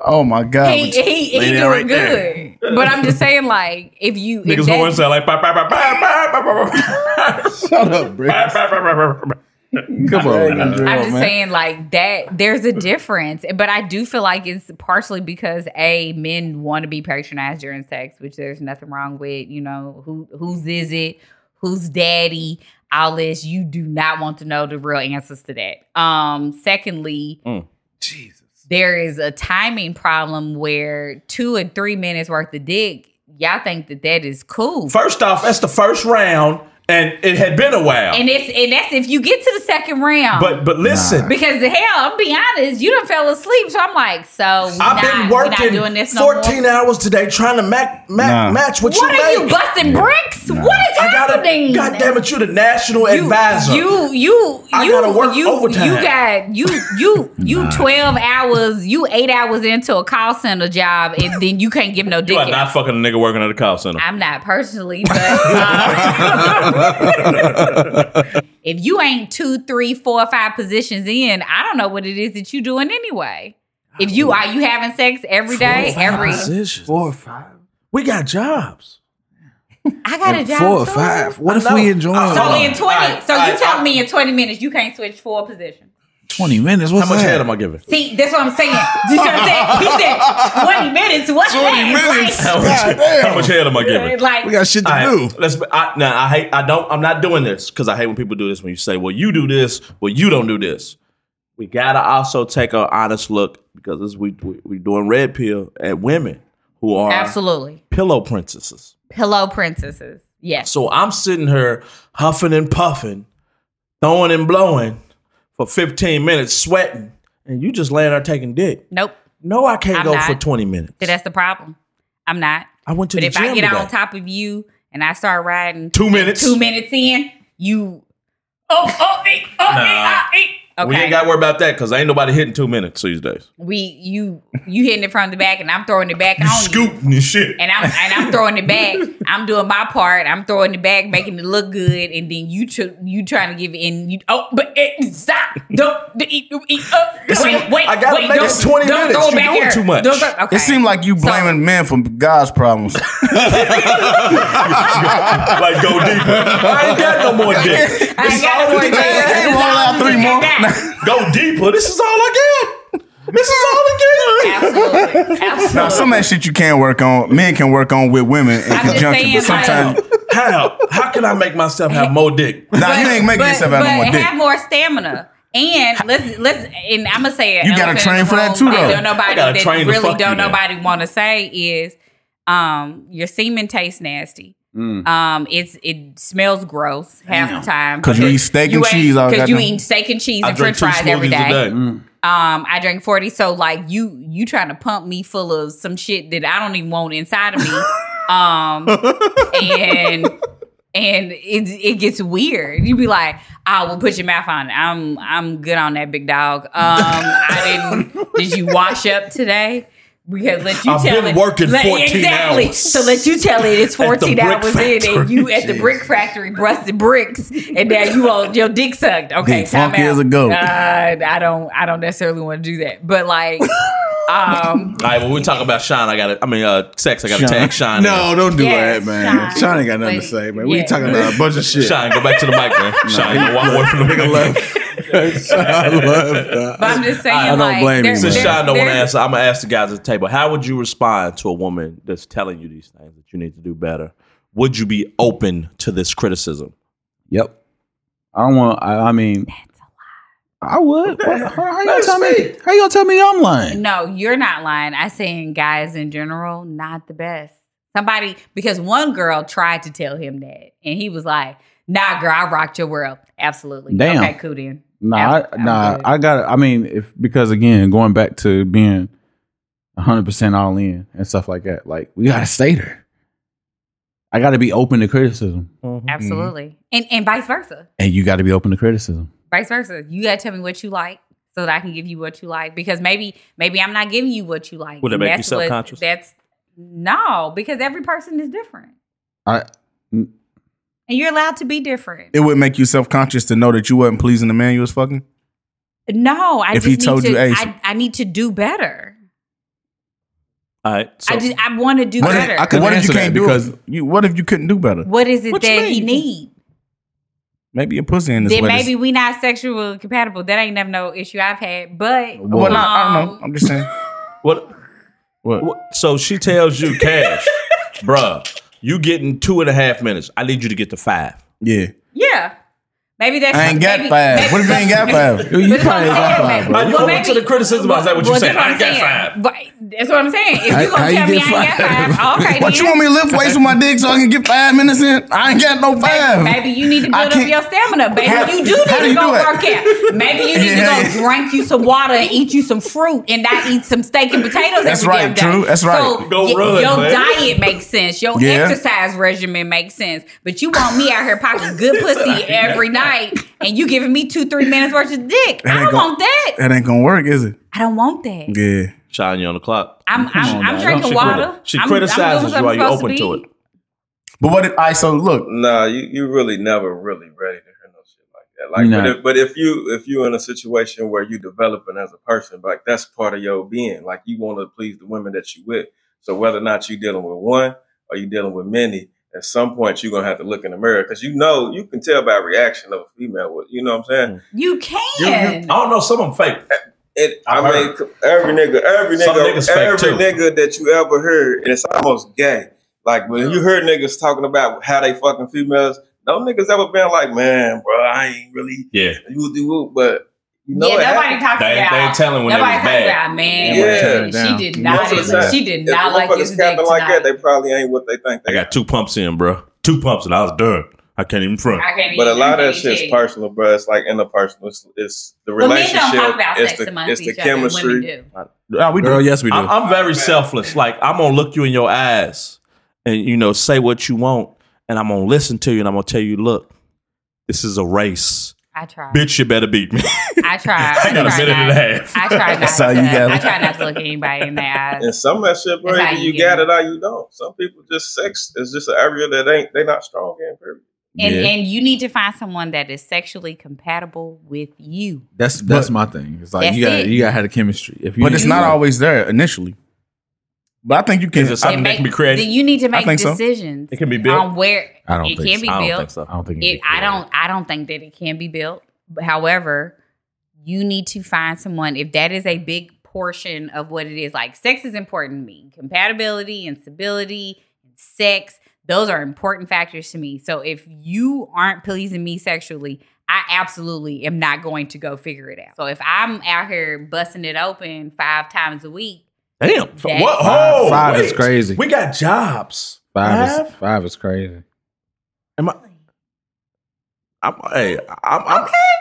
Speaker 3: Oh my God.
Speaker 1: He he, he
Speaker 3: Lay
Speaker 1: doing
Speaker 3: down right there.
Speaker 1: good, but I'm just saying, like, if you if
Speaker 4: Niggas
Speaker 1: that-
Speaker 4: horn sound like. "Bah, bah, bah, bah, bah, bah, bah, bah,
Speaker 6: Shut up, Brick.
Speaker 4: bah, bah, bah, bah, bah, bah."
Speaker 3: Come on, man.
Speaker 1: I'm just saying like that there's a difference. But I do feel like it's partially because A, men want to be patronized during sex, which there's nothing wrong with, you know, who whose is it, who's daddy, all this. You do not want to know the real answers to that. Um, secondly,
Speaker 3: Mm.
Speaker 6: Jesus.
Speaker 1: there is a timing problem where two and three minutes worth of dick, y'all think that that is cool.
Speaker 4: First off, that's the first round, and it had been a while.
Speaker 1: and it's and that's if you get to the second round.
Speaker 4: But but listen,
Speaker 1: Because the hell, I'm being honest, you done fell asleep. So I'm like, so we
Speaker 4: I've
Speaker 1: not,
Speaker 4: been
Speaker 1: we not
Speaker 4: working
Speaker 1: doing this no
Speaker 4: 14
Speaker 1: more.
Speaker 4: hours today trying to mac, mac,
Speaker 3: Nah.
Speaker 4: match what,
Speaker 1: What
Speaker 4: you
Speaker 1: are you
Speaker 4: make.
Speaker 1: busting bricks? What is
Speaker 4: I gotta,
Speaker 1: happening?
Speaker 4: God damn it, you the national
Speaker 1: You-
Speaker 4: advisor.
Speaker 1: You you
Speaker 4: I
Speaker 1: you
Speaker 4: gotta work
Speaker 1: you,
Speaker 4: overtime.
Speaker 1: you got you you you twelve hours, you eight hours into a call center job, and then you can't give no dick.
Speaker 4: You are
Speaker 1: out.
Speaker 4: not fucking a nigga working at a call center.
Speaker 1: I'm not personally, but uh, if you ain't two, three, four, five positions in, I don't know what it is that you doing anyway. If you are you having sex every day, every
Speaker 6: Four or five.
Speaker 4: we got jobs.
Speaker 1: I got a job.
Speaker 6: Four or
Speaker 1: too.
Speaker 6: five. What
Speaker 4: I
Speaker 6: if
Speaker 4: know.
Speaker 6: we enjoying?
Speaker 4: I
Speaker 1: So
Speaker 4: Hold
Speaker 1: in
Speaker 4: on.
Speaker 1: twenty,
Speaker 4: All right,
Speaker 1: so
Speaker 4: all
Speaker 1: you
Speaker 4: right,
Speaker 1: tell
Speaker 4: I-
Speaker 1: me in twenty minutes you can't switch four positions.
Speaker 2: Twenty minutes. What's
Speaker 4: How much
Speaker 2: that?
Speaker 4: head am I giving?
Speaker 1: See, that's what I'm saying. You see what I'm saying? He said 20 minutes. What's 20
Speaker 6: 20
Speaker 1: that?
Speaker 6: minutes?
Speaker 4: How
Speaker 6: God
Speaker 4: much,
Speaker 6: damn.
Speaker 4: how much head am I giving?
Speaker 1: Like, like,
Speaker 6: We got shit to
Speaker 4: All right,
Speaker 6: do.
Speaker 4: Let's. be- I, now I hate. I don't. I'm not doing this because I hate when people do this. When you say, "Well, you do this," "Well, you don't do this." We gotta also take an honest look because this, we, we we doing red pill at women who are
Speaker 1: absolutely.
Speaker 4: pillow princesses.
Speaker 1: Pillow princesses. Yes.
Speaker 4: So I'm sitting here huffing and puffing, throwing and blowing for 15 minutes, sweating, and you just laying there taking dick.
Speaker 1: Nope.
Speaker 4: No, I can't
Speaker 1: I'm
Speaker 4: go
Speaker 1: not.
Speaker 4: for 20 minutes.
Speaker 1: See, that's the problem. I'm not.
Speaker 4: I went to
Speaker 1: But
Speaker 4: the
Speaker 1: if
Speaker 4: gym
Speaker 1: I get
Speaker 4: today.
Speaker 1: on top of you and I start riding
Speaker 4: Two minutes.
Speaker 1: two minutes in, you. Oh, oh, eh, oh, eh,
Speaker 4: Nah.
Speaker 1: ah, eh. Okay.
Speaker 4: We ain't got to worry about that because ain't nobody hitting two minutes these days.
Speaker 1: we you you hitting it from the back and I'm throwing it back on you.
Speaker 4: Scooting and shit.
Speaker 1: And I'm and I'm throwing it back. I'm doing my part. I'm throwing it back, making it look good, and then you tr- you trying to give it in. You, oh, but it, stop! Don't d- eat, eat up. uh, Wait, wait,
Speaker 4: I gotta
Speaker 1: wait,
Speaker 4: make it
Speaker 1: don't-
Speaker 4: 20
Speaker 1: don't
Speaker 4: minutes.
Speaker 1: throw it
Speaker 4: You're
Speaker 1: back
Speaker 4: doing
Speaker 1: here.
Speaker 4: too much.
Speaker 1: Don't throw- okay.
Speaker 3: It seemed like you blaming men for God's problems.
Speaker 4: like go deeper. I ain't got no more dick.
Speaker 1: I ain't got
Speaker 4: all
Speaker 1: no more
Speaker 4: we got.
Speaker 1: dick.
Speaker 3: Hey, roll out three more.
Speaker 4: Go deeper. This is all I got. This is all I got.
Speaker 1: Absolutely, absolutely.
Speaker 3: Now, some of that shit you can work on, men can work on with women in
Speaker 1: I'm just
Speaker 3: conjunction, but
Speaker 1: saying, like-
Speaker 3: sometimes.
Speaker 4: How? How can I make myself have more dick?
Speaker 3: Nah, you ain't making
Speaker 1: but,
Speaker 3: yourself out
Speaker 1: but
Speaker 3: no more dick.
Speaker 1: have more stamina. And let's let's and I'm gonna say it.
Speaker 3: You gotta
Speaker 1: elephant in
Speaker 3: train
Speaker 1: the
Speaker 3: for that
Speaker 1: room
Speaker 3: too, though.
Speaker 1: Don't nobody
Speaker 4: I gotta
Speaker 1: that
Speaker 4: train to
Speaker 1: really
Speaker 4: fuck you
Speaker 1: don't
Speaker 4: now.
Speaker 1: nobody want to say is um your semen tastes nasty.
Speaker 4: Mm.
Speaker 1: Um, it's it smells gross half the time
Speaker 3: 'Cause you eat steak and cheese all
Speaker 1: Because you
Speaker 3: goddamn-
Speaker 1: eat steak and cheese
Speaker 4: I
Speaker 1: and
Speaker 4: drink
Speaker 1: French
Speaker 4: two
Speaker 1: fries
Speaker 4: smoothies
Speaker 1: every
Speaker 4: a
Speaker 1: day.
Speaker 4: day.
Speaker 6: Mm.
Speaker 1: Um, I drink forty, so like you you trying to pump me full of some shit that I don't even want inside of me. um, and and it it gets weird. You be like, I will put your mouth on it. I'm I'm good on that big dog. Um, I didn't. did you wash up today? Because let you
Speaker 4: I've
Speaker 1: tell
Speaker 4: been
Speaker 1: it.
Speaker 4: working
Speaker 1: let-
Speaker 4: 14
Speaker 1: exactly.
Speaker 4: hours.
Speaker 1: So let you tell it. It's
Speaker 4: At the
Speaker 1: fourteen
Speaker 4: brick
Speaker 1: hours in, and
Speaker 4: factory.
Speaker 1: you at the brick factory busted bricks, and now you all your dick sucked. Okay,
Speaker 3: Dick
Speaker 1: time
Speaker 3: funky
Speaker 1: out.
Speaker 3: as a goat.
Speaker 1: Uh, I don't. I don't necessarily want to do that, but like, um,
Speaker 4: All right, when we talk about Sean, I got to I mean, uh, sex, I got to
Speaker 3: Sean.
Speaker 4: tag Sean.
Speaker 6: No, don't do
Speaker 1: Yes,
Speaker 6: that, man.
Speaker 1: Sean.
Speaker 6: Sean, ain't got nothing to
Speaker 1: But-
Speaker 6: say, man. We
Speaker 1: yeah.
Speaker 6: talking about a bunch of
Speaker 4: in.
Speaker 6: shit.
Speaker 4: Sean, go back to the mic, man. Sean, you walk away from the
Speaker 6: Nigga
Speaker 4: mic.
Speaker 6: left. Sean
Speaker 1: but
Speaker 6: left.
Speaker 1: I'm just saying,
Speaker 4: I
Speaker 6: don't
Speaker 1: like,
Speaker 6: blame
Speaker 1: there-
Speaker 6: you,
Speaker 4: Since
Speaker 1: there-
Speaker 4: Sean don't want to
Speaker 1: there-
Speaker 4: answer, I'm gonna ask the guys at the table. How would you respond to a woman that's telling you these things that you need to do better? Would you be open to this criticism?
Speaker 2: Yep. I don't want. I, I mean, I would. Why- How, how you gonna tell me? How you gonna tell me I'm lying?
Speaker 1: No, you're not lying. I saying guys in general, not the best. Somebody because one girl tried to tell him that, and he was like, "Nah, girl, I rocked your world. Absolutely.
Speaker 2: Damn.
Speaker 1: Okay, cool then.
Speaker 2: Nah, I,
Speaker 1: I'm
Speaker 2: nah.
Speaker 1: good.
Speaker 2: I got. I mean, if because again, going back to being 100 percent all in and stuff like that. Like we gotta stay there. I gotta be open to criticism,
Speaker 1: Mm-hmm. Absolutely. And and vice versa.
Speaker 2: and you gotta be open to criticism.
Speaker 1: vice versa. You gotta tell me what you like so that I can give you what you like. Because maybe maybe I'm not giving you what you like.
Speaker 4: Would it
Speaker 1: And
Speaker 4: make you
Speaker 1: that's what-
Speaker 4: self-conscious?
Speaker 1: That's no, because every person is different.
Speaker 2: I
Speaker 1: And you're allowed to be different.
Speaker 3: It would make you self conscious to know that you wasn't pleasing the man you was fucking.
Speaker 1: no, I
Speaker 3: If
Speaker 1: just
Speaker 3: he
Speaker 1: need
Speaker 3: told
Speaker 1: to
Speaker 3: you, "Hey,
Speaker 1: I, I need to do better.
Speaker 4: All right. So
Speaker 1: I just I want to do
Speaker 3: What
Speaker 1: better.
Speaker 3: if, I couldn't
Speaker 2: What
Speaker 3: answer
Speaker 2: if you
Speaker 3: that
Speaker 2: can't do
Speaker 3: because
Speaker 2: it?
Speaker 3: you. What if you couldn't do better?
Speaker 1: what is it
Speaker 4: What you
Speaker 1: that
Speaker 4: mean?
Speaker 1: he need?
Speaker 3: Maybe your pussy in this
Speaker 1: Then
Speaker 3: way.
Speaker 1: maybe we not sexually compatible. That ain't never no issue I've had. But
Speaker 3: Well, nah, I don't know.
Speaker 1: um,
Speaker 3: I'm just saying.
Speaker 4: what?
Speaker 3: What?
Speaker 4: What- So she tells you, Cash, bruh, you getting two and a half minutes. I need you to get to five.
Speaker 3: Yeah,
Speaker 1: Yeah. Maybe that's
Speaker 3: I ain't got
Speaker 1: maybe-
Speaker 3: five.
Speaker 1: maybe-
Speaker 3: what if you ain't got five?
Speaker 2: you
Speaker 1: That's what I'm saying,
Speaker 2: probably
Speaker 1: like,
Speaker 2: got five, bro.
Speaker 4: Are you open to the criticism? Is that what you're saying?
Speaker 1: that's
Speaker 4: I ain't got five.
Speaker 1: But that's what I'm saying. If
Speaker 6: How-
Speaker 1: you
Speaker 6: how
Speaker 1: gonna
Speaker 6: you
Speaker 1: tell me
Speaker 6: get
Speaker 1: I ain't got
Speaker 6: five?
Speaker 1: five, okay.
Speaker 3: What
Speaker 1: then.
Speaker 3: you want me to lift weights with my dick so I can get five minutes in? I ain't got no five.
Speaker 1: Maybe you need to
Speaker 3: I
Speaker 1: build up
Speaker 3: can't-
Speaker 1: your stamina. Baby,
Speaker 3: How-
Speaker 1: you do
Speaker 3: how
Speaker 1: need
Speaker 3: do
Speaker 1: to
Speaker 3: you
Speaker 1: go
Speaker 3: do it?
Speaker 1: work out. Maybe you need
Speaker 3: Yeah,
Speaker 1: to
Speaker 3: yeah.
Speaker 1: go drink you some water and eat you some fruit and not eat some steak and potatoes.
Speaker 3: That's
Speaker 1: every
Speaker 3: right,
Speaker 1: damn day.
Speaker 3: Drew. That's
Speaker 1: So
Speaker 3: right.
Speaker 4: Go
Speaker 1: y-
Speaker 4: run,
Speaker 1: your
Speaker 4: man.
Speaker 1: diet makes sense. Your
Speaker 3: Yeah.
Speaker 1: exercise regimen makes sense. But you want me out here popping good pussy every night and you giving me two, three minutes worth of dick. I
Speaker 3: ain't
Speaker 1: don't
Speaker 3: gonna-
Speaker 1: want that.
Speaker 3: That ain't gonna work, is it?
Speaker 1: I don't want that.
Speaker 3: Yeah.
Speaker 4: Sean, you on the clock.
Speaker 1: I'm I'm,
Speaker 2: on
Speaker 1: I'm
Speaker 2: now.
Speaker 1: drinking
Speaker 4: She
Speaker 1: water.
Speaker 4: criti- she
Speaker 1: I'm,
Speaker 4: criticizes
Speaker 1: I'm
Speaker 4: you. Are
Speaker 1: doing what I'm
Speaker 4: you open
Speaker 1: supposed
Speaker 4: to
Speaker 1: be.
Speaker 4: it?
Speaker 3: But what if I so look?
Speaker 5: Nah, you, you really never really ready to hear no shit like that. Like,
Speaker 2: No.
Speaker 5: but, if, but if you if you're in a situation where you developing as a person, like that's part of your being. Like you want to please the women that you with. So whether or not you dealing with one or you dealing with many, at some point you're gonna have to look in the mirror because you know you can tell by reaction of a female. What you know what I'm saying?
Speaker 1: You
Speaker 4: I
Speaker 1: can.
Speaker 4: don't know. Some of them fake.
Speaker 5: It, I,
Speaker 4: I've
Speaker 5: mean, every nigga, every
Speaker 4: Some
Speaker 5: nigga,
Speaker 4: niggas fake
Speaker 5: every
Speaker 4: too.
Speaker 5: nigga that you ever heard, and it's almost gay. Like when you heard niggas talking about how they fucking females, no niggas ever been like, man, bro, I ain't really
Speaker 4: Yeah,
Speaker 5: you do, but you know it
Speaker 1: yeah, nobody
Speaker 5: happened.
Speaker 1: talks
Speaker 4: they ain't, they ain't
Speaker 1: about.
Speaker 4: telling when it was
Speaker 1: Nobody talks
Speaker 4: bad.
Speaker 1: about man.
Speaker 5: Yeah.
Speaker 1: Yeah.
Speaker 2: Yeah.
Speaker 1: She did
Speaker 2: Yeah.
Speaker 1: not.
Speaker 5: That's what I'm
Speaker 1: She did
Speaker 5: If
Speaker 1: not like
Speaker 5: motherfuckers
Speaker 1: this dick
Speaker 5: capping like that,
Speaker 1: tonight.
Speaker 5: they probably ain't what they think
Speaker 4: I
Speaker 5: they are.
Speaker 4: got two pumps in, bro. Two pumps, and I was done. I can't even front.
Speaker 1: I can't
Speaker 5: But a
Speaker 1: even
Speaker 5: lot of that
Speaker 1: drink it.
Speaker 5: shit's personal, bro. It's like interpersonal. It's, it's the
Speaker 1: But men don't talk
Speaker 5: relationship.
Speaker 1: about
Speaker 5: It's
Speaker 1: sex
Speaker 5: the,
Speaker 1: amongst
Speaker 5: it's the
Speaker 1: each other. Women
Speaker 5: chemistry.
Speaker 1: do.
Speaker 3: Nah, we do.
Speaker 6: Girl, yes, we do.
Speaker 4: I'm, I'm very selfless. Like I'm gonna look you in your eyes, and you know, say what you want, and I'm gonna listen to you, and I'm gonna tell you, look, this is a race,
Speaker 1: I try.
Speaker 4: bitch. You better beat me.
Speaker 1: I try.
Speaker 4: I got a
Speaker 1: try
Speaker 4: minute and a
Speaker 1: not-
Speaker 4: half.
Speaker 1: I try not.
Speaker 3: That's how
Speaker 1: to,
Speaker 3: you got it.
Speaker 1: I try not to look anybody in the eyes.
Speaker 5: And some of that shit, bro,
Speaker 1: That's how
Speaker 5: either
Speaker 1: you
Speaker 5: you
Speaker 1: get
Speaker 5: got
Speaker 1: it.
Speaker 5: it or you don't. Some people just sex is just an area that ain't they not strong in. Period.
Speaker 1: And
Speaker 3: Yeah.
Speaker 1: and you need to find someone that is sexually compatible with you.
Speaker 2: That's that's my thing. It's like you
Speaker 1: That's
Speaker 2: got to
Speaker 1: it.
Speaker 2: you got to have the chemistry. If you
Speaker 3: but it's not always there initially. But I think you can.
Speaker 4: Is it something
Speaker 1: It
Speaker 4: that can
Speaker 1: make-
Speaker 4: be created?
Speaker 1: then You need to make
Speaker 3: think so.
Speaker 1: decisions
Speaker 4: It can be built.
Speaker 1: on where
Speaker 2: I don't
Speaker 1: it
Speaker 2: think
Speaker 1: can
Speaker 2: so.
Speaker 1: be
Speaker 4: I don't
Speaker 1: built.
Speaker 4: think so.
Speaker 2: I don't think
Speaker 1: It, I don't. I don't think that it can be built. However, you need to find someone if that is a big portion of what it is. Like sex is important to me. Compatibility and stability and sex. Those are important factors to me. So if you aren't pleasing me sexually, I absolutely am not going to go figure it out. So if I'm out here busting it open five times a week,
Speaker 4: Damn.
Speaker 1: Yes.
Speaker 4: What?
Speaker 2: Five-
Speaker 4: Oh,
Speaker 2: five
Speaker 4: wait.
Speaker 2: is crazy.
Speaker 4: We got jobs.
Speaker 2: Five is
Speaker 4: Five?
Speaker 2: five is crazy.
Speaker 4: Am I? I'm, hey, I'm,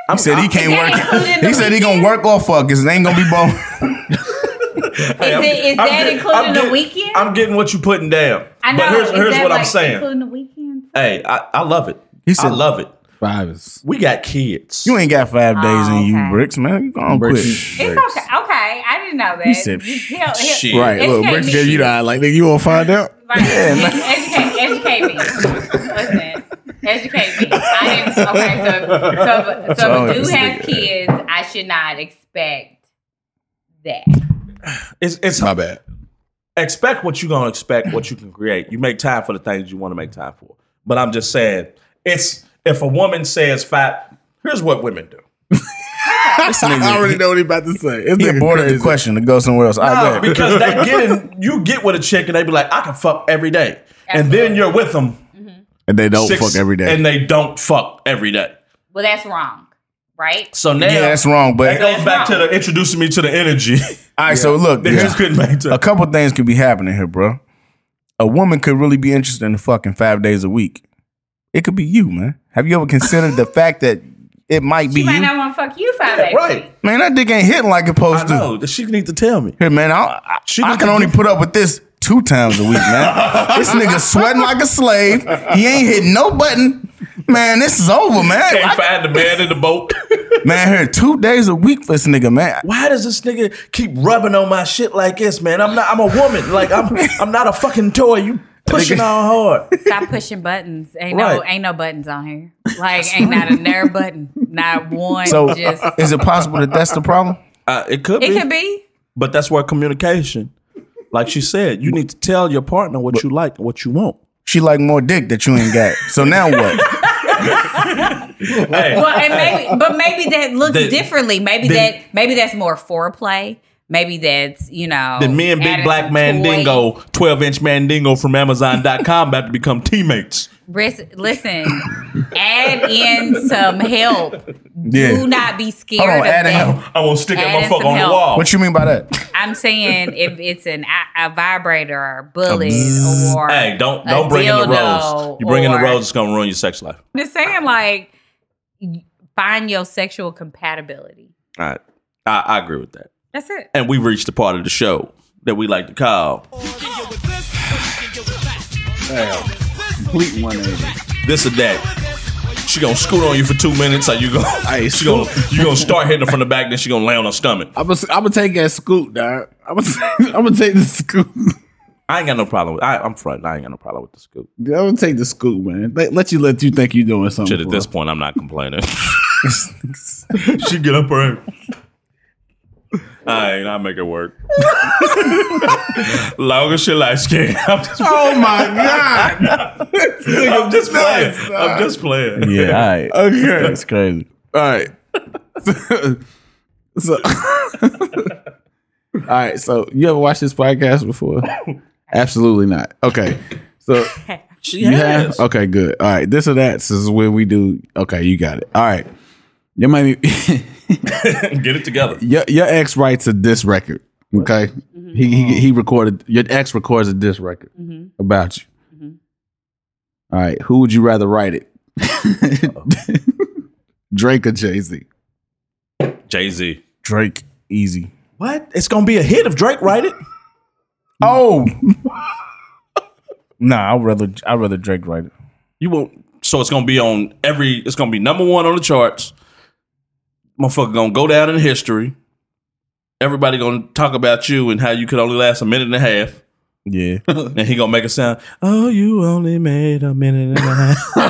Speaker 4: I'm,
Speaker 3: He said he can't
Speaker 1: Is that
Speaker 3: work.
Speaker 1: included in
Speaker 3: He
Speaker 1: the
Speaker 3: said he
Speaker 1: weekend?
Speaker 3: gonna work off fuck. His name gonna be both.
Speaker 4: Hey,
Speaker 1: is,
Speaker 4: I'm-
Speaker 1: it, is
Speaker 4: I'm
Speaker 1: that
Speaker 4: get- I'm
Speaker 1: including the
Speaker 4: get-
Speaker 1: weekend?
Speaker 4: I'm getting what you putting down.
Speaker 1: I know.
Speaker 4: But here's,
Speaker 1: is
Speaker 4: here's
Speaker 1: that,
Speaker 4: what I'm
Speaker 1: like,
Speaker 4: saying.
Speaker 1: Including the weekend.
Speaker 4: Hey, I, I love it.
Speaker 3: He said-
Speaker 4: I love it.
Speaker 2: Five is
Speaker 4: We got kids.
Speaker 3: you ain't got five days in you,
Speaker 1: Oh, okay.
Speaker 3: bricks, man. You gonna
Speaker 2: Bricks.
Speaker 3: quit?
Speaker 1: It's
Speaker 2: Bricks.
Speaker 1: okay. Okay, I didn't know that.
Speaker 3: He said,
Speaker 1: You- he'll- he'll-
Speaker 4: shit.
Speaker 6: Right, look,
Speaker 1: Educate
Speaker 6: Bricks
Speaker 1: me.
Speaker 6: gave you the eye. Like, nigga, you won't find out.
Speaker 1: Right. educate, educate me. Listen, educate me. I didn't. Okay, so so, so if a
Speaker 3: That's all
Speaker 1: dude
Speaker 3: I
Speaker 1: has
Speaker 3: said.
Speaker 1: kids, I should not expect that.
Speaker 4: It's, it's
Speaker 6: My bad.
Speaker 4: expect what you're gonna expect, what you can create. You make time for the things you want to make time for. But I'm just saying, it's if a woman says fat, here's what women do.
Speaker 6: I already know what he about to say. It's
Speaker 3: He aborted the question to go somewhere else. All right,
Speaker 4: No,
Speaker 3: go ahead.
Speaker 4: because they getting you get with a chick and they be like, I can fuck every day, and then you're with them
Speaker 6: And they don't
Speaker 4: six-
Speaker 6: fuck every day.
Speaker 4: and they don't fuck every day.
Speaker 1: Well, that's wrong, right?
Speaker 4: So now
Speaker 3: yeah, that's wrong. But
Speaker 4: that goes back to the introducing me to the energy
Speaker 3: all right, so look,
Speaker 4: that
Speaker 3: yeah.
Speaker 4: just couldn't maintain.
Speaker 3: a couple things could be happening here, bro. A woman could really be interested in fucking five days a week. It could be you, man. Have you ever considered the fact that it might be
Speaker 1: She might
Speaker 3: you?
Speaker 1: not want to fuck you five days.
Speaker 4: right.
Speaker 3: Man, that dick ain't hitting like it's
Speaker 4: I
Speaker 3: supposed to.
Speaker 4: know that she needs to tell me.
Speaker 3: Here, man, I, I,
Speaker 4: She
Speaker 3: I
Speaker 4: look
Speaker 3: can
Speaker 4: at
Speaker 3: only put up with this two times a week, man. this nigga sweating like a slave. He ain't hitting no button. Man, this is over, man.
Speaker 4: Can't
Speaker 3: I-
Speaker 4: find the man in the boat.
Speaker 3: man, here, two days a week for this nigga, man.
Speaker 4: Why does this nigga keep rubbing on my shit like this, man? I'm not. I'm a woman. Like I'm. I'm not a fucking toy. You pushing on hard.
Speaker 1: Stop pushing buttons. Ain't no
Speaker 4: Right.
Speaker 1: ain't no buttons on here. Like ain't not a nerve button. Not one.
Speaker 3: So, uh,
Speaker 1: just
Speaker 3: is it possible that that's the problem?
Speaker 4: Uh, it could
Speaker 1: it
Speaker 4: be.
Speaker 1: could be.
Speaker 4: But that's where communication. Like she said, you need to tell your partner what you like and what you want.
Speaker 3: She like more dick that you ain't got. So now what?
Speaker 4: Hey,
Speaker 1: well, and maybe, but maybe that looks
Speaker 4: The-
Speaker 1: differently. Maybe
Speaker 4: the-
Speaker 1: that maybe that's more foreplay. Maybe that's you know
Speaker 4: then me and Big
Speaker 1: adding
Speaker 4: Black
Speaker 1: some toys.
Speaker 4: Mandingo, 12 inch Mandingo from Amazon.com, about to become teammates.
Speaker 1: Ris- Listen, add in some help. Do not be scared
Speaker 3: Hold on,
Speaker 1: of
Speaker 3: add in
Speaker 1: that.
Speaker 3: help.
Speaker 4: I'm gonna stick that
Speaker 1: Adding
Speaker 4: motherfucker
Speaker 1: some
Speaker 4: on the
Speaker 1: help.
Speaker 4: wall.
Speaker 3: What you mean by that?
Speaker 1: I'm saying if it's an a, a vibrator or a bullet or
Speaker 4: Hey, don't
Speaker 1: a
Speaker 4: don't bring in the
Speaker 1: dildo
Speaker 4: rose. You bring in the
Speaker 1: or-
Speaker 4: rose, it's gonna ruin your sex life.
Speaker 1: I'm just saying like find your sexual compatibility.
Speaker 4: All right, I, I agree with that.
Speaker 1: That's it.
Speaker 4: And we reached the part of the show that we like to call
Speaker 6: complete one
Speaker 4: this or that. She gonna scoot on you for two minutes, or you gonna
Speaker 6: Hey,
Speaker 4: she gonna you gonna start hitting her from the back, then she gonna lay on her stomach.
Speaker 6: I'm gonna I'm take that scoop, dog. I'm gonna I'm gonna take the scoop.
Speaker 4: I ain't got no problem with I, I'm front. I ain't got no problem with the scoop.
Speaker 6: I'm gonna take the scoop, man. Let, let you let you think you doing something.
Speaker 4: Shit, at this point, I'm not complaining. she get up her. I ain't. I make it work.
Speaker 5: Long as your light skin. I'm just,
Speaker 6: Oh my god!
Speaker 5: I'm just playing.
Speaker 6: Nice.
Speaker 5: I'm just playing.
Speaker 3: Yeah, all right.
Speaker 6: Okay.
Speaker 3: That's crazy.
Speaker 6: All right. so, all right. So, you ever watched this podcast before? Absolutely not. Okay. So,
Speaker 4: She
Speaker 6: you have? Okay, good. All right. This or that. This is where we do. Okay, you got it. All right. Your might be
Speaker 4: Get it together.
Speaker 6: your, your ex writes a diss record. Okay.
Speaker 1: Mm-hmm.
Speaker 6: He, he he recorded your ex records a diss record
Speaker 1: hmm
Speaker 6: about you.
Speaker 1: Mhm. Mm-hmm.
Speaker 6: All right, who would you rather write it? Drake or Jay Z?
Speaker 4: Jay Z.
Speaker 3: Drake, easy.
Speaker 4: What? It's gonna be a hit if Drake write it.
Speaker 3: Oh. nah, I'd rather I'd rather Drake write it.
Speaker 4: You won't. So it's gonna be on every. It's gonna be number one on the charts. Motherfucker gonna go down in history. Everybody gonna talk about you and how you could only last a minute and a half.
Speaker 3: Yeah.
Speaker 4: And he gonna make a sound. Oh, you only made a minute and a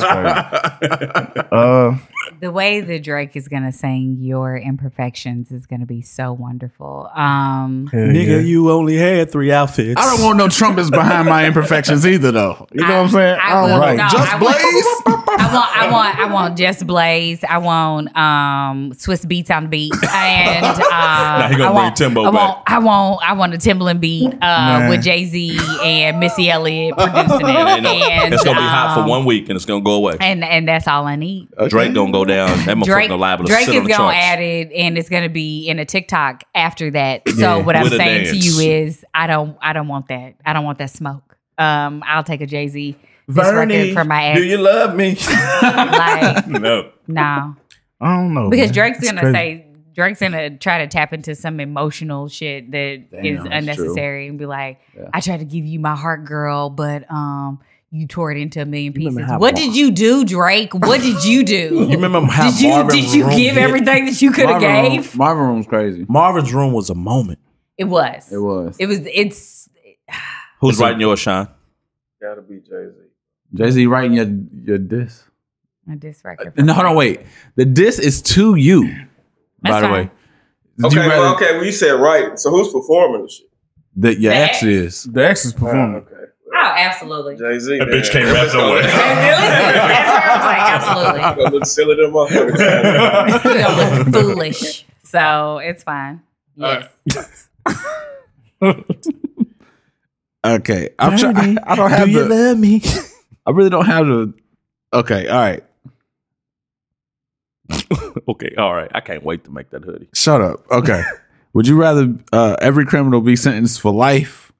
Speaker 4: half.
Speaker 3: Uh
Speaker 1: The way that Drake is gonna sing your imperfections is gonna be so wonderful. Um,
Speaker 4: Nigga, you only had three outfits.
Speaker 6: I don't want no trumpets behind my imperfections either, though. You know what I'm saying?
Speaker 1: I- I
Speaker 6: I, don't
Speaker 1: will-
Speaker 6: want
Speaker 1: no,
Speaker 6: just
Speaker 1: I will-
Speaker 6: blaze.
Speaker 1: I want, I want, I want Just Blaze. I want um, Swiss Beats on the beat, and uh,
Speaker 4: he
Speaker 1: I
Speaker 4: gonna bring
Speaker 1: want,
Speaker 4: Timbo
Speaker 1: I
Speaker 4: back.
Speaker 1: want, I want, I want a Timbaland beat uh, with Jay Z and Missy Elliott producing it.
Speaker 4: And they know-
Speaker 1: And,
Speaker 4: it's gonna be hot
Speaker 1: um,
Speaker 4: for one week and it's gonna go away.
Speaker 1: and and that's all I need.
Speaker 4: Drake gonna go down. That motherfucker
Speaker 1: Drake,
Speaker 4: gonna liable to
Speaker 1: Drake
Speaker 4: sit
Speaker 1: is
Speaker 4: on the
Speaker 1: gonna
Speaker 4: charts.
Speaker 1: add it, and it's gonna be in a TikTok after that. So what I'm
Speaker 4: With a
Speaker 1: saying to you
Speaker 4: dance.
Speaker 1: is, I don't, I don't want that. I don't want that smoke. Um, I'll take a Jay Z record for my
Speaker 4: do
Speaker 1: ex.
Speaker 4: you love me?
Speaker 1: Like,
Speaker 4: no.
Speaker 1: no,
Speaker 3: I don't know.
Speaker 1: because
Speaker 3: Oh, man.
Speaker 1: Drake's
Speaker 3: It's
Speaker 1: gonna
Speaker 3: crazy.
Speaker 1: say Drake's gonna try to tap into some emotional shit that is unnecessary and be like, I tried to give you my heart, girl, but um. You tore it into a million pieces. What did you do, Drake? What did you
Speaker 4: You
Speaker 1: do?
Speaker 4: remember how
Speaker 1: did you
Speaker 4: Marvin
Speaker 1: did you
Speaker 4: Room
Speaker 1: give
Speaker 4: hit?
Speaker 1: everything that you could have gave?
Speaker 2: Marvin Room's crazy.
Speaker 4: Marvin's room was a moment.
Speaker 1: It was.
Speaker 2: It was.
Speaker 1: It was. It's.
Speaker 4: Who's
Speaker 2: a-
Speaker 4: writing yours, Sean?
Speaker 5: Gotta be Jay Z.
Speaker 2: Jay Z writing your your diss.
Speaker 1: I diss record.
Speaker 2: No, hold on, wait. The diss is to you. by
Speaker 1: That's
Speaker 2: the
Speaker 1: fine.
Speaker 2: way, Did
Speaker 5: Okay,
Speaker 2: you rather-
Speaker 5: well, okay. Well, you said right. So who's performing the shit?
Speaker 2: that your
Speaker 1: The
Speaker 2: ex
Speaker 1: ex?
Speaker 2: is.
Speaker 3: the ex is
Speaker 5: Oh,
Speaker 3: performing.
Speaker 5: okay.
Speaker 1: Oh, absolutely.
Speaker 5: Jay Z.
Speaker 4: That bitch can't rap no way.
Speaker 1: That's what I was like, absolutely.
Speaker 5: Gonna look silly to motherfucker.
Speaker 1: You know, look foolish. So it's fine. Yes.
Speaker 6: Okay, I'm trying. I, I don't have the.
Speaker 4: love me?
Speaker 6: I really don't have the. Okay, all right.
Speaker 4: okay, all right. I can't wait to make that hoodie.
Speaker 6: Shut up. Okay. Would you rather uh, every criminal be sentenced for life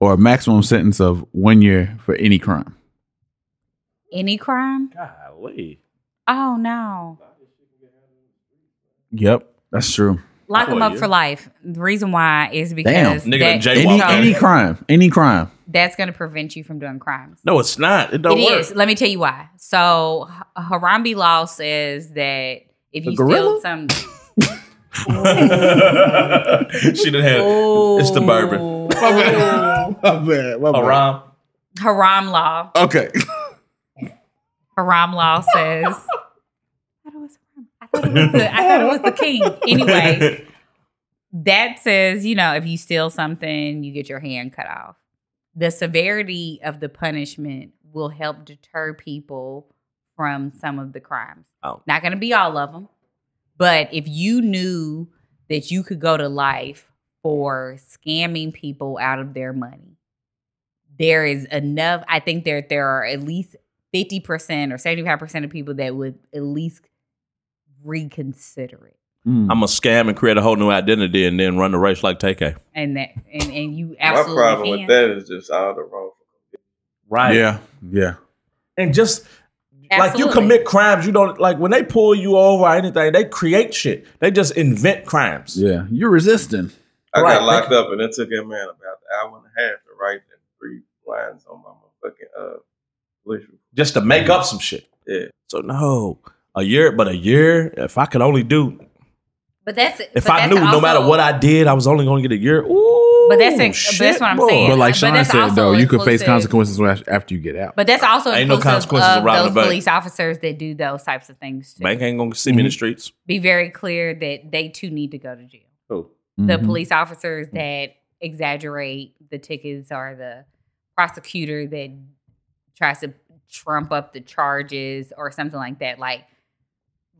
Speaker 6: or a maximum sentence of one year for any crime?
Speaker 1: Any crime?
Speaker 4: Golly.
Speaker 1: Oh no.
Speaker 6: Yep, that's true.
Speaker 1: Lock them up for life. The reason why is because
Speaker 4: Nigga done
Speaker 1: that,
Speaker 4: jaywalked
Speaker 6: Any,
Speaker 1: so
Speaker 4: out.
Speaker 6: any crime, any crime.
Speaker 1: that's going to prevent you from doing crimes.
Speaker 4: No, it's not. It
Speaker 1: It
Speaker 4: don't
Speaker 1: is.
Speaker 4: work.
Speaker 1: Let me tell you why. So H- Harambe law says that if you steal some,
Speaker 4: she didn't have it's the bourbon.
Speaker 6: My bad. Oh,
Speaker 4: Oh,
Speaker 6: My bad.
Speaker 4: Aram.
Speaker 1: Haram Oh. law.
Speaker 6: Okay.
Speaker 1: Haram law says. I thought it was the- I thought it was the king. Anyway, that says, you know, if you steal something, you get your hand cut off. The severity of the punishment will help deter people from some of the crimes.
Speaker 4: Oh.
Speaker 1: Not going to be all of them, but if you knew that you could go to life for scamming people out of their money, there is enough. I think that there are at least 50% or 75% of people that would at least reconsider it.
Speaker 6: Mm.
Speaker 4: I'm gonna scam and create a whole new identity and then run the race like TK.
Speaker 1: and that and, and you
Speaker 5: My
Speaker 1: absolutely
Speaker 5: problem
Speaker 1: can.
Speaker 5: with that is just all the wrong.
Speaker 4: Right.
Speaker 6: Yeah. Yeah.
Speaker 4: And just like
Speaker 1: Absolutely.
Speaker 4: you commit crimes, you don't like when they pull you over or anything, they create shit. They just invent crimes.
Speaker 6: Yeah. You're resisting.
Speaker 5: I
Speaker 4: Right.
Speaker 5: got locked up, and it took that man about an hour and a half to write the three lines on my motherfucking uh, police report.
Speaker 4: Just to make up some shit.
Speaker 5: Yeah.
Speaker 4: So no. A year, but a year, if I could only do
Speaker 1: But that's
Speaker 4: If
Speaker 1: but
Speaker 4: I
Speaker 1: that's
Speaker 4: knew, no
Speaker 1: also-
Speaker 4: matter what I did, I was only going to get a year. Ooh,
Speaker 1: but that's in,
Speaker 3: shit,
Speaker 1: but that's what I'm
Speaker 3: boy.
Speaker 1: saying.
Speaker 2: But like Sean
Speaker 1: that's
Speaker 2: said,
Speaker 1: also
Speaker 2: though, you could face
Speaker 1: inclusive-
Speaker 2: consequences when- after you get out.
Speaker 1: But that's also
Speaker 4: Ain't no
Speaker 1: inclusive
Speaker 4: consequences
Speaker 1: of
Speaker 4: around
Speaker 1: those
Speaker 4: the bank.
Speaker 1: police officers that do those types of things. Too.
Speaker 4: Bank ain't gonna see me in the streets.
Speaker 1: Be very clear that they too need to go to jail.
Speaker 4: Oh,
Speaker 1: the
Speaker 6: Mm-hmm.
Speaker 2: Mhm.
Speaker 1: police officers that exaggerate the tickets or the prosecutor that tries to trump up the charges or something like that like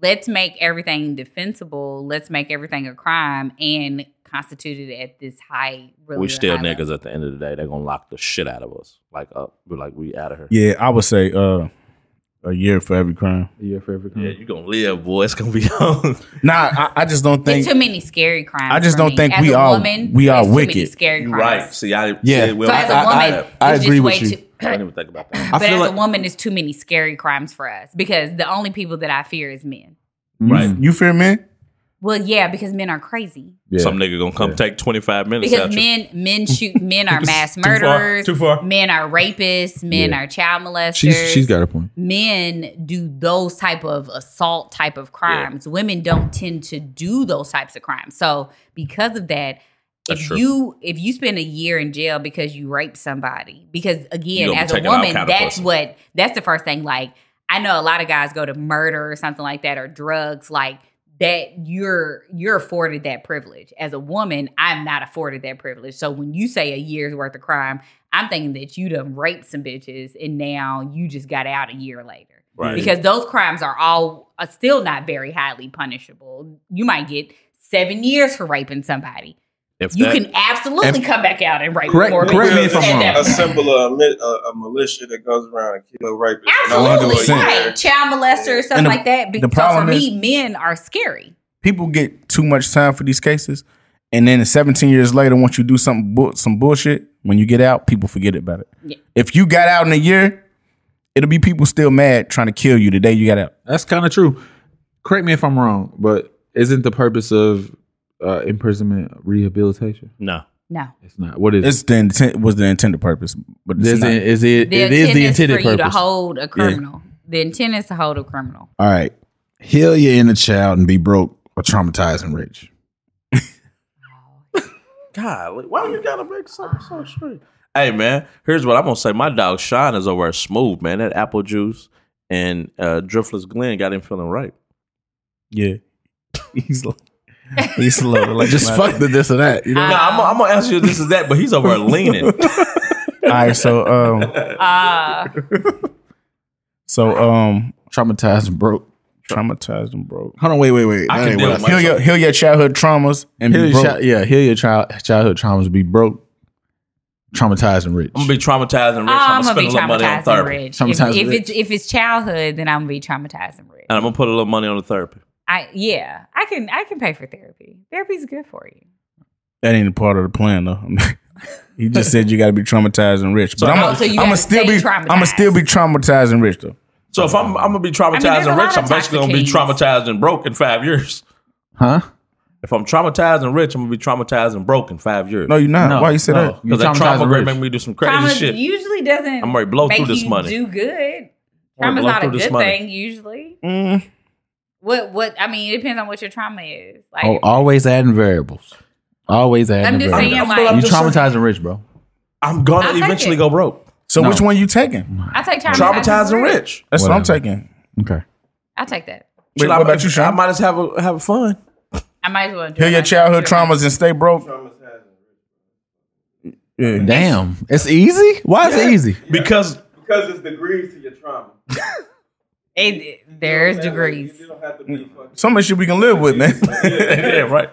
Speaker 1: let's make everything defensible let's make everything a crime and constitute it at this high really
Speaker 4: we still
Speaker 1: high level.
Speaker 4: niggas at the end of the day. They're gonna lock the shit out of us. Like up, we're like we out of here.
Speaker 3: Yeah, I would say uh, a year for every crime.
Speaker 2: yeah, for every crime.
Speaker 4: Yeah, you gonna live, boy. It's gonna be on.
Speaker 3: Nah, I, I just don't
Speaker 1: There's
Speaker 3: think.
Speaker 1: too many scary crimes.
Speaker 3: I just
Speaker 1: for
Speaker 3: don't
Speaker 1: me.
Speaker 3: think
Speaker 1: As
Speaker 3: we
Speaker 1: a
Speaker 3: are-
Speaker 1: woman,
Speaker 3: we are
Speaker 1: there's too many
Speaker 3: wicked.
Speaker 1: scary
Speaker 4: You
Speaker 1: crimes.
Speaker 4: right. See, I
Speaker 2: Yeah.
Speaker 4: see, we
Speaker 1: So
Speaker 4: don't
Speaker 1: as a
Speaker 4: talk
Speaker 1: woman,
Speaker 4: about
Speaker 2: I-
Speaker 4: that.
Speaker 2: I
Speaker 1: it's
Speaker 2: agree
Speaker 1: just
Speaker 2: with
Speaker 1: way
Speaker 2: you.
Speaker 1: Too,
Speaker 4: I didn't even think about that.
Speaker 1: but
Speaker 2: feel
Speaker 1: as
Speaker 2: like-
Speaker 1: a woman, it's too many scary crimes for us because the only people that I fear is men.
Speaker 6: Mm-hmm.
Speaker 3: Right? You fear men?
Speaker 1: Well, yeah, because men are crazy.
Speaker 2: Yeah.
Speaker 4: Some nigga gonna come take twenty five minutes
Speaker 1: Because
Speaker 4: out you.
Speaker 1: men men shoot men are mass
Speaker 4: far,
Speaker 1: murderers.
Speaker 4: too far.
Speaker 1: Men are rapists. Men
Speaker 2: Yeah.
Speaker 1: are child molesters.
Speaker 2: She's, she's got a point.
Speaker 1: men do those type of assault type of crimes. Women don't tend to do those types of crimes. So because of that,
Speaker 4: That's
Speaker 1: if
Speaker 4: true.
Speaker 1: you if you spend a year in jail because you raped somebody, because again,
Speaker 4: gonna be
Speaker 1: as a
Speaker 4: taking all
Speaker 1: woman,
Speaker 4: kind of
Speaker 1: that's
Speaker 4: pussy.
Speaker 1: what that's the first thing. Like I know a lot of guys go to murder or something like that or drugs, like that you're you're afforded that privilege. As a woman, I'm not afforded that privilege. So when you say a year's worth of crime, I'm thinking that you done raped some bitches and now you just got out a year later.
Speaker 4: Right.
Speaker 1: Because those crimes are all are still not very highly punishable. You might get seven years for raping somebody.
Speaker 4: If
Speaker 1: You
Speaker 4: that-
Speaker 1: can absolutely come back out and rape
Speaker 2: Correct-
Speaker 1: more
Speaker 2: correct
Speaker 1: people
Speaker 2: me if I'm
Speaker 1: at
Speaker 2: wrong.
Speaker 1: that
Speaker 5: A
Speaker 1: point.
Speaker 5: symbol of a, mi- a- a militia that goes around and kills rapists.
Speaker 1: Absolutely
Speaker 3: 100%.
Speaker 1: right. Child molester or something
Speaker 3: And the-
Speaker 1: like that. Be-
Speaker 3: the
Speaker 1: so
Speaker 3: problem
Speaker 1: for
Speaker 3: is-
Speaker 1: me, men are scary.
Speaker 3: People get too much time for these cases, and then 17 years later, once you do something bu- some bullshit, when you get out, people forget about it.
Speaker 1: Yeah.
Speaker 3: If you got out in a year, it'll be people still mad trying to kill you the day you got out.
Speaker 2: That's kind of true. Correct me if I'm wrong, but isn't the purpose of uh, imprisonment rehabilitation?
Speaker 4: no,
Speaker 1: No.
Speaker 2: It's not. What is it?
Speaker 3: It's the intent was the intended purpose, but it's
Speaker 2: Is
Speaker 3: not.
Speaker 2: it, is it,
Speaker 1: The
Speaker 2: it is
Speaker 1: intent is
Speaker 2: the
Speaker 1: for
Speaker 2: intended
Speaker 1: you to
Speaker 2: purpose.
Speaker 1: hold a criminal. The intent is to hold a criminal.
Speaker 6: All right. Heal your inner child and be broke or traumatized and rich.
Speaker 4: God, like, why you gotta make something
Speaker 1: Ah.
Speaker 4: so straight? Hey man, here's what I'm gonna say. My dog Sean is over at Smooth, man. That apple juice and uh Driftless Glen got him feeling right.
Speaker 3: yeah, he's low. he's low. Like
Speaker 6: Just fuck the this or that.
Speaker 1: Ah.
Speaker 6: You know?
Speaker 4: nah, I'm, gonna- I'm gonna ask you this is that, but he's over at leaning.
Speaker 3: All right, so um,
Speaker 1: Uh,
Speaker 3: so um,
Speaker 6: Traumatized and broke.
Speaker 3: traumatized and broke.
Speaker 6: Hold on, wait, wait, wait.
Speaker 4: I
Speaker 6: That
Speaker 4: can
Speaker 6: ain't
Speaker 4: deal
Speaker 6: what
Speaker 4: with
Speaker 6: I-
Speaker 4: my-
Speaker 3: Heal your heal your childhood traumas and
Speaker 6: Heal
Speaker 3: be
Speaker 6: your
Speaker 3: broke.
Speaker 6: child, yeah, heal your child, childhood traumas, be broke, traumatized and rich.
Speaker 4: I'm gonna be traumatized and rich.
Speaker 1: Ah, I'm
Speaker 4: I'm gonna
Speaker 1: gonna be
Speaker 4: spend a little money on
Speaker 1: traumatized and
Speaker 4: therapy.
Speaker 1: rich. If,
Speaker 6: Sometimes
Speaker 1: if
Speaker 6: rich.
Speaker 1: it's if it's childhood, then I'm gonna be traumatized and rich.
Speaker 4: And I'm gonna put a little money on the therapy.
Speaker 1: I yeah, I can I can pay for therapy. Therapy's good for you.
Speaker 3: That ain't a part of the plan though. he just said you got to be traumatized and rich, but I'm
Speaker 1: oh, so you
Speaker 3: gonna
Speaker 1: gotta
Speaker 3: still
Speaker 1: stay
Speaker 3: be I'm gonna still be traumatized and rich though.
Speaker 4: So if I'm I'm gonna be traumatized
Speaker 1: there's a
Speaker 4: and
Speaker 1: lot
Speaker 4: rich,
Speaker 1: of
Speaker 4: I'm basically gonna be
Speaker 1: toxic kids.
Speaker 4: traumatized and broke in five years.
Speaker 2: huh?
Speaker 4: If I'm traumatized and rich, I'm gonna be traumatized and broke in five years.
Speaker 3: No, you're not.
Speaker 2: No,
Speaker 3: Why you say
Speaker 2: no.
Speaker 3: that?
Speaker 2: You
Speaker 4: because that
Speaker 2: traumatized
Speaker 4: trauma
Speaker 2: and
Speaker 4: gonna
Speaker 2: rich.
Speaker 4: make me do some crazy
Speaker 1: Trauma
Speaker 4: shit.
Speaker 1: usually doesn't.
Speaker 4: I'm gonna blow
Speaker 1: make
Speaker 4: through this
Speaker 1: you
Speaker 4: money.
Speaker 1: Do good.
Speaker 4: I'm gonna
Speaker 1: Trauma's
Speaker 4: blow
Speaker 1: not a
Speaker 4: through this
Speaker 1: good
Speaker 4: money.
Speaker 1: thing usually.
Speaker 3: Mm.
Speaker 1: What what I mean, it depends on what your trauma is. Like
Speaker 2: Oh, always adding variables. Always adding
Speaker 1: I'm just
Speaker 2: variables.
Speaker 1: saying,
Speaker 4: I'm
Speaker 2: you
Speaker 1: like
Speaker 4: just saying-
Speaker 2: traumatized and rich, bro.
Speaker 4: I'm gonna
Speaker 1: I'll take
Speaker 4: eventually
Speaker 1: it.
Speaker 4: go broke.
Speaker 3: So
Speaker 2: No.
Speaker 3: which one you taking?
Speaker 1: I take traumatized,
Speaker 4: Traumatized
Speaker 1: and
Speaker 4: and rich.
Speaker 3: That's what I'm
Speaker 2: Whatever.
Speaker 3: taking.
Speaker 2: Okay.
Speaker 1: I take that.
Speaker 3: Wait,
Speaker 4: Shit, I
Speaker 3: what
Speaker 4: might-
Speaker 3: about you, Sean?
Speaker 4: I might as have a, have fun.
Speaker 1: I might as well enjoy
Speaker 3: Heal your
Speaker 1: myself.
Speaker 3: childhood traumas and stay broke. Yeah.
Speaker 2: Damn. It's easy? Why is it easy?
Speaker 4: Because
Speaker 5: Because it's degrees to your trauma.
Speaker 1: It, there's degrees.
Speaker 5: You don't have to be fucking.
Speaker 3: So much shit we can live with, man.
Speaker 4: yeah, right.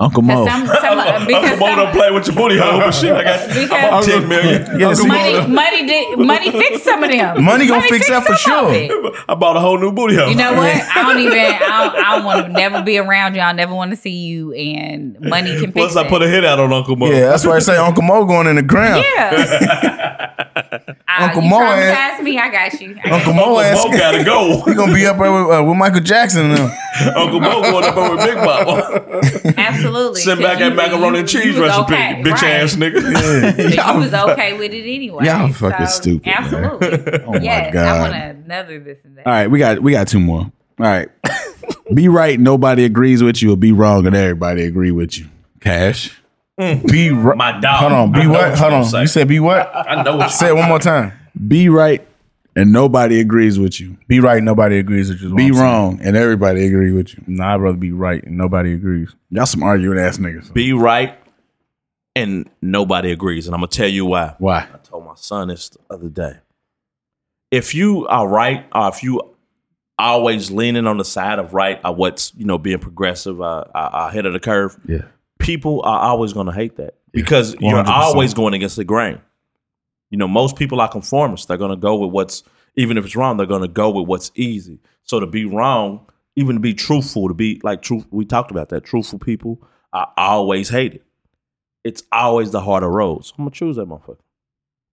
Speaker 2: Uncle Mo.
Speaker 1: Because some, some, because some,
Speaker 4: play with your booty hole, but shit, I got
Speaker 1: because
Speaker 4: ten million.
Speaker 3: Yeah, see,
Speaker 1: money, money, did, money fix some of them.
Speaker 3: Money gonna fix that for
Speaker 1: some of
Speaker 3: sure.
Speaker 1: it.
Speaker 4: I bought a whole new booty hole.
Speaker 1: You know what? I don't even. I don't, I don't want to never be around you. I never want to see you. And money can fix
Speaker 4: Once I
Speaker 1: it.
Speaker 4: put a hit out on Uncle Mo.
Speaker 3: yeah, that's why I say Uncle Mo going in the ground.
Speaker 1: yeah. Uh,
Speaker 3: Uncle
Speaker 1: you
Speaker 3: Mo
Speaker 1: traumatized
Speaker 3: had-
Speaker 1: me. I got you. I got
Speaker 3: Uncle
Speaker 1: you.
Speaker 3: Mo
Speaker 4: Uncle Mo
Speaker 3: ass.
Speaker 4: gotta go.
Speaker 3: He gonna be up there with, uh, with Michael Jackson now.
Speaker 4: Uncle Mo going up there with Big Papa.
Speaker 1: Absolutely.
Speaker 4: Send back
Speaker 1: Because
Speaker 4: that macaroni and cheese
Speaker 1: was
Speaker 4: recipe,
Speaker 1: okay,
Speaker 4: bitch
Speaker 1: right.
Speaker 4: ass nigga.
Speaker 1: But You was okay with it anyway.
Speaker 6: Y'all fucking stupid, man.
Speaker 1: Absolutely.
Speaker 6: Oh
Speaker 1: yes, I
Speaker 6: God.
Speaker 1: want another this and that.
Speaker 6: All right, we got we got two more. All right. be right, nobody agrees with you, or be wrong and everybody agree with you. Cash.
Speaker 3: Be right.
Speaker 4: My dog.
Speaker 3: Hold on.
Speaker 4: I
Speaker 3: Be
Speaker 4: know
Speaker 3: what?
Speaker 4: you
Speaker 3: Hold
Speaker 4: gonna
Speaker 3: on.
Speaker 4: say.
Speaker 3: You said be what?
Speaker 4: I know what
Speaker 3: Say it one more time.
Speaker 6: Be right, and nobody agrees with you.
Speaker 3: Be right. Nobody agrees with you.
Speaker 6: Be wrong, and everybody agree with you.
Speaker 3: Nah, I'd rather be right and nobody agrees.
Speaker 6: Y'all some arguing ass niggas.
Speaker 4: be right and nobody agrees and i'm gonna tell you why
Speaker 6: Why?
Speaker 4: i told my son this the other day if you are right or if you always leaning on the side of right or what's you know being progressive uh, uh, ahead of the curve
Speaker 2: Yeah.
Speaker 4: people are always gonna hate that because you're
Speaker 3: 100%.
Speaker 4: always going against the grain you know most people are conformists they're gonna go with what's even if it's wrong they're gonna go with what's easy so to be wrong even to be truthful to be like truth we talked about that truthful people are always hated it's always the harder road. So I'm gonna choose that motherfucker.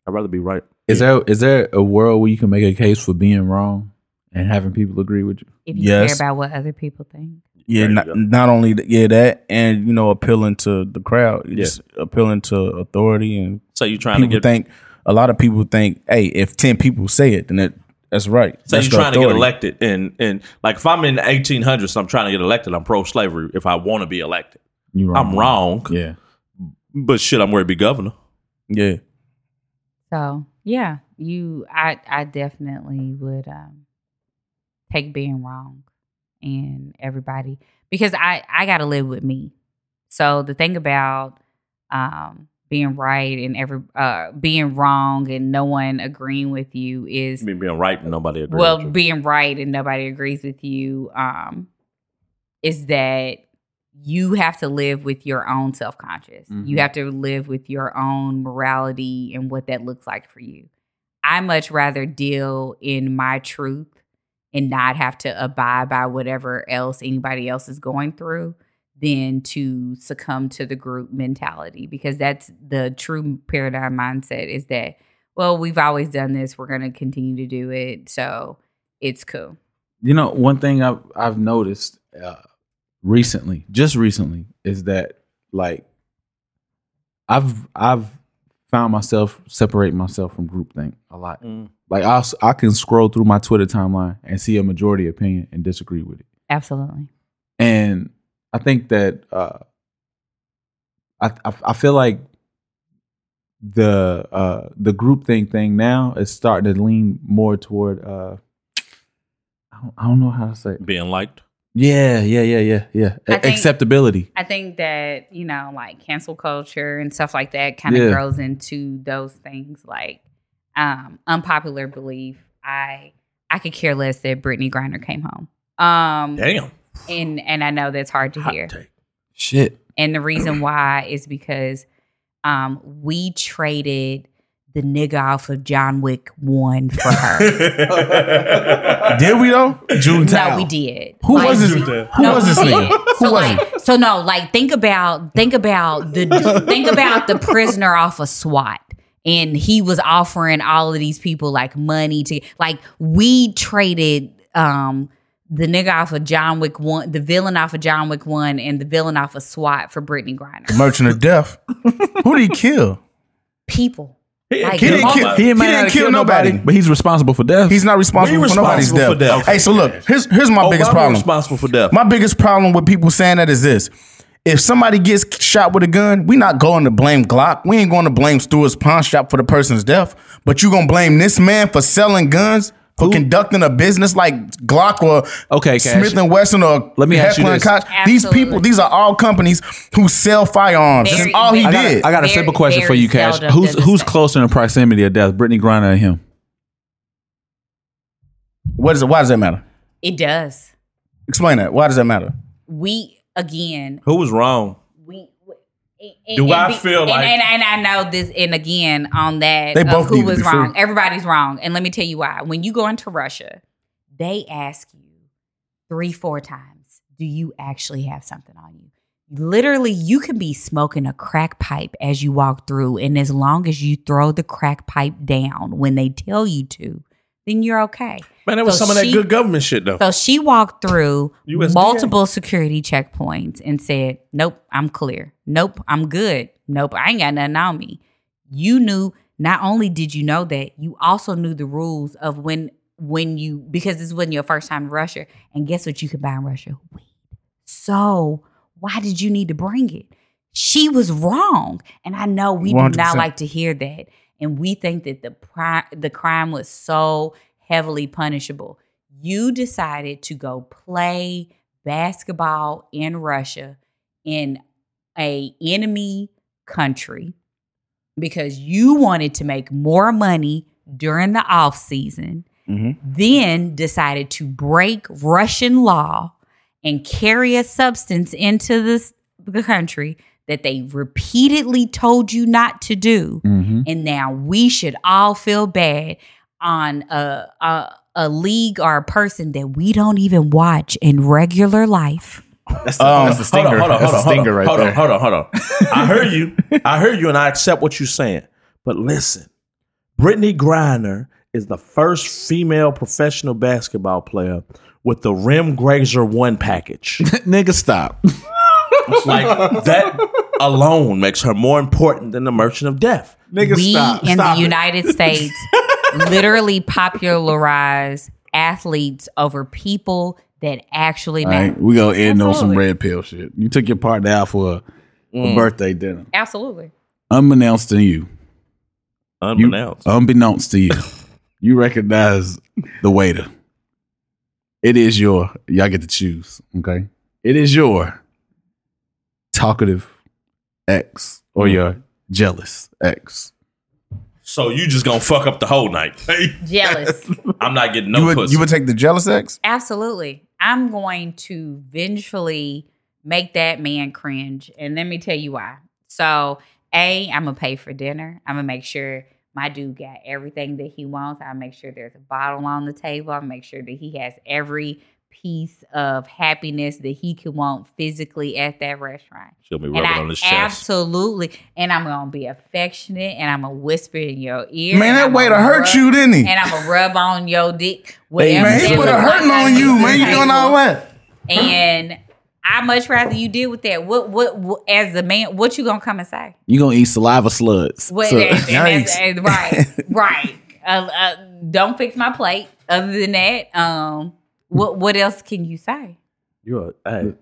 Speaker 4: I'd rather be right.
Speaker 2: Is there is there a world where you can make a case for being wrong and having people agree with you?
Speaker 1: If you
Speaker 3: Yes.
Speaker 1: care about what other people think.
Speaker 3: Yeah,
Speaker 4: There you
Speaker 3: not,
Speaker 4: go.
Speaker 3: not only th- yeah that, and you know, appealing to the crowd,
Speaker 4: Yeah.
Speaker 3: just appealing to authority, and
Speaker 4: So you're trying
Speaker 3: people
Speaker 4: to get
Speaker 3: think a lot of people think, hey, if ten people say it, then that that's right.
Speaker 4: so
Speaker 3: That's
Speaker 4: you're
Speaker 3: the
Speaker 4: trying to get
Speaker 3: authority.
Speaker 4: elected, and and like if I'm in the 1800s, I'm trying to get elected. I'm pro slavery. If I want to be elected,
Speaker 2: You
Speaker 3: Uh-huh.
Speaker 4: I'm wrong.
Speaker 2: Yeah.
Speaker 4: But shit, I'm worried to be governor.
Speaker 3: Yeah,
Speaker 1: So yeah, you, I, I definitely would um, take being wrong and everybody because I, I got to live with me. So the thing about um, being right and every uh, being wrong and no one agreeing with you is
Speaker 4: I mean, being right and nobody agrees.
Speaker 1: well
Speaker 4: with you.
Speaker 1: being right and nobody agrees with you um is that you have to live with your own self-conscious you have to live with your own morality and what that looks like for you i much rather deal in my truth and not have to abide by whatever else anybody else is going through than to succumb to the group mentality because that's the true paradigm mindset is that well, we've always done this. We're going to continue to do it. So it's cool.
Speaker 2: You know, one thing I've I've noticed uh, recently, just recently, is that like I've I've found myself separating myself from groupthink a lot.
Speaker 4: Mm.
Speaker 2: Like I I can scroll through my Twitter timeline and see a majority opinion and disagree with it.
Speaker 1: Absolutely.
Speaker 2: and I think that uh, I, I I feel like the uh, the group thing thing now is starting to lean more toward uh, I don't, I don't know how to say it.
Speaker 4: being liked.
Speaker 2: yeah yeah yeah yeah yeah
Speaker 1: I
Speaker 2: A-
Speaker 1: think-
Speaker 2: acceptability
Speaker 1: I think that, you know, like cancel culture and stuff like that kind of
Speaker 2: Yeah.
Speaker 1: grows into those things like um unpopular belief. I I could care less that Brittany Griner came home. Um
Speaker 4: Damn,
Speaker 1: and and I know that's hard to
Speaker 4: hot
Speaker 1: hear.
Speaker 4: take.
Speaker 2: shit
Speaker 1: And the reason why is because um, we traded the nigga off of John Wick one for her.
Speaker 3: did we though? June
Speaker 1: no, we did.
Speaker 3: Who
Speaker 1: Like,
Speaker 3: was this?
Speaker 1: we-
Speaker 3: Who
Speaker 1: no,
Speaker 3: was this
Speaker 1: we did.
Speaker 3: nigga?
Speaker 1: So like, so no, like think about think about the think about the prisoner off of SWAT. And he was offering all of these people like money to like we traded um the nigga off of John Wick one, the villain off of John Wick one, and the villain off of SWAT for Brittany Griner.
Speaker 3: Merchant of Death. Who did he kill?
Speaker 1: People. Like,
Speaker 3: He didn't
Speaker 1: mama.
Speaker 3: kill. He,
Speaker 2: might not
Speaker 3: didn't
Speaker 2: have
Speaker 3: kill
Speaker 2: killed
Speaker 3: nobody.
Speaker 2: but he's responsible for death
Speaker 3: He's not responsible,
Speaker 4: We
Speaker 3: for
Speaker 4: responsible
Speaker 3: nobody's
Speaker 4: for
Speaker 3: death.
Speaker 4: death. Oh,
Speaker 3: Hey, so look, here's here's my biggest
Speaker 4: Obama
Speaker 3: problem.
Speaker 4: responsible for death.
Speaker 3: My biggest problem with people saying that is this. If somebody gets shot with a gun, we not going to blame Glock. We ain't going to blame Stewart's pawn shop for the person's death. But you gonna blame this man for selling guns, for conducting a business like Glock or
Speaker 2: Okay, Cash.
Speaker 3: Smith and Wesson or
Speaker 2: Let me ask you
Speaker 3: Heckler and
Speaker 2: this.
Speaker 3: Koch. These
Speaker 1: Absolutely.
Speaker 3: people, these are all companies who sell firearms. That's
Speaker 1: Very-
Speaker 3: all he
Speaker 1: I
Speaker 2: I got,
Speaker 3: did.
Speaker 2: a- I got a
Speaker 1: Very,
Speaker 2: simple question for
Speaker 1: very
Speaker 2: you, Cash.
Speaker 1: seldom
Speaker 2: Who's
Speaker 1: does it
Speaker 2: who's
Speaker 1: say.
Speaker 2: closer in proximity of death, Brittany Griner or him?
Speaker 3: what is it? Why does that matter?
Speaker 1: It does.
Speaker 3: Explain that. Why does that matter?
Speaker 1: We again.
Speaker 4: Who was wrong?
Speaker 1: We. we- and-
Speaker 4: Do
Speaker 1: and
Speaker 4: I
Speaker 1: be-
Speaker 4: feel
Speaker 1: and,
Speaker 4: like-
Speaker 1: and, and I know this, and again on that,
Speaker 3: They
Speaker 1: of
Speaker 3: both need
Speaker 1: who
Speaker 3: to
Speaker 1: was
Speaker 3: be
Speaker 1: wrong.
Speaker 3: free.
Speaker 1: Everybody's wrong, and let me tell you why. When you go into Russia, they ask you three, four times, "Do you actually have something on you?" Literally, you can be smoking a crack pipe as you walk through, and as long as you throw the crack pipe down when they tell you to, then you're okay.
Speaker 4: Man, that
Speaker 1: So
Speaker 4: was some of that
Speaker 1: she-
Speaker 4: good government shit though.
Speaker 1: So she walked through
Speaker 4: USDA.
Speaker 1: multiple security checkpoints and said, Nope, I'm clear. Nope, I'm good. Nope, I ain't got nothing on me. You knew not only did you know that, you also knew the rules of when when you because this wasn't your first time in Russia. And guess what you could buy in Russia? Weed. So why did you need to bring it? she was wrong. And I know we do not
Speaker 3: 100%.
Speaker 1: like to hear that. And we think that the pri- the crime was so heavily punishable. You decided to go play basketball in Russia in a enemy country because you wanted to make more money during the off season
Speaker 3: Mhm.
Speaker 1: then decided to break Russian law and carry a substance into this the country that they repeatedly told you not to do
Speaker 2: Mm-hmm.
Speaker 1: and now we should all feel bad on a a, a league or a person that we don't even watch in regular life
Speaker 6: That's the, that's the stinger. that's the stinger right
Speaker 4: Um, hold
Speaker 6: there.
Speaker 4: on, hold on, hold on. I hear you. I hear you, and I accept what you're saying. But listen, Brittany Griner is the first female professional basketball player with the Rim Grazer One package.
Speaker 6: Nigga, stop.
Speaker 4: like that alone makes her more important than the Merchant of Death.
Speaker 6: Nigga,
Speaker 1: we
Speaker 6: stop.
Speaker 1: in
Speaker 6: stop
Speaker 1: the
Speaker 6: it.
Speaker 1: United States literally popularize athletes over people that actually
Speaker 6: All
Speaker 1: matter.
Speaker 6: right, we gonna end on some
Speaker 1: Absolutely.
Speaker 6: red pill shit. You took your partner out for a, a birthday dinner,
Speaker 1: Absolutely.
Speaker 6: Mm. unbeknownst to you,
Speaker 4: Unbeknownst.
Speaker 6: unbeknownst to you, you recognize the waiter. It is your. Y'all get to choose. Okay, it is your talkative ex or
Speaker 3: Mm.
Speaker 6: your jealous ex.
Speaker 4: so you just gonna fuck up the whole night.
Speaker 1: Jealous.
Speaker 4: I'm not getting
Speaker 3: you
Speaker 4: no
Speaker 3: would
Speaker 4: pussy.
Speaker 3: you would take the jealous ex?
Speaker 1: Absolutely. I'm going to vengefully make that man cringe. And let me tell you why. So, A, I'm going to pay for dinner. I'm going to make sure my dude got everything that he wants. I'll make sure there's a bottle on the table. I'll make sure that he has every piece of happiness that he could want physically at that restaurant.
Speaker 4: She'll be
Speaker 1: and
Speaker 4: rubbing
Speaker 1: I
Speaker 4: on his chest.
Speaker 1: absolutely, and I'm gonna be affectionate, and I'm gonna whisper in your ear.
Speaker 3: Man,
Speaker 1: and
Speaker 3: that
Speaker 1: I'm
Speaker 3: waiter
Speaker 1: gonna
Speaker 3: hurt
Speaker 1: rub-
Speaker 3: you, didn't he?
Speaker 1: And I'm gonna rub on your dick.
Speaker 4: They
Speaker 1: Whatever
Speaker 3: Man,
Speaker 1: that
Speaker 3: he
Speaker 4: Absolutely.
Speaker 3: put
Speaker 1: look
Speaker 3: a hurting
Speaker 1: like
Speaker 3: on you,
Speaker 1: the
Speaker 3: man. You doing
Speaker 1: table.
Speaker 3: all that?
Speaker 1: And I much rather you deal with that. What, what, what as a man, what you gonna come and say?
Speaker 6: You gonna eat saliva sluds.
Speaker 1: What,
Speaker 6: So-
Speaker 1: and- and that's-
Speaker 3: Yikes.
Speaker 1: and- right, right. Uh, uh, don't fix my plate. Other than that, um, what what else can you say?
Speaker 4: You're a, hey,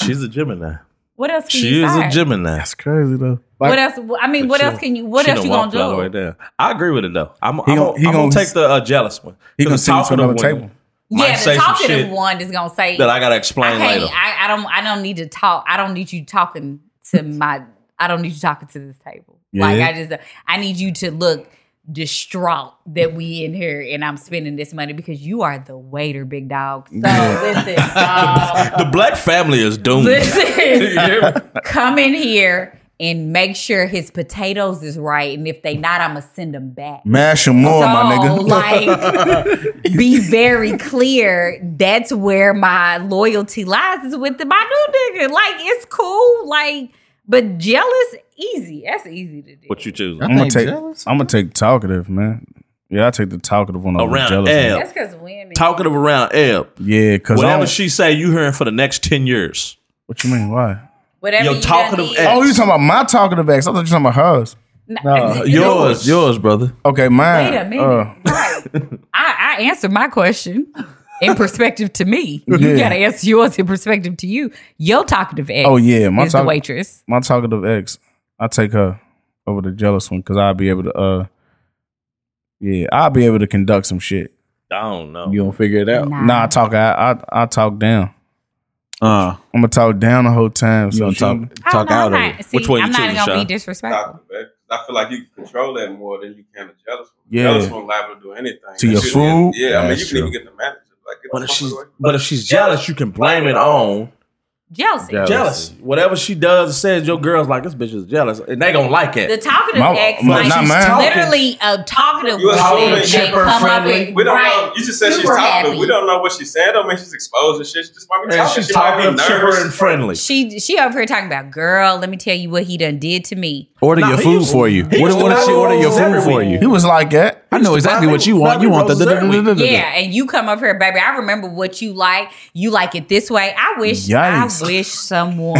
Speaker 4: she's a Gemini.
Speaker 1: What else can
Speaker 4: She
Speaker 1: you
Speaker 4: is
Speaker 1: say?
Speaker 4: a Gemini.
Speaker 3: That's crazy though.
Speaker 1: What else? I mean,
Speaker 4: But
Speaker 1: what
Speaker 4: she-
Speaker 1: else can you? What
Speaker 4: She
Speaker 1: else
Speaker 4: done
Speaker 1: you gonna
Speaker 4: walked all the way
Speaker 1: do?
Speaker 4: down. I agree with it though. I'm,
Speaker 3: He
Speaker 4: I'm,
Speaker 3: gon-
Speaker 4: gonna,
Speaker 3: he
Speaker 4: I'm gonna
Speaker 3: gon-
Speaker 4: take the uh, jealous one.
Speaker 3: He gonna
Speaker 4: The
Speaker 3: send you to
Speaker 4: talkative
Speaker 3: another
Speaker 4: one
Speaker 3: table.
Speaker 4: might
Speaker 1: Yeah,
Speaker 4: say
Speaker 1: the
Speaker 4: some
Speaker 1: talkative
Speaker 4: shit
Speaker 1: one is gonna say,
Speaker 4: That I gotta
Speaker 1: I,
Speaker 4: explain
Speaker 1: can't-
Speaker 4: later.
Speaker 1: I, I don't, I don't need to talk. I don't need you talking to my. I don't need you talking to this table. Like
Speaker 3: Yeah.
Speaker 1: I just, I need you to look distraught that we in here and I'm spending this money because you are the waiter, big dog. So listen, dog.
Speaker 4: the black family is doomed.
Speaker 1: listen, come in here and make sure his potatoes is right, and if they not, I'ma send them back.
Speaker 3: Mash him more,
Speaker 1: so,
Speaker 3: my nigga.
Speaker 1: like, be very clear. That's where my loyalty lies is with the, my new nigga. Like, it's cool. Like, but jealous, easy. That's easy to do.
Speaker 4: What you choose?
Speaker 3: I'm gonna
Speaker 6: Ain't
Speaker 3: take.
Speaker 6: jealous?
Speaker 3: I'm gonna take talkative, man. Yeah, I take the talkative one over
Speaker 4: Around
Speaker 3: jealous.
Speaker 4: L.
Speaker 3: one.
Speaker 1: That's because women.
Speaker 4: Talkative around L.
Speaker 3: Yeah, because
Speaker 4: Whatever she say, you hearing for the next ten years.
Speaker 3: What you mean? Why?
Speaker 1: whatever
Speaker 4: Yo,
Speaker 1: you done
Speaker 4: talkative
Speaker 1: did-
Speaker 4: ass.
Speaker 3: Oh, you talking about my talkative ex? I thought you were talking about hers.
Speaker 1: Nah,
Speaker 4: Yours, yours, brother.
Speaker 3: Okay, mine.
Speaker 1: Wait a minute.
Speaker 3: uh,
Speaker 1: Right. I, I answered my question in perspective to me. You
Speaker 3: Yeah.
Speaker 1: got to answer yours in perspective to you. Your talkative ex
Speaker 3: Oh, yeah, my
Speaker 1: is
Speaker 3: talk-
Speaker 1: the waitress.
Speaker 3: my talkative ex, I take her over the jealous one because I'll be able to. uh Yeah, I'll be able to conduct some shit.
Speaker 4: I don't know.
Speaker 6: You gonna figure it out.
Speaker 1: Nah.
Speaker 3: Nah, I talk. I I, I talk down.
Speaker 6: Uh,
Speaker 3: I'm gonna talk down the whole time.
Speaker 6: you
Speaker 3: So
Speaker 6: gonna
Speaker 3: she-
Speaker 6: talk
Speaker 1: I don't
Speaker 6: talk
Speaker 1: know,
Speaker 6: out of
Speaker 1: Oh, I'm
Speaker 6: it.
Speaker 1: not, see,
Speaker 4: Which one you
Speaker 1: I'm not
Speaker 4: choosing,
Speaker 1: gonna
Speaker 4: Sha?
Speaker 1: be disrespectful.
Speaker 5: Talkative ex. I feel like you can control that more than you can a jealous one.
Speaker 3: Yeah.
Speaker 5: Jealous one liable to do anything.
Speaker 3: To
Speaker 5: That
Speaker 3: your
Speaker 5: shit-
Speaker 3: food?
Speaker 5: Yeah, I mean,
Speaker 3: That's
Speaker 5: you can
Speaker 3: true.
Speaker 5: even get the manager. Like, get
Speaker 4: But
Speaker 5: the
Speaker 4: if
Speaker 5: fuck
Speaker 4: she's
Speaker 5: away.
Speaker 4: but if she's jealous, you can blame it on
Speaker 1: Jealousy.
Speaker 6: Jealousy.
Speaker 4: jealous. Whatever she does, says your girl's like this bitch is jealous, and they gonna like
Speaker 1: The
Speaker 4: it.
Speaker 1: talkative
Speaker 3: My-
Speaker 1: ex,
Speaker 3: my-
Speaker 1: like,
Speaker 3: not
Speaker 1: she's
Speaker 3: mine.
Speaker 1: literally a talkative
Speaker 5: You assuming
Speaker 1: woman. They
Speaker 5: chipper,
Speaker 1: come up
Speaker 4: friendly.
Speaker 1: with-
Speaker 5: We don't know.
Speaker 1: right,
Speaker 5: You just said she's
Speaker 1: super
Speaker 5: talking.
Speaker 1: happy.
Speaker 5: We don't know what she's saying. Don't mean she's exposing shit. She just might be
Speaker 4: And
Speaker 5: talking.
Speaker 4: she's
Speaker 5: She might be
Speaker 4: talking chipper and
Speaker 5: nervous.
Speaker 4: friendly.
Speaker 1: She she over here talking about girl. Let me tell you what he done did to me.
Speaker 6: Order
Speaker 4: Nah,
Speaker 6: your
Speaker 4: he
Speaker 6: food
Speaker 4: used-
Speaker 6: for you.
Speaker 4: he
Speaker 6: What,
Speaker 4: used
Speaker 6: what
Speaker 4: to
Speaker 6: if she
Speaker 4: buy
Speaker 6: order your
Speaker 4: rolls
Speaker 6: food
Speaker 4: every
Speaker 6: for
Speaker 4: week.
Speaker 6: you?
Speaker 3: He was like that.
Speaker 6: I know
Speaker 4: used to
Speaker 6: exactly
Speaker 4: buy
Speaker 6: what you
Speaker 4: me-
Speaker 6: want.
Speaker 4: buy
Speaker 6: You
Speaker 4: me
Speaker 6: want the,
Speaker 4: rolls every week.
Speaker 1: Yeah, and you come over here, baby. I remember what you like. You like it this way. I wish
Speaker 3: Yikes.
Speaker 1: I wish someone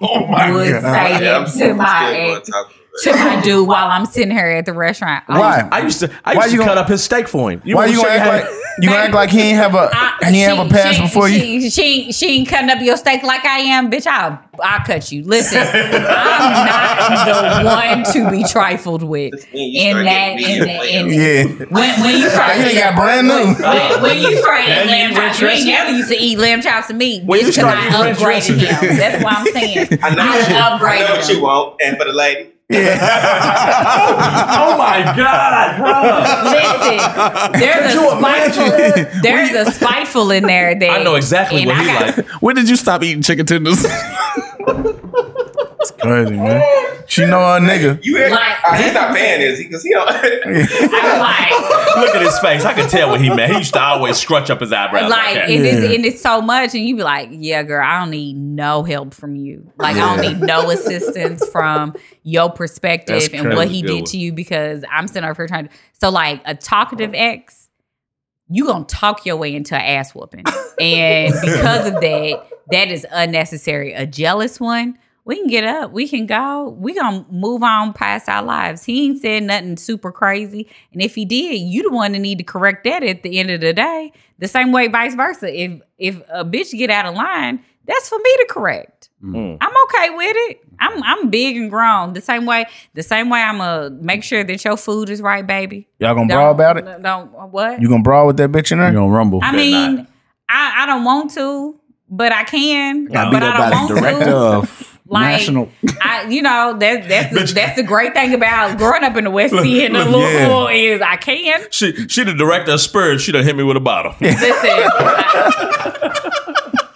Speaker 3: Oh my
Speaker 1: would
Speaker 3: God.
Speaker 1: say
Speaker 5: Yeah,
Speaker 1: that to
Speaker 5: I'm
Speaker 1: my
Speaker 5: scared of
Speaker 1: ex.
Speaker 5: talking to
Speaker 1: to my dude while I'm sitting here at the restaurant. I-
Speaker 6: Why?
Speaker 4: I used to I
Speaker 6: Why
Speaker 4: used to
Speaker 6: you
Speaker 4: cut
Speaker 6: gonna-
Speaker 4: up his steak for him.
Speaker 6: Why
Speaker 4: want me
Speaker 6: you
Speaker 4: to
Speaker 6: gonna
Speaker 4: show
Speaker 6: act
Speaker 4: how-
Speaker 6: like you gonna act like he ain't have a
Speaker 1: I-
Speaker 6: he ain't have a
Speaker 1: she-
Speaker 6: pass
Speaker 1: she-
Speaker 6: before you?
Speaker 1: She, she, ain't- she ain't cutting up your steak like I am, bitch. I'll, I'll cut you. Listen, I'm not the one to be trifled with
Speaker 5: You
Speaker 1: in
Speaker 5: start
Speaker 1: that.
Speaker 5: getting
Speaker 1: In
Speaker 5: media
Speaker 1: that in
Speaker 5: players.
Speaker 6: Yeah,
Speaker 1: when, when you
Speaker 6: you
Speaker 1: first
Speaker 6: ain't got brand new.
Speaker 1: when, when you first ate
Speaker 4: you
Speaker 1: lamb chops, you ain't never used to eat lamb chops and meat.
Speaker 4: When
Speaker 1: When
Speaker 4: you
Speaker 1: you
Speaker 4: start
Speaker 1: I
Speaker 4: eating red
Speaker 1: upgraded him. That's what I'm saying.
Speaker 5: I
Speaker 1: I
Speaker 5: know, what you, I know what
Speaker 1: upgraded
Speaker 5: you
Speaker 1: him.
Speaker 5: want, and for the lady,
Speaker 4: Oh my God.
Speaker 1: Listen, there's a spiteful, there's a spiteful in there that
Speaker 4: I know exactly
Speaker 1: and I
Speaker 4: what he
Speaker 1: got-
Speaker 4: like.
Speaker 6: When did you stop eating chicken tenders?
Speaker 3: Crazy, man.
Speaker 6: she know her nigga.
Speaker 5: you ain't-
Speaker 1: Like-
Speaker 5: uh, he's not paying this because he don't.
Speaker 1: I was like.
Speaker 4: Look at his face. I could tell what he meant. He used to always scrunch up his
Speaker 1: like
Speaker 4: eyebrows. Like, that.
Speaker 1: and, it's, and it's so much and you be like yeah girl i don't need no help from you like i don't need no assistance from your perspective
Speaker 4: That's
Speaker 1: and what
Speaker 4: crazy.
Speaker 1: he
Speaker 4: Good
Speaker 1: did
Speaker 4: one.
Speaker 1: to you because i'm sitting over here trying to so like a talkative
Speaker 4: Uh-huh.
Speaker 1: ex you gonna talk your way into an ass whooping and because of that that is unnecessary a jealous one we can get up. We can go. We gonna move on past our lives. He ain't said nothing super crazy, and if he did, you the one that need to correct that at the end of the day. The same way, vice versa. If if a bitch get out of line, that's for me to correct.
Speaker 4: Mm.
Speaker 1: I'm okay with it. I'm I'm big and grown. The same way. The same way I'm gonna make sure that your food is right, baby.
Speaker 6: Y'all gonna brawl about it?
Speaker 1: Don't what?
Speaker 6: You gonna brawl with that bitch in
Speaker 2: You
Speaker 6: there?
Speaker 2: gonna rumble?
Speaker 1: I mean, I I don't want to, but I can.
Speaker 6: Gotta
Speaker 1: but
Speaker 6: beat up
Speaker 1: I
Speaker 6: by
Speaker 1: don't
Speaker 6: the
Speaker 1: want
Speaker 6: director
Speaker 1: to.
Speaker 6: of
Speaker 1: Like-
Speaker 6: national.
Speaker 1: I, you know, that, that's the, that's the great thing about growing up in the West End of
Speaker 6: look, yeah.
Speaker 1: Louisville is I can
Speaker 4: she, she the director of Spurs. She done hit me with a bottle.
Speaker 1: listen. I,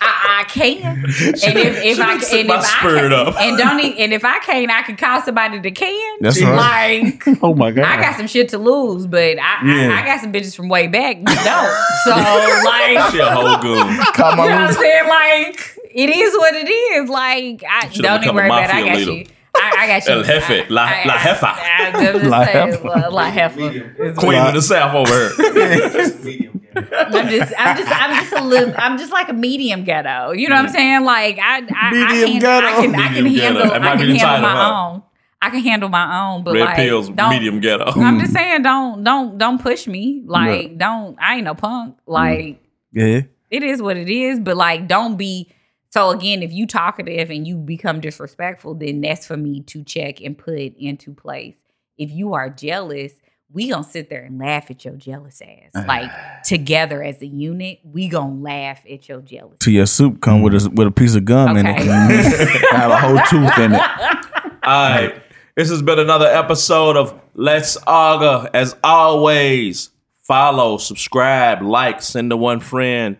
Speaker 1: I, I can, and if, if I
Speaker 4: Sit
Speaker 1: and
Speaker 4: my
Speaker 1: if I
Speaker 4: spirit
Speaker 1: can,
Speaker 4: up.
Speaker 1: and don't e- and if I can't, I can call somebody that can.
Speaker 6: That's right.
Speaker 1: like
Speaker 6: Oh my god!
Speaker 1: I got some shit to lose, but I,
Speaker 6: Yeah.
Speaker 1: I I got some bitches from way back that don't. So like
Speaker 4: She a whole goon.
Speaker 6: Call my
Speaker 1: You know what I'm
Speaker 6: loser.
Speaker 1: saying? Like, it is what it is. Like, I
Speaker 4: Should've
Speaker 1: don't
Speaker 4: become
Speaker 1: even
Speaker 4: a
Speaker 1: worry about it. I
Speaker 4: mafia
Speaker 1: got
Speaker 4: leader.
Speaker 1: you. I, I got you.
Speaker 4: El jefe,
Speaker 1: I-
Speaker 4: la-
Speaker 1: I-
Speaker 4: la
Speaker 1: I-
Speaker 4: jefa.
Speaker 1: I- I'm just
Speaker 6: La
Speaker 1: saying,
Speaker 6: jefa.
Speaker 1: la- la jefa. It's-
Speaker 4: Queen of the South over here.
Speaker 5: Just medium.
Speaker 1: I'm just, I'm just, I'm just a little, I'm just like a medium ghetto. You know what I'm saying? Like, I, I, I
Speaker 6: Medium
Speaker 1: can,
Speaker 6: ghetto.
Speaker 1: I can, I can
Speaker 4: Medium ghetto.
Speaker 1: handle,
Speaker 4: That
Speaker 1: I
Speaker 4: might
Speaker 1: can
Speaker 4: be the
Speaker 1: handle
Speaker 4: title,
Speaker 1: my
Speaker 4: huh?
Speaker 1: own. I can handle my own, but
Speaker 4: Red
Speaker 1: like,
Speaker 4: pills,
Speaker 1: don't,
Speaker 4: medium ghetto.
Speaker 1: I'm just saying, don't, don't, don't push me. Like, don't. I ain't no punk. Like.
Speaker 6: Yeah.
Speaker 1: it is what it is, but like don't be so again, if you talkative and you become disrespectful, then that's for me to check and put into place. If you are jealous, we gonna sit there and laugh at your jealous ass. Like together as a unit, we gonna laugh at your jealous.
Speaker 6: To your soup come with a with a piece of gum in
Speaker 1: Okay.
Speaker 6: it. I have a whole tooth in it.
Speaker 4: All right. This has been another episode of Let's Aga. As always, follow, subscribe, like, send to one friend,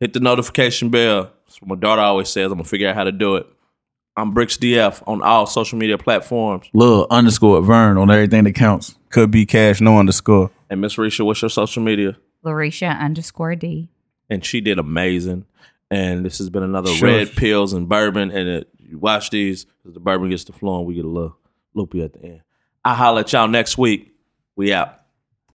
Speaker 4: hit the notification bell. That's what my daughter always says. I'm going to figure out how to do it. I'm Bricks DF on all social media platforms.
Speaker 6: Lil underscore Vern on everything that counts. Could be cash, no underscore.
Speaker 4: And Miss Risha, what's your social media?
Speaker 1: Larisha underscore D.
Speaker 4: And she did amazing. And this has been another
Speaker 6: Sure.
Speaker 4: Red Pills and Bourbon. And it, you watch these, 'cause the bourbon gets to flowing. We get a little loopy at the end. I holler at y'all next week. We out.